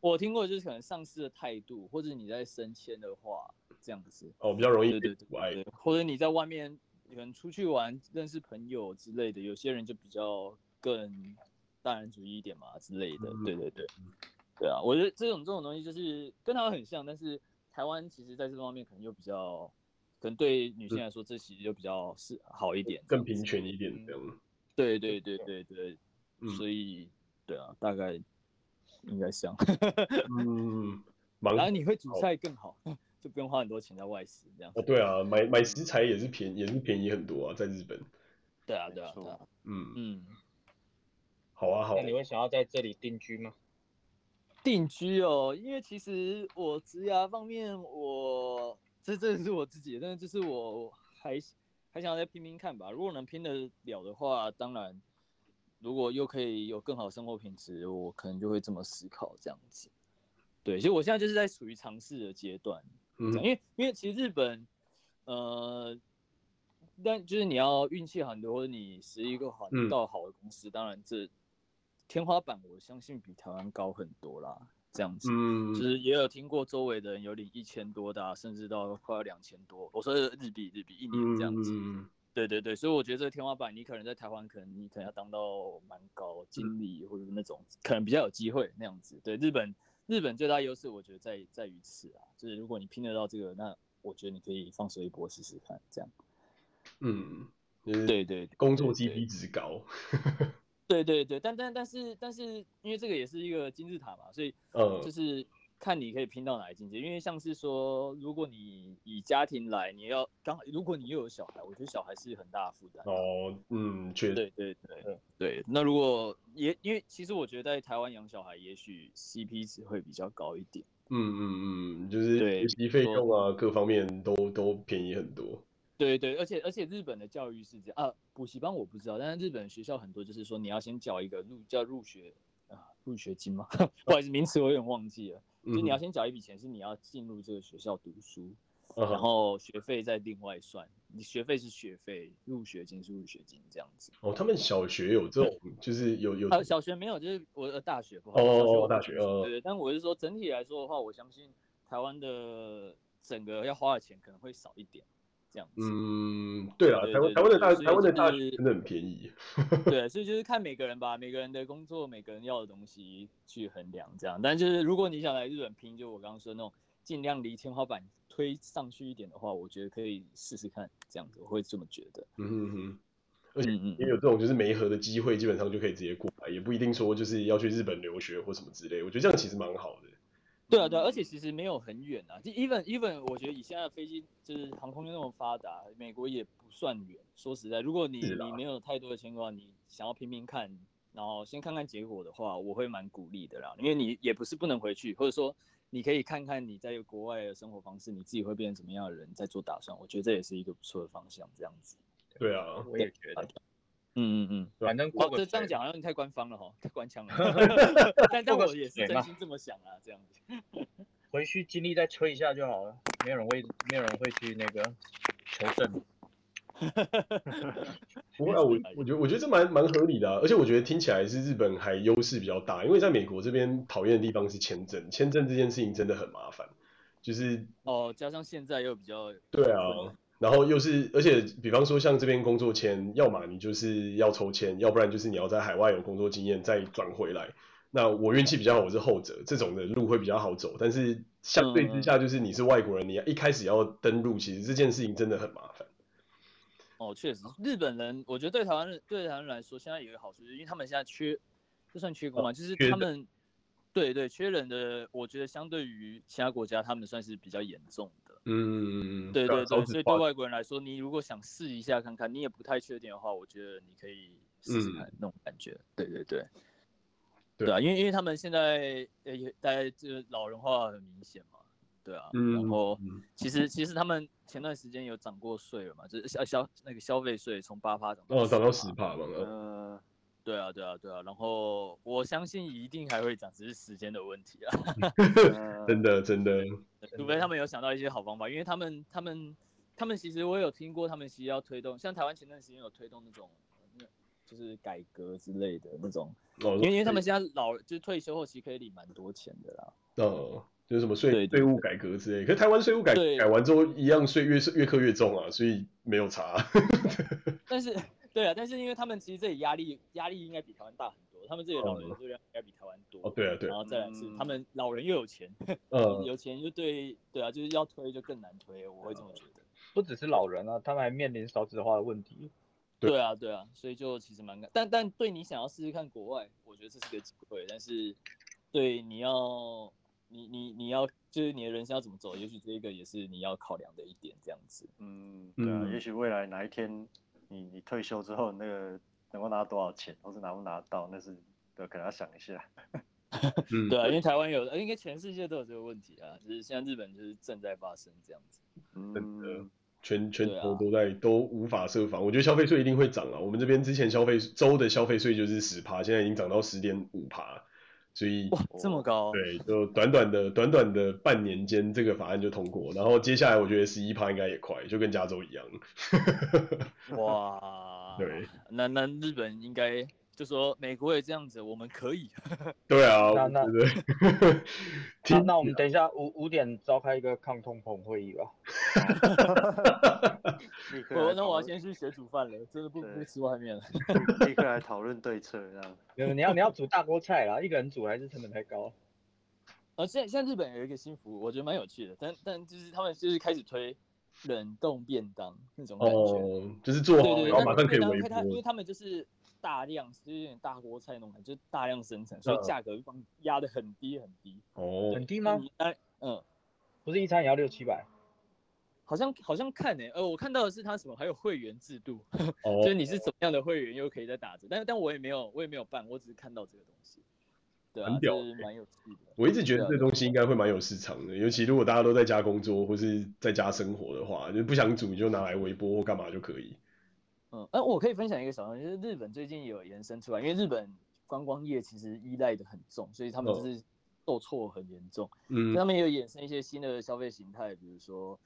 我听过，就是可能上司的态度，或者你在升迁的话，这样子。
哦，比较容易
对对
被阻碍
对，或者你在外面可能出去玩，认识朋友之类的，有些人就比较更大男主义一点嘛之类的
嗯。
对对对，对啊，我觉得这种这种东西就是跟他们很像，但是台湾其实在这方面可能又比较，可能对女性来说，这其实就比较是好一点，
嗯更平。权一点这样。
对对对对对，
嗯
所以对啊，大概应该像。
嗯，蛮
然后你会煮
好
菜更好， 就不用花很多钱在外食这样
哦，。对啊，买买食材也是便也是便宜很多啊，在日本。
对啊
没
对啊
错
对啊，
嗯，
嗯。
好啊，好
那。你会想要在这里定居吗？
定居哦，因为其实我职涯方面我，这真的是我自己的，但是就是我还还想要再拼拼看吧。如果能拼得了的话，当然，如果又可以有更好的生活品质，我可能就会这么思考这样子。对，其实我现在就是在属于尝试的阶段，
嗯
这样因为因为其实日本，呃，但就是你要运气很多，或者你是一个
嗯
环到好的公司，当然这天花板我相信比台湾高很多啦。这样子，
嗯，
就是也有听过周围的人有领一千多的啊、甚至到快要两千多。我说的是日币，日币一年这样子。
嗯
对对对，所以我觉得这个天花板，你可能在台湾，可能你可能要当到蛮高经
嗯
理或者是那种，可能比较有机会那样子。对日本，日本最大优势，我觉得在在于此啊，就是如果你拼得到这个，那我觉得你可以放手一搏试试看，这样。
嗯，就是
对对对
工作
对
CP 值高。
对对对，但但但是但是，因为这个也是一个金字塔嘛，所以
嗯
就是看你可以拼到哪一境界。因为像是说，如果你以家庭来，你要刚好，如果你又有小孩，我觉得小孩是很大的负担啊。
哦，嗯，确实，
对对对对，那如果也因为其实我觉得在台湾养小孩，也许 CP 值会比较高一点。
嗯嗯嗯，就是
对
学习费用啊，各方面都都便宜很多。
对对，而且而且日本的教育是这样啊，补习班我不知道，但是日本学校很多就是说你要先缴一个入叫入学啊入学金吗？ 不好意思，名词我有点忘记了，就
嗯，
你要先缴一笔钱，是你要进入这个学校读书，
嗯
然后学费再另外算，你学费是学费，入学金是入学金这样子。
哦，他们小学有这种，就是有有
啊，小学没有，就是我的大学不好意
哦哦
思，小学我
大
不
学
清楚
哦
对对，但我是说整体来说的话，我相信台湾的整个要花的钱可能会少一点，这样子。
嗯，对啦，
对
台湾
对
台湾的
对
大
所以
台湾的大
就是
学真的很便宜。
对，所以就是看每个人吧，每个人的工作，每个人要的东西去衡量这样。但就是如果你想来日本拼，就我刚刚说那种尽量离天花板推上去一点的话，我觉得可以试试看这样子，我会这么觉得。
嗯哼哼。而且
嗯嗯
也有这种就是没合的机会，基本上就可以直接过来，也不一定说就是要去日本留学或什么之类。我觉得这样其实蛮好的。
对啊，对啊，而且其实没有很远啊，就 even even 我觉得以现在的飞机就是航空业那么发达，美国也不算远。说实在，如果你
是啦
你没有太多的牵挂，你想要拼拼看，然后先看看结果的话，我会蛮鼓励的啦，因为你也不是不能回去，或者说你可以看看你在国外的生活方式，你自己会变成怎么样的人，再做打算。我觉得这也是一个不错的方向，这样子。
对啊，
我也觉得，
嗯嗯嗯。
反正过
哦，
个
这这样
水
讲好像太官方了哈，太官 腔了。但但我也是真心这么想啊，这样子。
回去尽力再吹一下就好了，没有人会，没有人会去那个求证。
不会啊，我我觉得我觉得这蛮蛮合理的啊、而且我觉得听起来是日本还优势比较大，因为在美国这边讨厌的地方是签证，签证这件事情真的很麻烦，就是
哦，加上现在又比较
对啊，然后又是而且比方说像这边工作签，要么你就是要抽签，要不然就是你要在海外有工作经验再转回来。那我运气比较好，我是后者，这种的路会比较好走，但是相对之下就是你是外国人，你一开始要登录，其实这件事情真的很麻烦。
哦，确实，日本人我觉得对台湾人对台湾人来说，现在有一个好处，就是因为他们现在缺，就算缺工嘛，就是
哦缺
他
人
们，对对，缺人的，我觉得相对于其他国家，他们算是比较严重的。
嗯，
对
啊
对
少
对，
子
所以
化
对外国人来说，你如果想试一下看看，你也不太确定的话，我觉得你可以试试看、那种感觉。对对对，
嗯对
啊，因为因为他们现在呃也大家就是老人化很明显嘛，对啊，然后。
嗯
其实其实他们前段时间有涨过税了嘛，就是消消那个消费税从八趴涨到
哦，涨到
10%
十帕嘛，嗯
呃，
对啊，对啊，对啊。然后我相信一定还会涨，只是时间的问题啊。
呃
真的真的，
除非他们有想到一些好方法，因为他们他们他们其实我有听过，他们其实要推动，像台湾前段时间有推动那种，那就是改革之类的那种，
哦，
因为因为他们现在老就是退休后其实可以领蛮多钱的啦。
呃，就是什么税
对对
税务改革之类，可是台湾税务改
对
改完之后，一样税越越课越重啊，所以没有差。啊
但是对啊，但是因为他们其实这里压力压力应该比台湾大很多，他们这里老人
嗯
数量应该比台湾多。
哦，对啊，对
然
啊，
后再来是
嗯
他们老人又有钱，
呃，
有钱就对对啊，就是要推就更难推，我会这么觉得。
不只是老人啊，他们还面临少子化的问题。
对
对啊，对啊，所以就其实蛮感，但但对你想要试试看国外，我觉得这是个机会，但是对你要你你你要就是你的人生要怎么走，也许这个也是你要考量的一点，这样子。
嗯，对啊，
嗯
也许未来哪一天你你退休之后，那个能够拿到多少钱，或是拿不拿得到，那是对，可能要想一下。
嗯，
对啊，因为台湾有，呃应该全世界都有这个问题啊，只是现在日本就是正在发生这样子。
嗯，
全全
对啊
球都在、都无法设防，我觉得消费税一定会涨啊。我们这边之前消费州的消费税就是十趴，现在已经涨到十点五趴，所以
哇，这么高？
对，就短短的短短的半年间，这个法案就通过，然后接下来我觉得十一趴应该也快，就跟加州一样。
哇，
对，
那那日本应该就说美国也这样子，我们可以。
对啊，
那
我
那
觉得
那
听
那我们等一下五五点召开一个抗通膨会议吧。
立刻
我
来
那
讨
我要
论
先去学煮饭了，真的不不
对
吃外面了。
立刻来讨论对策，这 样。
没有，你要你要煮大锅菜啦，一个人煮还是成本太高。
呃，现在现在日本有一个新服务，我觉得蛮有趣的，但但就是他们就是开始推冷冻便当那种感觉。
哦，就是做
对
好，
对对，
然后
但
马
是
上可以
便当
微
开它，因为
波。
他们就是大量，就是有点大锅菜那种感觉，就是大量生产，
嗯
所以价格就帮压得很低很低。
哦，
很低
你
吗？
哎，嗯，
不是一餐也要六七百？
好像好像看呢、呃，我看到的是它什么还有会员制度，
哦
就是你是怎么样的会员又可以再打折，但但我也没有我也没有办，我只是看到这个东西，对啊
很，屌欸
就是蛮有趣的。
我一直觉得
对啊
这东西应该会蛮有市场的，尤其如果大家都在家工作或是在家生活的话，就不想煮你就拿来微波或干嘛就可以。
嗯，哎、我可以分享一个小东西，就是日本最近也有延伸出来，因为日本观光业其实依赖的很重，所以他们
嗯
就是受挫很严重，所
嗯
以他们也有衍生一些新的消费形态，比如说，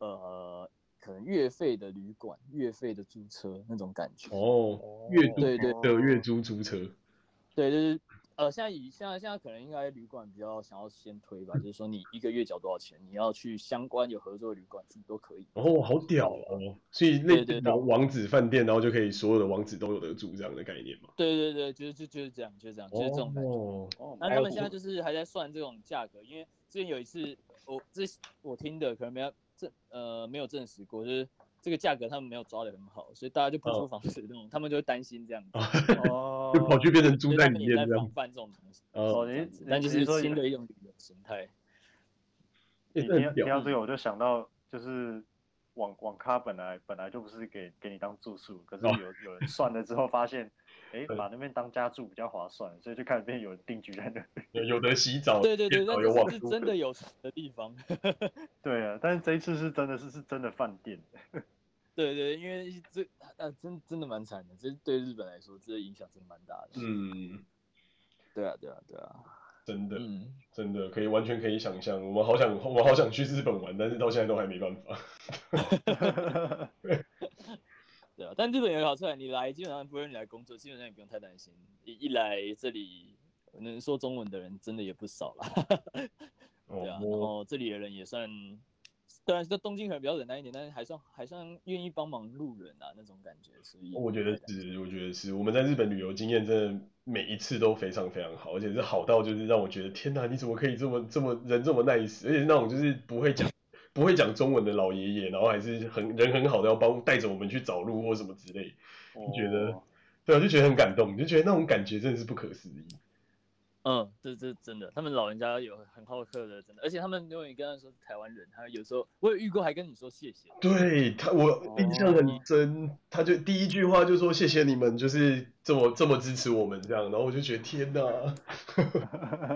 呃，可能月费的旅馆、月费的租车那种感觉。
哦，月租
对对
的月租租车，
对，就是呃，现在以现在现在可能应该旅馆比较想要先推吧，就是说你一个月缴多少钱，你要去相关有合作的旅馆住都可以。
哦，好屌哦！所以类似
对对
王王子饭店，然后就可以所有的王子都有得住这样的概念嘛？
对对对，就是就就是这样，就是这样，就是这种感觉。
哦，
哦，
那
还
他
有
们现在
什
就是还在算这种价格，因为之前有一次我这我听的可能没有证呃没有证实过，就是这个价格他们没有抓的很好，所以大家就不租房子那种，他们就会担心这样子，
哦，
就跑去变成
所
租
以
在
他们
里
也在
面这样
防。范这种东西。
哦，
哦
这样子
你
但就
你
是
说
新的一种旅游形态。
你
也是
听
很
听
屌
到这个，我就想到就是网网咖本来本来就不是给给你当住宿，可是
哦
有有人算了之后发 现，哎，
嗯
把那边当家住比较划算，所以就开始变有人定居在那。
有有得洗澡，
对对对，但
有
这
网
是是真的有的地方。
对啊，但是这一次是真的是是真的饭店，
对对，因为这啊真真的蛮惨的，这对日本来说，这影响真的蛮大的。
嗯，
对啊对啊对啊，
真的
嗯。
真的可以完全可以想象，我们好想我们好想去日本玩，但是到现在都还没办法。
对啊，但日本有个好处啊，你来基本上不论你来工作，基本上也不用太担心。一一来这里能说中文的人真的也不少啦，
哦
对啊，然后这里的人也算，虽然在东京可能比较冷淡一点，但是还算还算愿意帮忙路人啊那种感觉，所以
我觉得是，我觉得是。我们在日本旅游经验真的每一次都非常非常好，而且是好到就是让我觉得天哪，你怎么可以这么这么人这么 nice，而且是那种就是不会讲不会讲中文的老爷爷，然后还是很人很好的要帮带着我们去找路或什么之类，
我
觉得对啊，就觉得很感动，就觉得那种感觉真的是不可思议。
嗯，这这真的，他们老人家有很好客的，真的，而且他们如果你跟他说是台湾人，他有时候我有遇过还跟你说谢谢，
对他，我印象很深，他就第一句话就说谢谢你们，就是这么这么支持我们这样，然后我就觉得天哪，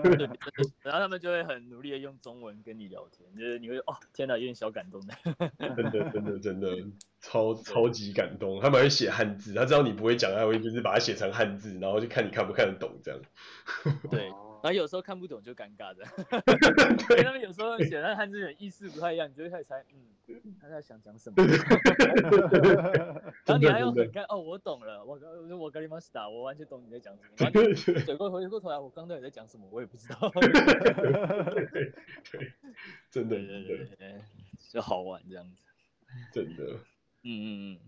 对，真的是然后他们就会很努力的用中文跟你聊天，就是你会哦，天哪，有点小感动的。
真的真的真的超超级感动。他们还会写汉字，他知道你不会讲，他会就是把它写成汉字，然后就看你看不看得懂这样。
对
哦
然后有时候看不懂就尴尬的，因为
对
他们有时候写那汉字有点意思不太一样，你就会开始猜，嗯，他在想讲什么。然后你还用很干哦，我懂了，我我我跟你们打，我完全懂你在讲什么。然后
对
你转过回过头来，我刚到底在讲什么，我也不知 道。
真的
对对
真
对
的
对对，就好玩这样子。
真的。
嗯嗯嗯，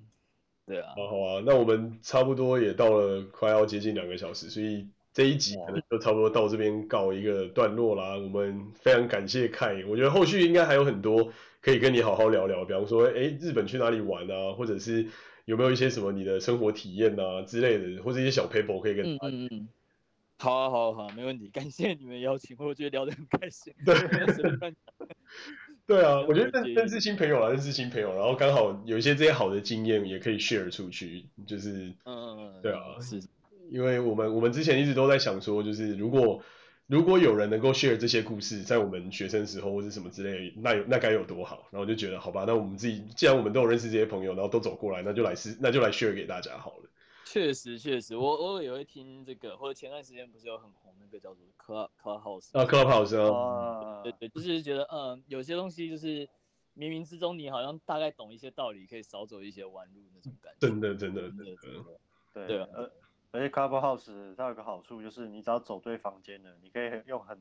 对啊，
好好啊，那我们差不多也到了快要接近两个小时，所以这一集可能就差不多到这边告一个段落啦。我们非常感谢凯，我觉得后续应该还有很多可以跟你好好聊聊，比方说，哎，日本去哪里玩啊，或者是有没有一些什么你的生活体验啊之类的，或者一些小 paper 可以跟
嗯
大家。
嗯嗯，好啊好啊好啊，没问题，感谢你们邀请，我觉得聊得很开心。 对，随便 乱讲
对啊，我觉得
了解
认认识新朋友啊，认识新朋友，然后刚好有一些这些好的经验也可以 share 出去，就是
嗯嗯嗯，
对啊
是是
因为我们我们之前一直都在想说，就是如果如果有人能够 share 这些故事，在我们学生时候或是什么之类的，那有那该有多好。然后就觉得，好吧，那我们自己既然我们都有认识这些朋友，然后都走过来，那就来试，那就来 share 给大家好了。
确实确实，我偶尔也会听这个，或者前段时间不是有很红那个叫做 Club Clubhouse
啊，Clubhouse
哦
啊，
哇
对对，就是觉得嗯，有些东西就是冥冥之中你好像大概懂一些道理，可以少走一些弯路那种感觉。
真的真的
真
真
的
的，
真的，
对
对啊
而而且 Clubhouse 它有个好处就是，你只要走对房间了，你可以用很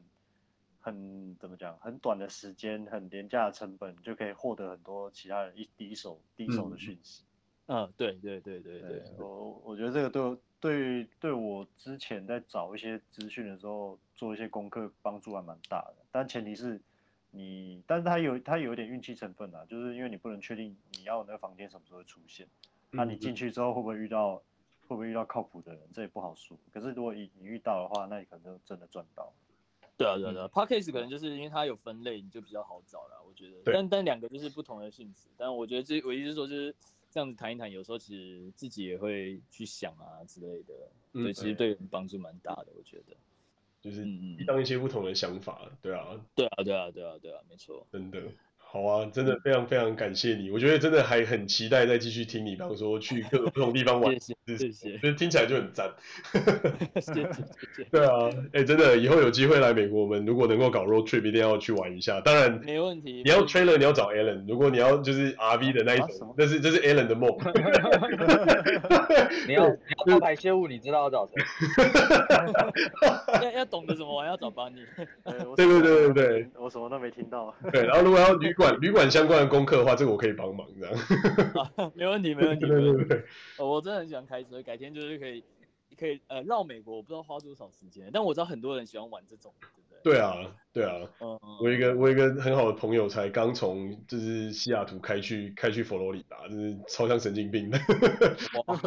很怎么讲，很短的时间，很廉价的成本，就可以获得很多其他人一第一手第一手的讯息。
嗯，对对对对对，
我我觉得这个对我对于对我之前在找一些资讯的时候做一些功课帮助还蛮大的，但前提是你，但是它有它有一点运气成分啊，就是因为你不能确定你要的那个房间什么时候会出现，
嗯
那、你进去之后会不会遇到会不会遇到靠谱的人，这也不好说。可是如果你你遇到的话，那你可能就真的赚到。
对啊对啊对啊，Podcast 可能就是因为它有分类，你就比较好找了，我觉得。
对
但但两个就是不同的性质，但我觉得这唯一是说就是这样子谈一谈，有时候其实自己也会去想啊之类的，
嗯
对，其实对人帮助蛮大的，我觉得。
就是
嗯嗯，嗯
当一些不同的想法，对啊，
对啊对啊对啊对啊，没错。
真的。好啊，真的非常非常感谢你，我觉得真的还很期待再继续听你，比方说去各个不同地方玩，
谢谢谢谢
就是听起来就很赞。
谢谢谢谢，
对啊，哎、真的，以后有机会来美国，我们如果能够搞 road trip，一定要去玩一下。当然，
没问题。
你要
没问题
trailer，你要找 Alan。如果你要就是 RV 的那一
啊什
种
么，
那是这是 Alan 的梦。
你要你要大排泄物，你知道要找谁？
要要懂得怎么玩，要找帮你。
对
对对对对对，
我什么都没听到。
对，然后如果要旅馆 旅馆相关的功课的话，这个我可以帮忙这样。
啊，没问题，没问题，
对
没
对对
问题。
对，
哦我真的很喜欢开车，改天就是可以，可以呃绕美国，我不知道花多少时间，但我知道很多人喜欢玩这种，对不对？
对啊对啊。
嗯，
我一个我一个很好的朋友才刚从就是西雅图开去开去佛罗里达，就是超像神经病的。
哇，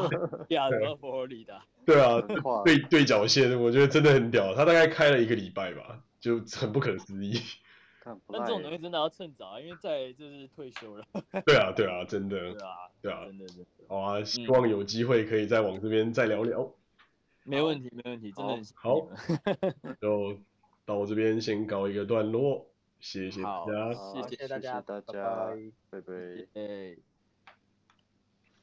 亚洲佛罗里达，
对啊，
很快
对对角线，我觉得真的很屌。他大概开了一个礼拜吧，就很不可思议。
看不
但
赖
这种东西
耶。
真的要趁早啊，因为在就是退休了，
对啊对啊，真的
对啊，
对啊。
真的真的，
好啊，希望有机会可以再往这边再聊聊。
没问题，没问题，真的很谢谢
好
你们，
就到我这边先告一个段落，谢谢大
好
家。
好
谢谢
谢
大家，
大
拜
家
拜，
拜拜。
对。